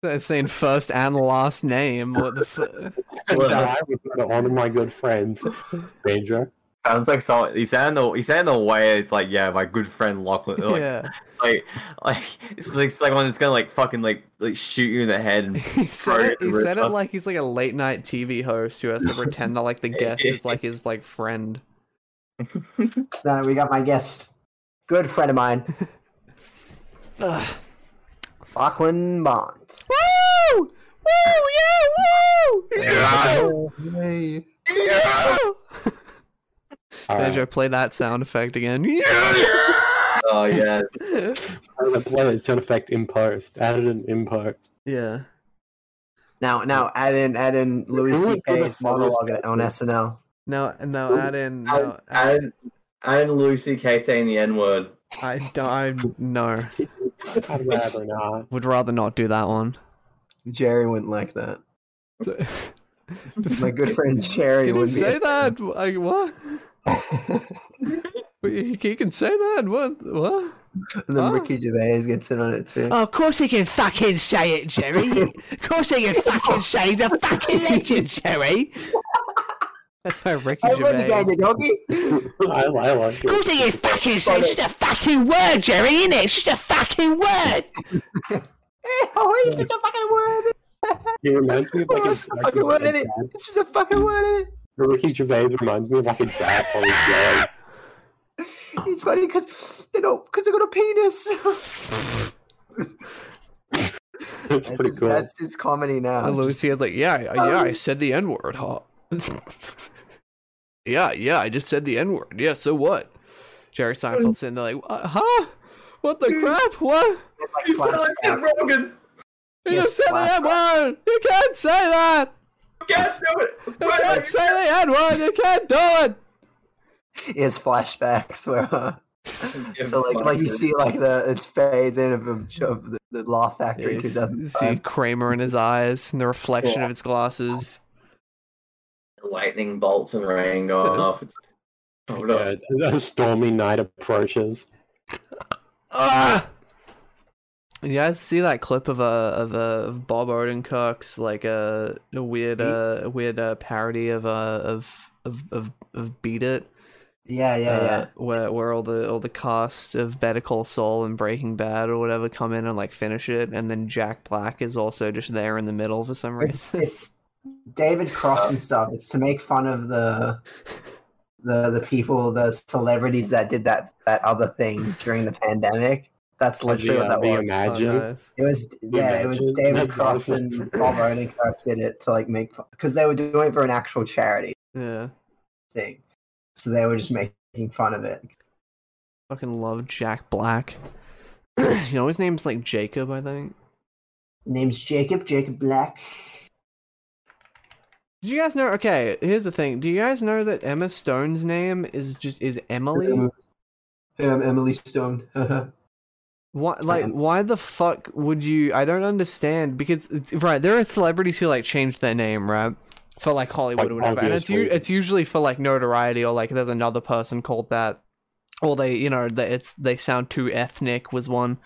[SPEAKER 2] that's saying first and last name. What the? Fu-
[SPEAKER 6] And I would go to one of my good friends, Ranger.
[SPEAKER 7] Sounds like so. He said in the he said in the way it's like yeah, my good friend Lachlan. Like,
[SPEAKER 2] yeah.
[SPEAKER 7] like like it's like someone that's gonna like fucking like like shoot you in the head and
[SPEAKER 2] He said
[SPEAKER 7] throw
[SPEAKER 2] it. He
[SPEAKER 7] you
[SPEAKER 2] said it
[SPEAKER 7] over.
[SPEAKER 2] like he's like a late night TV host who has to pretend that like the guest is like his like friend.
[SPEAKER 1] it. Now we got my guest, good friend of mine,
[SPEAKER 2] Ugh.
[SPEAKER 1] Lachlan Bond.
[SPEAKER 2] Woo! Woo! Yeah! Woo!
[SPEAKER 1] Hey.
[SPEAKER 6] All right.
[SPEAKER 2] Pedro, play that sound effect again.
[SPEAKER 8] Oh yeah,
[SPEAKER 6] I'm gonna play that sound effect in post. Added an in post.
[SPEAKER 2] yeah.
[SPEAKER 1] Now, now add in, add in Louis
[SPEAKER 6] Who would be the
[SPEAKER 1] C.K.'s monologue
[SPEAKER 6] funniest
[SPEAKER 1] on SNL.
[SPEAKER 2] No, no, add in. No,
[SPEAKER 8] and
[SPEAKER 2] add,
[SPEAKER 8] and and Lucy K saying the N word.
[SPEAKER 2] I don't. I no.
[SPEAKER 6] I'd rather not.
[SPEAKER 2] Would rather not do that one.
[SPEAKER 1] Jerry wouldn't like that. My
[SPEAKER 2] Did
[SPEAKER 1] good friend Jerry
[SPEAKER 2] he
[SPEAKER 1] would
[SPEAKER 2] say
[SPEAKER 1] be.
[SPEAKER 2] that? Like what? He he can say that. What? What?
[SPEAKER 1] and then
[SPEAKER 2] Oh.
[SPEAKER 1] Ricky Gervais gets in on it too.
[SPEAKER 2] of course he can fucking say it, Jerry. of course he can fucking say the fucking legend, Jerry. That's my Ricky
[SPEAKER 1] Hey, where'd you guys
[SPEAKER 2] Gervais.
[SPEAKER 1] go, doggy?
[SPEAKER 6] I, I like it.
[SPEAKER 10] course you fucking say it's just a fucking word, Jerry, isn't it? It's just a fucking word.
[SPEAKER 1] Hey, how are you? It's just a fucking word.
[SPEAKER 6] He reminds me of like
[SPEAKER 1] Oh,
[SPEAKER 6] a
[SPEAKER 1] it's a fucking word in it. It's just a fucking word in it.
[SPEAKER 6] Ricky Gervais reminds me of like a dad on his dad.
[SPEAKER 1] It's funny because they don't because they got a penis.
[SPEAKER 6] That's
[SPEAKER 1] that's,
[SPEAKER 6] pretty
[SPEAKER 1] his,
[SPEAKER 6] cool.
[SPEAKER 1] that's his comedy now.
[SPEAKER 2] And Lucia's like, yeah, I- yeah, I said the N word, huh? yeah, yeah, I just said the N word. Yeah, so what? Jerry Seinfeld's in there like, "Uh, huh? What the crap? What?
[SPEAKER 1] Like
[SPEAKER 8] You sound like Seth
[SPEAKER 1] Flapjack.
[SPEAKER 8] Rogen.
[SPEAKER 2] You
[SPEAKER 1] Yes,
[SPEAKER 2] just said the
[SPEAKER 1] wow.
[SPEAKER 2] N word. You can't say that.
[SPEAKER 8] Can't do it.
[SPEAKER 2] You can't say the N word. You can't do it.
[SPEAKER 1] It's flashbacks where uh,
[SPEAKER 8] Give
[SPEAKER 1] so like like you
[SPEAKER 8] fucking-
[SPEAKER 1] see like the it's fades in of, of, of the, the Law Factory
[SPEAKER 2] You see
[SPEAKER 1] 2005.
[SPEAKER 2] Kramer in his eyes and the reflection of his glasses.
[SPEAKER 8] lightning bolts and rain going off. It's oh no.
[SPEAKER 6] Yeah, a stormy night approaches.
[SPEAKER 2] Ah! You guys see that clip of a of a of Bob Odenkirk's like a, a weird uh, a weird uh, parody of uh, of of of of Beat It,
[SPEAKER 1] Yeah, yeah,
[SPEAKER 2] uh,
[SPEAKER 1] yeah.
[SPEAKER 2] where where all the all the cast of Better Call Saul and Breaking Bad or whatever come in and like finish it, and then Jack Black is also just there in the middle for some
[SPEAKER 1] It's
[SPEAKER 2] reason.
[SPEAKER 1] it's David Cross and stuff. It's to make fun of the the the people, the celebrities that did that that other thing during the pandemic. That's literally
[SPEAKER 4] uh,
[SPEAKER 6] Yeah,
[SPEAKER 1] what that
[SPEAKER 6] the
[SPEAKER 1] was.
[SPEAKER 2] Oh,
[SPEAKER 6] imagine.
[SPEAKER 2] nice.
[SPEAKER 1] It was yeah, it was
[SPEAKER 6] Imagine.
[SPEAKER 1] David
[SPEAKER 6] That's
[SPEAKER 1] Cross
[SPEAKER 6] awesome.
[SPEAKER 1] and Bob Odenkirk did it to like make because they were doing it for an actual charity
[SPEAKER 2] Yeah,
[SPEAKER 1] thing, so they were just making fun of it.
[SPEAKER 2] fucking love Jack Black. you know his name's like Jacob, I think.
[SPEAKER 1] Name's Jacob Jacob Black.
[SPEAKER 2] Did you guys know? Okay, here's the thing. Do you guys know that Emma Stone's name is just is
[SPEAKER 1] Um,
[SPEAKER 2] Emily?
[SPEAKER 1] Hey, I'm Um, Emily Stone.
[SPEAKER 2] Why, like,
[SPEAKER 1] Um,
[SPEAKER 2] why the fuck would you? I don't understand because right, there are celebrities who like change their name, right, for like Hollywood
[SPEAKER 6] Like,
[SPEAKER 2] or whatever, and
[SPEAKER 6] obvious
[SPEAKER 2] it's u-
[SPEAKER 6] reasons.
[SPEAKER 2] it's usually for like notoriety or like there's another person called that, or they you know that it's they sound too ethnic was one,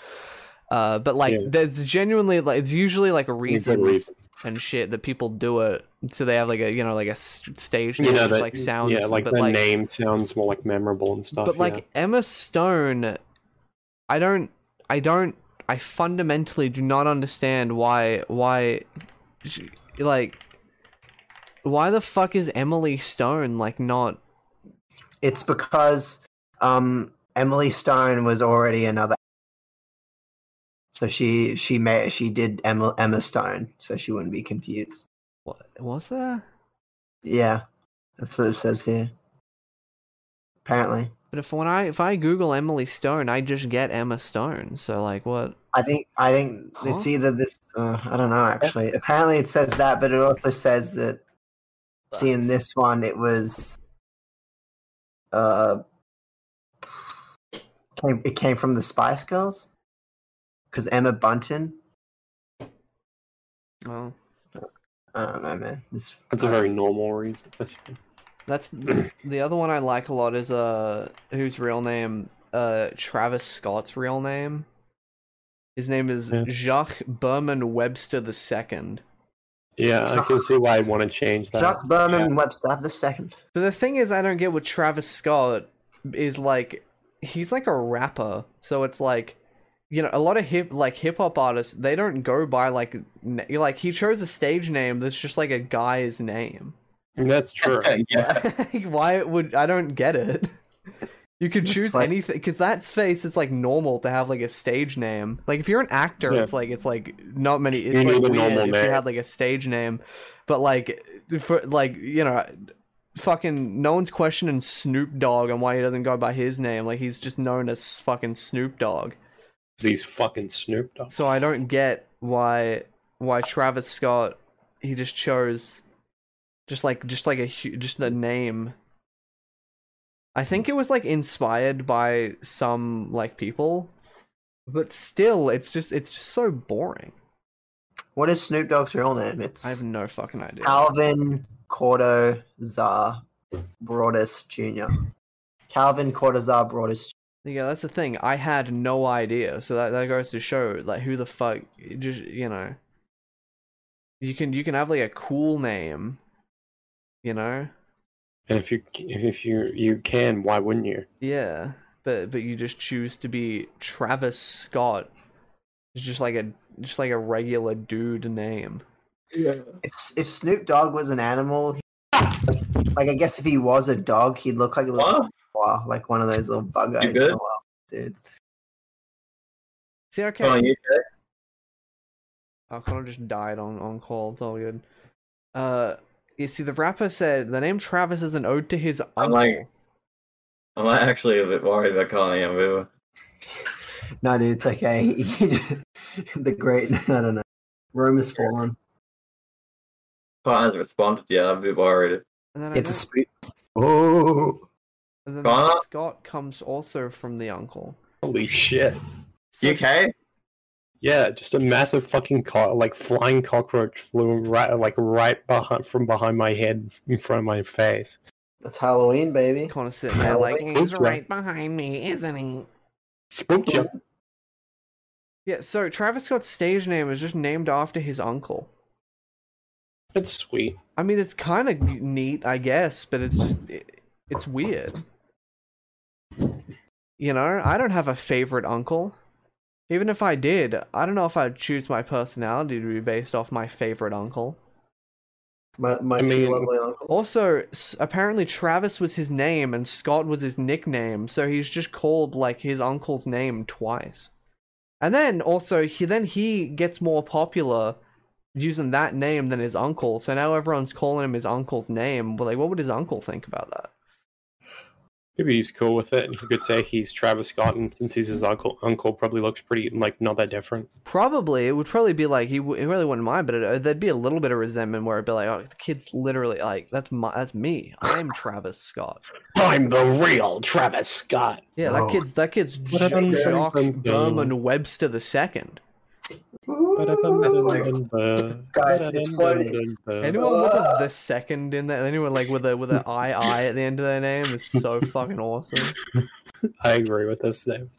[SPEAKER 2] uh, but like
[SPEAKER 6] Yeah.
[SPEAKER 2] there's genuinely like it's usually like
[SPEAKER 6] It's a
[SPEAKER 2] reasons and shit that people do it, so they have like a you know like a s- stage name which
[SPEAKER 6] that-
[SPEAKER 2] like sounds
[SPEAKER 6] yeah, like
[SPEAKER 2] but,
[SPEAKER 6] the
[SPEAKER 2] like,
[SPEAKER 6] name sounds more like memorable and stuff.
[SPEAKER 2] but like Emma Stone, I don't, I don't, I fundamentally do not understand why, why, she, like, why the fuck is Emily Stone like not?
[SPEAKER 1] It's because um, Emily Stone was already another. So she she made she did Emma Emma Stone, so she wouldn't be confused.
[SPEAKER 2] What was there?
[SPEAKER 1] Yeah, that's what it says here. Apparently,
[SPEAKER 2] But if when I if I Google Emily Stone, I just get Emma Stone. So like what?
[SPEAKER 1] I think I think it's
[SPEAKER 2] Huh?
[SPEAKER 1] either this. Uh, I don't know actually. Apparently, it says that, but it also says that. See, in this one, it was. Uh, came, it came from the Spice Girls, because Emma Bunton.
[SPEAKER 2] Well,
[SPEAKER 1] I don't know, man. This
[SPEAKER 2] uh,
[SPEAKER 1] uh,
[SPEAKER 6] That's a very normal reason. That's
[SPEAKER 2] that's the other one I like a lot is uh whose real name uh Travis Scott's real name. His name is
[SPEAKER 6] Yeah.
[SPEAKER 2] Jacques Berman Webster the second.
[SPEAKER 6] yeah, I can see why I want to change that.
[SPEAKER 1] Jacques Berman Webster the second.
[SPEAKER 2] But the thing is, I don't get what Travis Scott is like. He's like a rapper, so it's like, you know, a lot of hip like hip hop artists they don't go by like n- like he chose a stage name that's just like a guy's name.
[SPEAKER 6] Yeah. That's true.
[SPEAKER 7] yeah.
[SPEAKER 2] Like, Why would I don't get it? You could
[SPEAKER 1] It's
[SPEAKER 2] choose
[SPEAKER 1] like-
[SPEAKER 2] anything because that space it's like normal to have like a stage name. Like if you're an actor,
[SPEAKER 6] Yeah.
[SPEAKER 2] it's like it's like not many.
[SPEAKER 6] You
[SPEAKER 2] It's like
[SPEAKER 6] need a
[SPEAKER 2] weird
[SPEAKER 6] normal
[SPEAKER 2] if you
[SPEAKER 6] name.
[SPEAKER 2] had like a stage name, but like for like you know, fucking no one's questioning Snoop Dogg and why he doesn't go by his name. Like he's just known as fucking Snoop Dogg.
[SPEAKER 6] 'Cause he's fucking Snoop Dogg.
[SPEAKER 2] So I don't get why why Travis Scott he just chose just like just like a hu- just a name. I think it was like inspired by some like people, but still, it's just it's just so boring.
[SPEAKER 1] What is Snoop Dogg's real name? It's
[SPEAKER 2] I have no fucking idea.
[SPEAKER 1] Calvin Cordo Czar Broadus Jr. Calvin Cortazar Broadus. Jr.
[SPEAKER 2] Yeah, that's the thing. I had no idea. So that, that goes to show like who the fuck it just you know. You can you can have like a cool name, you know.
[SPEAKER 6] And if you if you you can, why wouldn't you?
[SPEAKER 2] Yeah, but but you just choose to be Travis Scott. It's just like a just like a regular dude name.
[SPEAKER 1] If if Snoop Dogg was an animal, he, like I guess if he was a dog, he'd look like a little wow, like one of those little bug eyes.
[SPEAKER 8] good?
[SPEAKER 1] wow, Dude,
[SPEAKER 2] See, okay.
[SPEAKER 8] Come on, you okay?
[SPEAKER 2] I kind of just died on on call. It's all good. Uh, you see, the rapper said the name Travis is an ode to his uncle.
[SPEAKER 8] I'm like- I'm like, actually a bit worried about Kanye. I'm a bit-
[SPEAKER 1] no, dude, it's okay. the great, I don't know. Rome has fallen.
[SPEAKER 8] Kanye hasn't responded yet. I'm a bit worried.
[SPEAKER 2] and then I
[SPEAKER 1] It's a
[SPEAKER 2] don't-
[SPEAKER 1] sweet. Oh,
[SPEAKER 2] and then
[SPEAKER 8] Ghana?
[SPEAKER 2] the Scott comes also from the uncle.
[SPEAKER 6] Holy shit!
[SPEAKER 2] So,
[SPEAKER 8] You okay?
[SPEAKER 6] Yeah, just a massive fucking co- like flying cockroach flew right like right behind from behind my head in front of my face.
[SPEAKER 1] that's Halloween, baby.
[SPEAKER 2] Kind of sitting there like
[SPEAKER 10] He's
[SPEAKER 6] Oprah.
[SPEAKER 10] right behind me, isn't he?
[SPEAKER 6] Spooked you.
[SPEAKER 2] yeah. So Travis Scott's stage name is just named after his uncle.
[SPEAKER 6] That's sweet.
[SPEAKER 2] I mean, it's kind of neat, I guess, but it's just it, it's weird. You know, I don't have a favorite uncle. Even if I did, I don't know if I'd choose my personality to be based off my favorite uncle.
[SPEAKER 1] My my
[SPEAKER 6] I
[SPEAKER 1] two
[SPEAKER 6] mean-
[SPEAKER 1] lovely uncles.
[SPEAKER 2] Also, s- apparently Travis was his name and Scott was his nickname, so he's just called like his uncle's name twice. And then also he then he gets more popular using that name than his uncle, so now everyone's calling him his uncle's name. Well, like, what would his uncle think about that?
[SPEAKER 6] Maybe he's cool with it, and he could say he's Travis Scott, and since he's his uncle, uncle probably looks pretty like not that different.
[SPEAKER 2] Probably it would probably be like he, w- he really wouldn't mind, but it, uh, there'd be a little bit of resentment where it'd be like, oh, the kid's literally like that's my that's me. I'm Travis Scott.
[SPEAKER 6] I'm the real Travis Scott.
[SPEAKER 2] Yeah,
[SPEAKER 1] No.
[SPEAKER 2] that kid's that kid's
[SPEAKER 6] What have I
[SPEAKER 2] J- Jacques
[SPEAKER 6] done?
[SPEAKER 2] Berman Webster the second.
[SPEAKER 6] Uh,
[SPEAKER 2] uh,
[SPEAKER 1] Guys, it's floating.
[SPEAKER 2] Anyone with a the second in there, anyone like with a with an I I at the end of their name is so fucking awesome.
[SPEAKER 6] I agree with this name.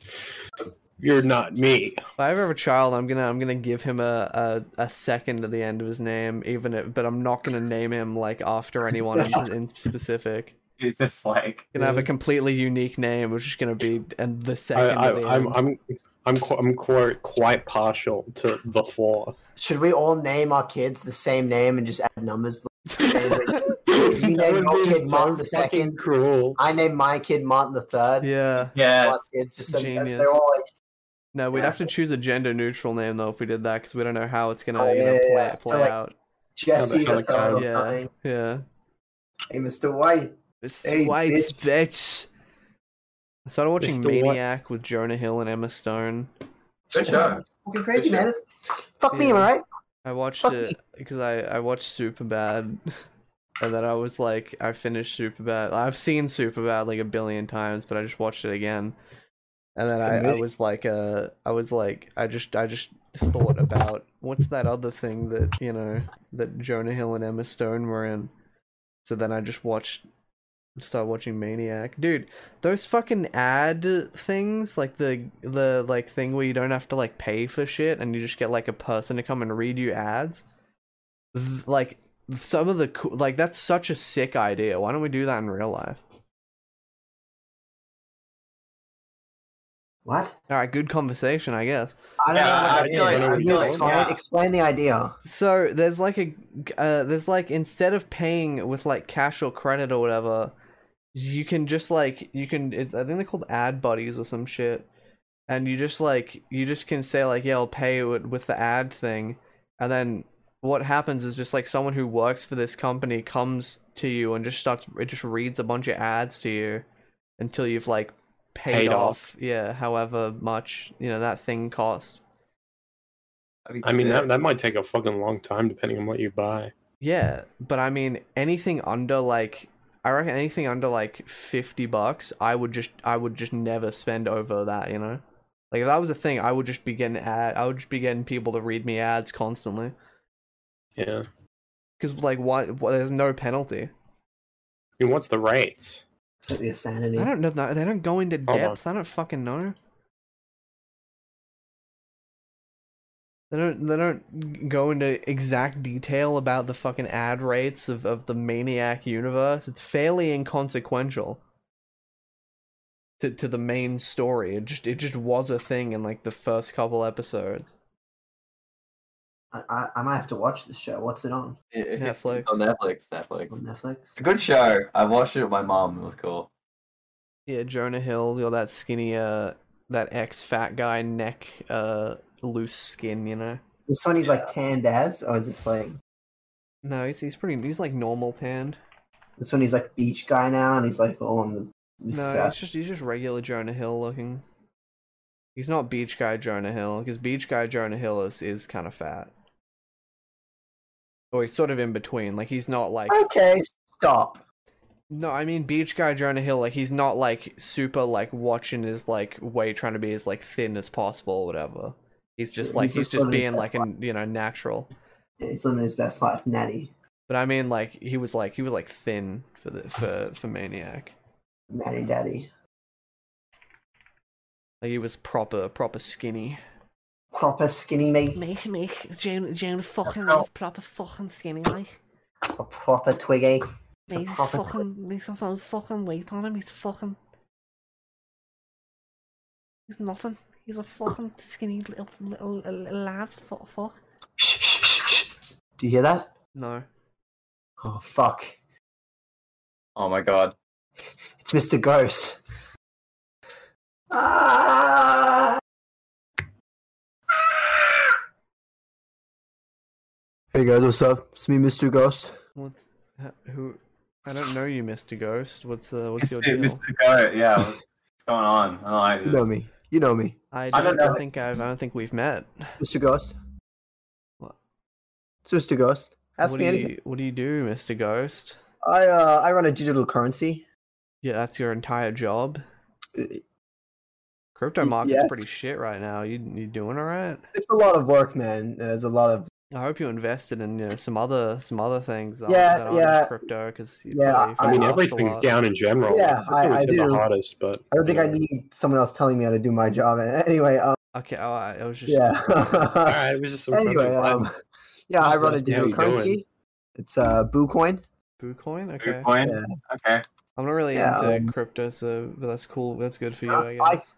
[SPEAKER 6] You're not me.
[SPEAKER 2] If I ever have a child, I'm gonna I'm gonna give him a, a, a second at the end of his name, even if, but I'm not gonna name him like after anyone in, in specific.
[SPEAKER 7] It's just like
[SPEAKER 2] Gonna have a completely unique name, which is gonna be and the
[SPEAKER 6] I,
[SPEAKER 2] second. at the
[SPEAKER 6] I, I'm
[SPEAKER 2] end.
[SPEAKER 6] I'm I'm qu- I'm quite quite partial to the four.
[SPEAKER 1] Should we all name our kids the same name and just add numbers?
[SPEAKER 6] That
[SPEAKER 1] You name
[SPEAKER 6] would
[SPEAKER 1] your
[SPEAKER 6] be
[SPEAKER 1] kid Mark the
[SPEAKER 6] so fucking
[SPEAKER 1] second.
[SPEAKER 6] Cruel.
[SPEAKER 1] I name my kid Martin the third.
[SPEAKER 2] yeah.
[SPEAKER 7] yeah.
[SPEAKER 1] My kids just some-
[SPEAKER 2] Genius.
[SPEAKER 1] they're all like,
[SPEAKER 2] No, we'd
[SPEAKER 1] Yeah.
[SPEAKER 2] have to choose a gender neutral name though if we did that because we don't know how it's gonna
[SPEAKER 1] Oh,
[SPEAKER 2] you know,
[SPEAKER 1] yeah,
[SPEAKER 2] play,
[SPEAKER 1] yeah, yeah.
[SPEAKER 2] play
[SPEAKER 1] So, like,
[SPEAKER 2] out.
[SPEAKER 11] Jesse the third or
[SPEAKER 2] Yeah.
[SPEAKER 11] something.
[SPEAKER 2] Yeah.
[SPEAKER 11] Hey, Mr. White.
[SPEAKER 2] Mr.
[SPEAKER 11] Hey,
[SPEAKER 2] White's
[SPEAKER 11] bitch.
[SPEAKER 2] bitch. I started watching
[SPEAKER 11] Mr. White.
[SPEAKER 2] Maniac with Jonah Hill and Emma Stone.
[SPEAKER 11] Good show. Fucking crazy, man. It's, fuck me,
[SPEAKER 2] Yeah.
[SPEAKER 11] am I right?
[SPEAKER 2] I watched
[SPEAKER 11] Fuck
[SPEAKER 2] it because I, I watched Superbad, and then I was like, I finished Superbad. I've seen Superbad like a billion times, but I just watched it again, and then
[SPEAKER 11] a
[SPEAKER 2] I,
[SPEAKER 11] good
[SPEAKER 2] I
[SPEAKER 11] movie.
[SPEAKER 2] was like, uh, I was like, I just I just thought about what's that other thing that you know that Jonah Hill and Emma Stone were in. So then I just watched, start watching Maniac, dude. Those fucking ad things, like the the like thing where you don't have to like pay for shit, and you just get like a person to come and read you ads. Th- Like some of the coo- like that's such a sick idea. Why don't we do that in real life?
[SPEAKER 1] What?
[SPEAKER 2] All right, good conversation, I guess.
[SPEAKER 1] I don't
[SPEAKER 11] Yeah,
[SPEAKER 1] know.
[SPEAKER 11] I
[SPEAKER 1] What
[SPEAKER 11] feel
[SPEAKER 1] that
[SPEAKER 11] like-
[SPEAKER 1] is.
[SPEAKER 11] I
[SPEAKER 1] Can
[SPEAKER 11] feel
[SPEAKER 1] you
[SPEAKER 11] like-
[SPEAKER 1] explain,
[SPEAKER 11] yeah.
[SPEAKER 1] explain the idea.
[SPEAKER 2] So there's like a uh, there's like instead of paying with like cash or credit or whatever, you can just like you can it's, I think they're called ad buddies or some shit, and you just like you just can say like yeah I'll pay with with the ad thing, and then what happens is just like someone who works for this company comes to you and just starts it just reads a bunch of ads to you until you've like paid,
[SPEAKER 6] Paid
[SPEAKER 2] off yeah however much you know that thing cost.
[SPEAKER 6] I mean, that, that might take a fucking long time depending on what you buy.
[SPEAKER 2] Yeah, but I mean anything under like I reckon anything under like 50 bucks, I would just I would just never spend over that, you know. Like if that was a thing, I would just be getting ad I would just be getting people to read me ads constantly
[SPEAKER 6] Yeah. I
[SPEAKER 2] cuz like why, why there's no penalty.
[SPEAKER 6] mean, what's the rates?
[SPEAKER 1] It's like the insanity.
[SPEAKER 2] I don't know that they don't go into
[SPEAKER 6] Hold on.
[SPEAKER 2] depth. I don't fucking know. They don't they don't go into exact detail about the fucking ad rates of, of the maniac universe. It's fairly inconsequential to to the main story. It just it just was a thing in like the first couple episodes.
[SPEAKER 1] I, I, I might have to watch this show. What's it on?
[SPEAKER 2] Netflix.
[SPEAKER 8] on Netflix. Netflix.
[SPEAKER 1] On Netflix?
[SPEAKER 8] It's a good show. I watched it with my mom. It was cool.
[SPEAKER 2] Yeah, Jonah Hill, you know, that skinny uh that ex fat guy neck uh loose skin, you know.
[SPEAKER 1] Is this one he's like tanned as, or is this like
[SPEAKER 2] No, he's he's pretty he's like normal tanned.
[SPEAKER 1] this one he's like beach guy now, and he's like all on the. the
[SPEAKER 2] No,
[SPEAKER 1] set?
[SPEAKER 2] he's just he's just regular Jonah Hill looking. He's not beach guy Jonah Hill because beach guy Jonah Hill is is kind of fat. Or he's sort of in between. Like he's not like
[SPEAKER 1] okay, stop.
[SPEAKER 2] No, I mean beach guy Jonah Hill. Like he's not like super like watching his like weight, trying to be as like thin as possible or whatever. He's just
[SPEAKER 1] He's
[SPEAKER 2] like he's,
[SPEAKER 1] just
[SPEAKER 2] just
[SPEAKER 1] living his
[SPEAKER 2] being
[SPEAKER 1] best
[SPEAKER 2] like a you know natural.
[SPEAKER 1] Yeah, he's living his best life, natty,
[SPEAKER 2] But I mean like he was like he was like thin for the for for Maniac.
[SPEAKER 1] natty daddy,
[SPEAKER 2] Like he was proper proper skinny.
[SPEAKER 1] proper skinny me,
[SPEAKER 10] Make, make, Joan, Joan fucking is proper fucking skinny, like.
[SPEAKER 1] a proper twiggy. It's a
[SPEAKER 10] He's
[SPEAKER 1] proper-
[SPEAKER 10] fucking, he's got no fucking weight on him, he's fucking. He's nothing. He's a fucking skinny little, little, little lad, fuck, fuck.
[SPEAKER 1] Do you hear that?
[SPEAKER 2] No.
[SPEAKER 1] Oh fuck!
[SPEAKER 7] Oh my god.
[SPEAKER 1] It's Mr. Ghost. Ah! Hey guys, what's up? It's me, Mr. Ghost.
[SPEAKER 2] What's ha- who? I don't know you, Mister Ghost. What's uh, what's your
[SPEAKER 7] Mr.
[SPEAKER 2] deal?
[SPEAKER 7] Mr. Goat, yeah. What's going on? I don't like
[SPEAKER 1] You
[SPEAKER 7] this.
[SPEAKER 1] know me. You know me,
[SPEAKER 2] I
[SPEAKER 7] I
[SPEAKER 2] don't,
[SPEAKER 7] don't know.
[SPEAKER 2] think I've. I don't think we've met.
[SPEAKER 1] Mr. Ghost.
[SPEAKER 2] What?
[SPEAKER 1] It's Mr. Ghost. Ask
[SPEAKER 2] what
[SPEAKER 1] me
[SPEAKER 2] do
[SPEAKER 1] anything.
[SPEAKER 2] you What do you do, Mister Ghost?
[SPEAKER 1] I uh, I run a digital currency.
[SPEAKER 2] Yeah, that's your entire job.
[SPEAKER 1] Uh,
[SPEAKER 2] Crypto
[SPEAKER 1] y-
[SPEAKER 2] market's
[SPEAKER 1] yes.
[SPEAKER 2] pretty shit right now. You you doing all right?
[SPEAKER 1] It's a lot of work, man. There's a lot of
[SPEAKER 2] I hope you invested in you know some other some other things. that aren't-
[SPEAKER 1] Yeah,
[SPEAKER 2] that aren't
[SPEAKER 1] yeah.
[SPEAKER 2] just crypto because
[SPEAKER 1] Yeah,
[SPEAKER 6] I mean,
[SPEAKER 1] I-
[SPEAKER 6] everything's down in general.
[SPEAKER 1] Yeah, I-
[SPEAKER 6] Crypto's
[SPEAKER 1] I
[SPEAKER 6] hit the
[SPEAKER 1] do.
[SPEAKER 6] hardest, but
[SPEAKER 1] I don't think I
[SPEAKER 6] you know.
[SPEAKER 1] need someone else telling me how to do my job. Anyway, um,
[SPEAKER 2] Okay, oh, I, I was just
[SPEAKER 6] All
[SPEAKER 1] yeah.
[SPEAKER 6] right, it was just some
[SPEAKER 1] anyway,
[SPEAKER 6] friendly
[SPEAKER 1] um,
[SPEAKER 6] fun.
[SPEAKER 1] yeah, I run a
[SPEAKER 6] Ghost, how
[SPEAKER 1] digital
[SPEAKER 6] you doing?
[SPEAKER 1] currency. It's uh, BooCoin.
[SPEAKER 2] Bitcoin. Okay,
[SPEAKER 7] Bitcoin? Okay.
[SPEAKER 2] I'm not really
[SPEAKER 1] Yeah,
[SPEAKER 2] into
[SPEAKER 1] um,
[SPEAKER 2] crypto, so but that's cool. That's good for you,
[SPEAKER 1] Uh,
[SPEAKER 2] I
[SPEAKER 1] I-
[SPEAKER 2] guess.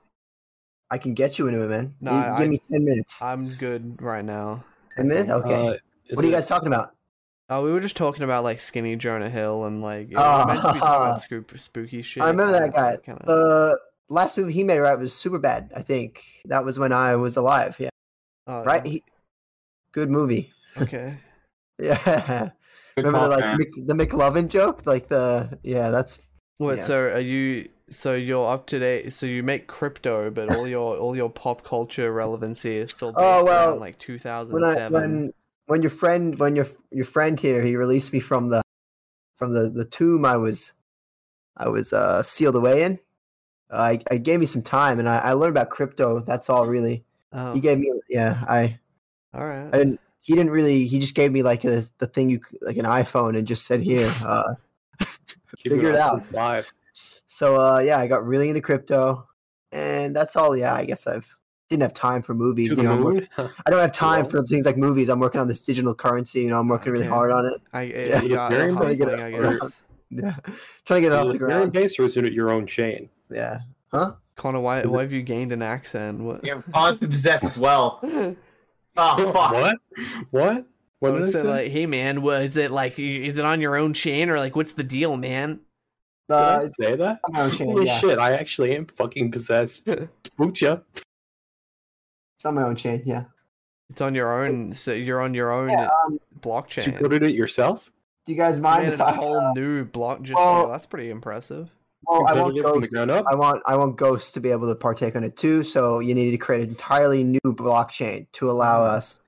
[SPEAKER 1] I can get you into it, man.
[SPEAKER 2] No,
[SPEAKER 1] You-
[SPEAKER 2] I-
[SPEAKER 1] give
[SPEAKER 2] I-
[SPEAKER 1] me ten minutes.
[SPEAKER 2] I, am good right now. I
[SPEAKER 1] Ten minutes?
[SPEAKER 2] think.
[SPEAKER 1] Okay.
[SPEAKER 6] Uh, is
[SPEAKER 1] what are you
[SPEAKER 6] it-
[SPEAKER 1] guys talking about?
[SPEAKER 2] Oh, we were just talking about like skinny Jonah Hill and like it
[SPEAKER 1] Ah.
[SPEAKER 2] was meant to be talking about scoop, spooky shit.
[SPEAKER 1] I remember that guy.
[SPEAKER 2] Kind of,
[SPEAKER 1] The Uh, last movie he made, right, was super bad. I think that was when I was alive. Yeah, right. He, good movie.
[SPEAKER 2] Oh, okay.
[SPEAKER 1] Yeah.
[SPEAKER 2] Good
[SPEAKER 1] Remember the,
[SPEAKER 2] talk,
[SPEAKER 1] like
[SPEAKER 2] man.
[SPEAKER 1] Mc, the McLovin joke? Like the yeah, that's
[SPEAKER 2] What?
[SPEAKER 1] yeah.
[SPEAKER 2] So are you? So you're up to date. So you make crypto, but all your all your pop culture relevancy is still based
[SPEAKER 1] Oh, well,
[SPEAKER 2] around like
[SPEAKER 1] when I,
[SPEAKER 2] 2007.
[SPEAKER 1] when when your friend when your your friend here he released me from the from the the tomb I was I was uh sealed away in. I I gave me some time and I, I learned about crypto. That's all really.
[SPEAKER 2] Oh.
[SPEAKER 1] He gave me yeah I.
[SPEAKER 2] All right.
[SPEAKER 1] I didn't. He didn't really. He just gave me like a, the thing you c- like an iPhone and just said here. Uh, figure it out.
[SPEAKER 6] Live.
[SPEAKER 1] So uh, yeah, I got really into crypto, and that's all. Yeah, I guess I've didn't have time for movies.
[SPEAKER 2] To the
[SPEAKER 1] you know, I'm
[SPEAKER 2] moon?
[SPEAKER 1] working- I don't have time for things like movies. I'm working on this digital currency. You know, I'm working really
[SPEAKER 2] Okay.
[SPEAKER 1] hard on it.
[SPEAKER 2] I,
[SPEAKER 1] Yeah.
[SPEAKER 2] you got
[SPEAKER 1] Very
[SPEAKER 2] hustling,
[SPEAKER 1] important,
[SPEAKER 2] I
[SPEAKER 1] or-
[SPEAKER 2] guess.
[SPEAKER 1] Yeah. Trying to get it off the
[SPEAKER 6] Your own
[SPEAKER 1] ground.
[SPEAKER 6] base or is it your own chain?
[SPEAKER 1] Yeah. Huh?
[SPEAKER 2] Connor, why why have you gained an accent? What?
[SPEAKER 7] Yeah, I've been possessed as well.
[SPEAKER 2] Oh
[SPEAKER 7] fuck!
[SPEAKER 6] What? What?
[SPEAKER 1] Oh,
[SPEAKER 2] I
[SPEAKER 6] What did I
[SPEAKER 2] was saying,
[SPEAKER 6] say?
[SPEAKER 2] like, hey man, what is it like? y- Is it on your own chain or like what's the deal, man?
[SPEAKER 6] Did I say that?
[SPEAKER 1] Uh, on my own chain,
[SPEAKER 6] Holy
[SPEAKER 1] yeah.
[SPEAKER 6] shit! I actually am fucking possessed. Spooked ya.
[SPEAKER 1] It's on my own chain. Yeah.
[SPEAKER 2] It's on your own. So you're on your own
[SPEAKER 1] Yeah, um,
[SPEAKER 2] blockchain.
[SPEAKER 6] You coded it yourself?
[SPEAKER 1] Do you guys
[SPEAKER 2] I
[SPEAKER 1] mind
[SPEAKER 2] made
[SPEAKER 1] if
[SPEAKER 2] a
[SPEAKER 1] I?
[SPEAKER 2] whole new blockchain.
[SPEAKER 1] well-
[SPEAKER 2] that's pretty impressive.
[SPEAKER 1] Well, Oh, I
[SPEAKER 2] Build
[SPEAKER 1] want
[SPEAKER 2] it from the
[SPEAKER 1] ghosts.
[SPEAKER 2] ground up?
[SPEAKER 1] I want I want ghosts to be able to partake on it too. So you need to create an entirely new blockchain to allow
[SPEAKER 6] Mm.
[SPEAKER 1] us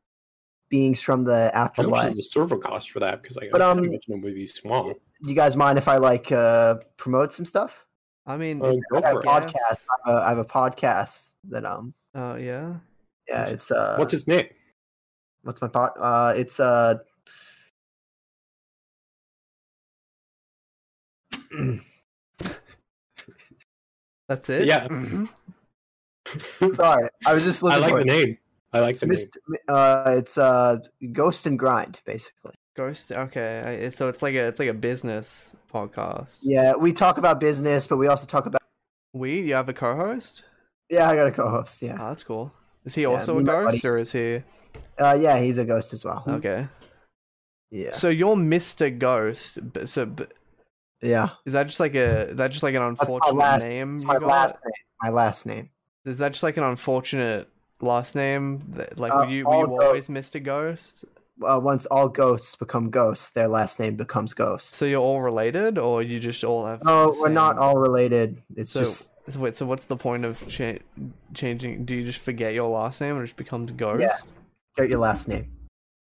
[SPEAKER 1] beings from the
[SPEAKER 6] How much
[SPEAKER 1] afterlife.
[SPEAKER 6] is the server cost for that? Because I
[SPEAKER 1] But,
[SPEAKER 6] I
[SPEAKER 1] um,
[SPEAKER 6] imagine it would be small.
[SPEAKER 1] Do you guys mind if I like uh, promote some stuff?
[SPEAKER 2] I mean,
[SPEAKER 6] Uh, go
[SPEAKER 1] I have
[SPEAKER 6] for
[SPEAKER 1] Oh, a
[SPEAKER 6] it.
[SPEAKER 1] podcast. I have a, I have a podcast that um
[SPEAKER 2] Oh yeah.
[SPEAKER 1] yeah it's uh
[SPEAKER 6] What's his name?
[SPEAKER 1] what's my pod uh it's uh
[SPEAKER 2] That's it. Mm-hmm.
[SPEAKER 6] Yeah.
[SPEAKER 1] sorry I was just
[SPEAKER 6] I
[SPEAKER 1] looking
[SPEAKER 6] like
[SPEAKER 1] for
[SPEAKER 6] the
[SPEAKER 1] it.
[SPEAKER 6] name. I like
[SPEAKER 1] It's
[SPEAKER 6] the name.
[SPEAKER 1] mist- uh it's uh ghost and grind basically.
[SPEAKER 2] Ghost. Okay, I- it- so it's like a it's like a business podcast.
[SPEAKER 1] Yeah, we talk about business, but we also talk about
[SPEAKER 2] We you have a co-host?
[SPEAKER 1] yeah I got a co-host yeah.
[SPEAKER 2] Oh, that's cool. Is he
[SPEAKER 1] Yeah,
[SPEAKER 2] also
[SPEAKER 1] me
[SPEAKER 2] a
[SPEAKER 1] and my
[SPEAKER 2] ghost
[SPEAKER 1] buddy.
[SPEAKER 2] or is he?
[SPEAKER 1] Uh, yeah, he's a ghost as well.
[SPEAKER 2] Okay.
[SPEAKER 1] Yeah.
[SPEAKER 2] So you're Mister Ghost. But, so but
[SPEAKER 1] Yeah.
[SPEAKER 2] is that just like a that just like an
[SPEAKER 1] That's my
[SPEAKER 2] unfortunate
[SPEAKER 1] last
[SPEAKER 2] name?
[SPEAKER 1] that's
[SPEAKER 2] you
[SPEAKER 1] My
[SPEAKER 2] got?
[SPEAKER 1] last name. My last name.
[SPEAKER 2] Is that just like an unfortunate last name? that- Like
[SPEAKER 1] Uh,
[SPEAKER 2] were you were
[SPEAKER 1] all
[SPEAKER 2] you
[SPEAKER 1] ghosts.
[SPEAKER 2] always Mister Ghost?
[SPEAKER 1] Uh, once all ghosts become ghosts, their last name becomes ghost.
[SPEAKER 2] So you're all related, or you just all have?
[SPEAKER 1] No,
[SPEAKER 2] the
[SPEAKER 1] we're not
[SPEAKER 2] same-
[SPEAKER 1] all related. It's
[SPEAKER 2] so,
[SPEAKER 1] just
[SPEAKER 2] so wait, so what's the point of cha- changing? Do you just forget your last name and it just becomes Ghost?
[SPEAKER 1] get your last name.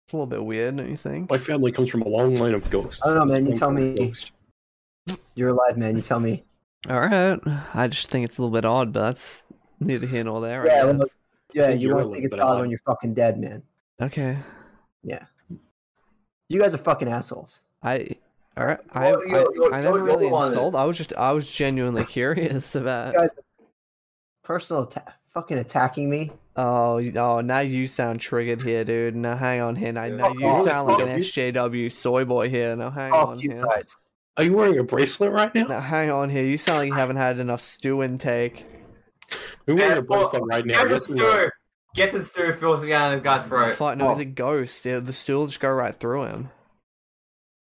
[SPEAKER 2] It's a little bit weird, don't you think?
[SPEAKER 6] My family comes from a long line of ghosts.
[SPEAKER 1] I don't know, man. You
[SPEAKER 6] One
[SPEAKER 1] tell
[SPEAKER 6] kind of
[SPEAKER 1] me.
[SPEAKER 6] ghost.
[SPEAKER 1] You're alive, man. You tell me.
[SPEAKER 2] All right, I just think it's a little bit odd, but that's neither here nor there.
[SPEAKER 1] Yeah,
[SPEAKER 2] I
[SPEAKER 1] well,
[SPEAKER 2] guess.
[SPEAKER 1] Yeah,
[SPEAKER 6] think
[SPEAKER 1] you
[SPEAKER 6] you're
[SPEAKER 1] won't
[SPEAKER 6] alive,
[SPEAKER 1] think it's
[SPEAKER 6] but I'm
[SPEAKER 1] odd
[SPEAKER 6] not.
[SPEAKER 1] when you're fucking dead, man.
[SPEAKER 2] Okay,
[SPEAKER 1] Yeah. You guys are fucking assholes.
[SPEAKER 2] I. All right, I,
[SPEAKER 8] Well, you're- you're-
[SPEAKER 2] I, I
[SPEAKER 8] you're-
[SPEAKER 2] never
[SPEAKER 8] you're
[SPEAKER 2] really
[SPEAKER 8] the one that-
[SPEAKER 2] insulted. I was just, I was genuinely curious about.
[SPEAKER 1] You guys personal atta- fucking attacking me.
[SPEAKER 2] Oh, you- oh, now you sound triggered here, dude. Now hang on here. Now, now
[SPEAKER 1] Fuck
[SPEAKER 2] you
[SPEAKER 1] off,
[SPEAKER 2] sound like an
[SPEAKER 1] fuck you.
[SPEAKER 2] SJW soy boy here. Now hang on
[SPEAKER 1] Fuck you
[SPEAKER 2] here.
[SPEAKER 1] guys.
[SPEAKER 6] Are you wearing a bracelet right now?
[SPEAKER 2] Now hang on here. You sound like you haven't had enough stew intake.
[SPEAKER 6] We're wearing
[SPEAKER 7] Yeah,
[SPEAKER 6] a bracelet right now.
[SPEAKER 7] Get some
[SPEAKER 6] Yes, we are.
[SPEAKER 7] stew. Get some stew. Filter down this guy's Oh, throat.
[SPEAKER 2] Fuck, no, he's a ghost. Yeah, The stew will just go right through him.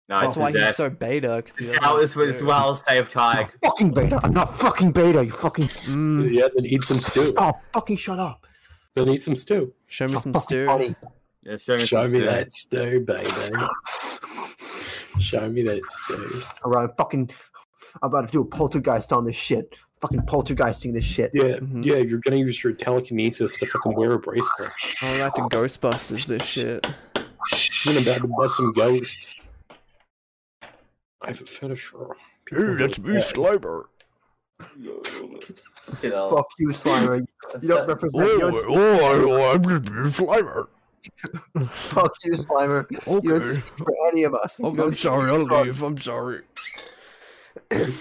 [SPEAKER 7] No,
[SPEAKER 2] That's
[SPEAKER 7] he's
[SPEAKER 2] why he's
[SPEAKER 7] possessed.
[SPEAKER 2] so beta. 'cause he
[SPEAKER 7] This is
[SPEAKER 2] doesn't
[SPEAKER 7] how
[SPEAKER 2] have
[SPEAKER 7] this was
[SPEAKER 2] stew.
[SPEAKER 7] well saved Tig.
[SPEAKER 1] Fucking beta. I'm not fucking beta. You fucking
[SPEAKER 2] Mm,
[SPEAKER 6] Yeah, then eat some stew.
[SPEAKER 1] stop. Fucking shut up.
[SPEAKER 6] Then eat some stew.
[SPEAKER 2] show me
[SPEAKER 1] So
[SPEAKER 2] some
[SPEAKER 1] fucking
[SPEAKER 2] stew.
[SPEAKER 1] funny.
[SPEAKER 7] Yeah, show me
[SPEAKER 6] Show
[SPEAKER 7] some
[SPEAKER 6] me
[SPEAKER 7] stew.
[SPEAKER 6] that stew, baby. Show me that stew.
[SPEAKER 1] around fucking I'm about to do a poltergeist on this shit. Fucking poltergeisting this shit.
[SPEAKER 6] Yeah,
[SPEAKER 2] Mhm.
[SPEAKER 6] yeah, you're gonna use your telekinesis to fucking wear a bracelet.
[SPEAKER 2] I'm about to Ghostbusters this shit.
[SPEAKER 6] You're gonna have to bust some ghosts. I have a fetish for people who-
[SPEAKER 9] Slimer.
[SPEAKER 8] You know,
[SPEAKER 1] Fuck you, Slimer. You- You don't represent you don't
[SPEAKER 9] oh, I'm just Beef Slimer.
[SPEAKER 1] fuck you, Slimer. You don't speak for any of us. You don't
[SPEAKER 9] I'll leave. I'm sorry.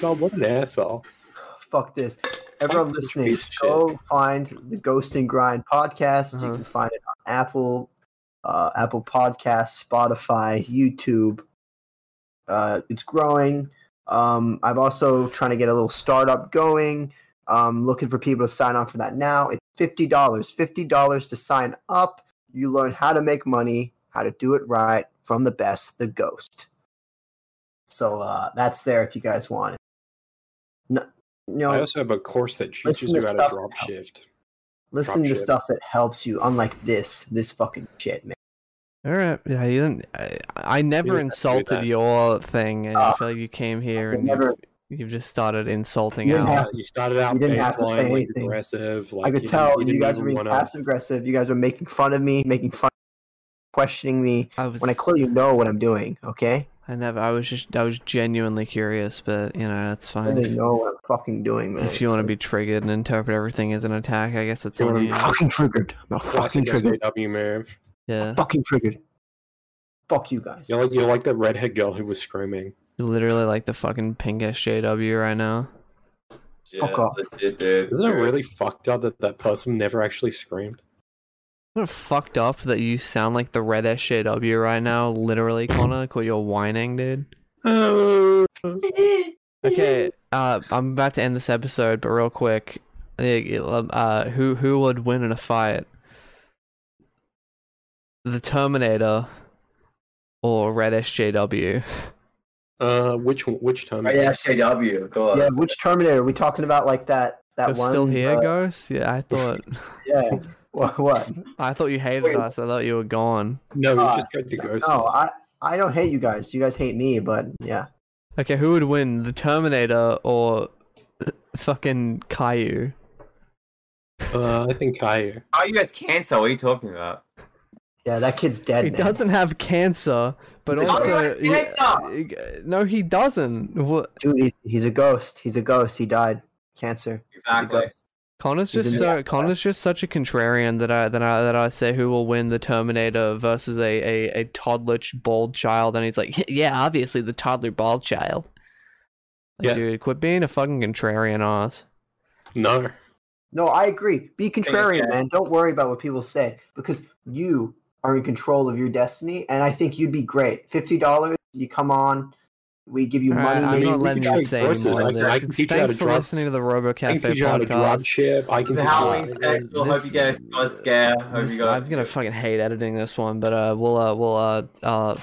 [SPEAKER 6] God, what an asshole.
[SPEAKER 1] Fuck this. Everyone
[SPEAKER 6] Fuck this
[SPEAKER 1] listening,
[SPEAKER 6] piece of shit.
[SPEAKER 1] go find the Ghost and Grind podcast. You
[SPEAKER 2] Uh-huh.
[SPEAKER 1] can find it on Apple, uh, Apple Podcasts, Spotify, YouTube. Uh, it's growing. Um, I'm also trying to get a little startup going. Um, looking for people to sign up for that now. It's fifty dollars. Fifty dollars to sign up. You learn how to make money, how to do it right from the best, the Ghost. So uh, that's there if you guys want it. No, you know,
[SPEAKER 6] I also have a course that teaches
[SPEAKER 1] Oh. Listen to
[SPEAKER 6] you how to
[SPEAKER 1] stuff
[SPEAKER 6] drop
[SPEAKER 1] now.
[SPEAKER 6] shift.
[SPEAKER 1] Listen
[SPEAKER 6] Drop
[SPEAKER 1] to
[SPEAKER 6] ship.
[SPEAKER 1] stuff that helps you, unlike this, this fucking shit, man.
[SPEAKER 2] All right. Yeah, you didn't. I, I never
[SPEAKER 9] didn't
[SPEAKER 2] insulted your thing, and I feel like you came here and
[SPEAKER 1] Ah. never-
[SPEAKER 2] you've, you've just started insulting
[SPEAKER 1] You
[SPEAKER 2] us.
[SPEAKER 1] didn't have
[SPEAKER 6] Uh, You started out
[SPEAKER 1] You didn't have to
[SPEAKER 6] baseline,
[SPEAKER 1] say
[SPEAKER 6] like,
[SPEAKER 1] anything.
[SPEAKER 6] aggressive.
[SPEAKER 1] I
[SPEAKER 6] Like,
[SPEAKER 1] could
[SPEAKER 6] you didn't-
[SPEAKER 1] tell
[SPEAKER 6] you
[SPEAKER 1] you,
[SPEAKER 6] didn't
[SPEAKER 1] guys
[SPEAKER 6] even
[SPEAKER 1] were being
[SPEAKER 6] wanna-
[SPEAKER 1] passive aggressive. You guys were making fun of me, making fun, questioning me when I clearly know what I'm doing. Okay,
[SPEAKER 2] I never. I was just. I was genuinely curious, but you know that's
[SPEAKER 1] I
[SPEAKER 2] fine.
[SPEAKER 1] didn't
[SPEAKER 2] If,
[SPEAKER 1] know what I'm fucking doing, man.
[SPEAKER 2] if you want to be triggered and interpret everything as an attack, I guess it's
[SPEAKER 1] You
[SPEAKER 2] on
[SPEAKER 1] wanna
[SPEAKER 2] you.
[SPEAKER 1] be fucking triggered. I'm fucking
[SPEAKER 6] Classic
[SPEAKER 1] triggered.
[SPEAKER 6] SJW move.
[SPEAKER 2] Yeah.
[SPEAKER 1] Fucking triggered. Fuck you guys.
[SPEAKER 6] You're like, you're like that redhead girl who was screaming.
[SPEAKER 2] You're literally like the fucking pink SJW right now.
[SPEAKER 6] Fuck off. Isn't it really fucked up that that person never actually screamed?
[SPEAKER 2] Isn't it fucked up that you sound like the red SJW right now? Literally, Connor, like what you're whining, dude. Okay, uh, I'm about to end this episode, but real quick, eh, uh, who who would win in a fight? The Terminator or Red SJW?
[SPEAKER 6] Uh, which one- which time?
[SPEAKER 8] Right, Oh, yeah, SJW. God.
[SPEAKER 1] Yeah, which Terminator? Are we talking about like that? That
[SPEAKER 2] We're
[SPEAKER 1] one
[SPEAKER 2] still here,
[SPEAKER 1] uh,
[SPEAKER 2] Ghost? Yeah, I thought
[SPEAKER 1] Yeah. What? what?
[SPEAKER 2] I thought you hated
[SPEAKER 1] Wait.
[SPEAKER 2] us. I thought you were gone.
[SPEAKER 6] Uh, No,
[SPEAKER 1] you just
[SPEAKER 6] got to Ghost.
[SPEAKER 1] No, I I don't hate you guys. You guys hate me, but yeah.
[SPEAKER 2] Okay, who would win, the Terminator or fucking Caillou?
[SPEAKER 6] Uh, I think Caillou.
[SPEAKER 7] Oh, you guys cancel. What are you talking about?
[SPEAKER 1] Yeah, that kid's dead.
[SPEAKER 2] He doesn't have cancer, but
[SPEAKER 7] He
[SPEAKER 2] also
[SPEAKER 7] doesn't
[SPEAKER 2] uh,
[SPEAKER 7] have
[SPEAKER 2] no, he doesn't. What?
[SPEAKER 1] Dude, he's he's a ghost. He's a ghost. He died cancer. He's a ghost.
[SPEAKER 2] Connor's
[SPEAKER 1] He's
[SPEAKER 2] just
[SPEAKER 1] in
[SPEAKER 2] so Connor's just such a contrarian that I that I that I say who will win the Terminator versus a a, a toddlish bald child, and he's like, yeah, obviously the toddler bald child. Like,
[SPEAKER 6] Yeah.
[SPEAKER 2] dude, quit being a fucking contrarian, Oz.
[SPEAKER 6] No.
[SPEAKER 1] No, I agree. Be contrarian,
[SPEAKER 6] yeah.
[SPEAKER 1] man. Don't worry about what people say because you are in control of your destiny, and I think you'd be great. Fifty dollars, you come on, we give you
[SPEAKER 2] All right,
[SPEAKER 1] money.
[SPEAKER 2] Uh, I'm
[SPEAKER 1] maybe
[SPEAKER 2] not
[SPEAKER 1] we
[SPEAKER 2] letting
[SPEAKER 1] can
[SPEAKER 2] you
[SPEAKER 1] try
[SPEAKER 2] say
[SPEAKER 1] versus,
[SPEAKER 2] any more
[SPEAKER 1] like,
[SPEAKER 2] of this.
[SPEAKER 1] I can teach you how
[SPEAKER 2] Thanks
[SPEAKER 1] to
[SPEAKER 2] for
[SPEAKER 1] drive-
[SPEAKER 2] listening to the Robo
[SPEAKER 6] I
[SPEAKER 2] Cafe
[SPEAKER 6] can teach you how to drop
[SPEAKER 2] podcast.
[SPEAKER 6] ship. I
[SPEAKER 7] It's
[SPEAKER 6] can
[SPEAKER 7] a
[SPEAKER 6] teach you how
[SPEAKER 7] Halloween special. Hope you guys got scared. Hope
[SPEAKER 2] This-
[SPEAKER 7] you guys.
[SPEAKER 2] I'm gonna fucking hate editing this one, but uh, we'll uh, we'll uh, uh,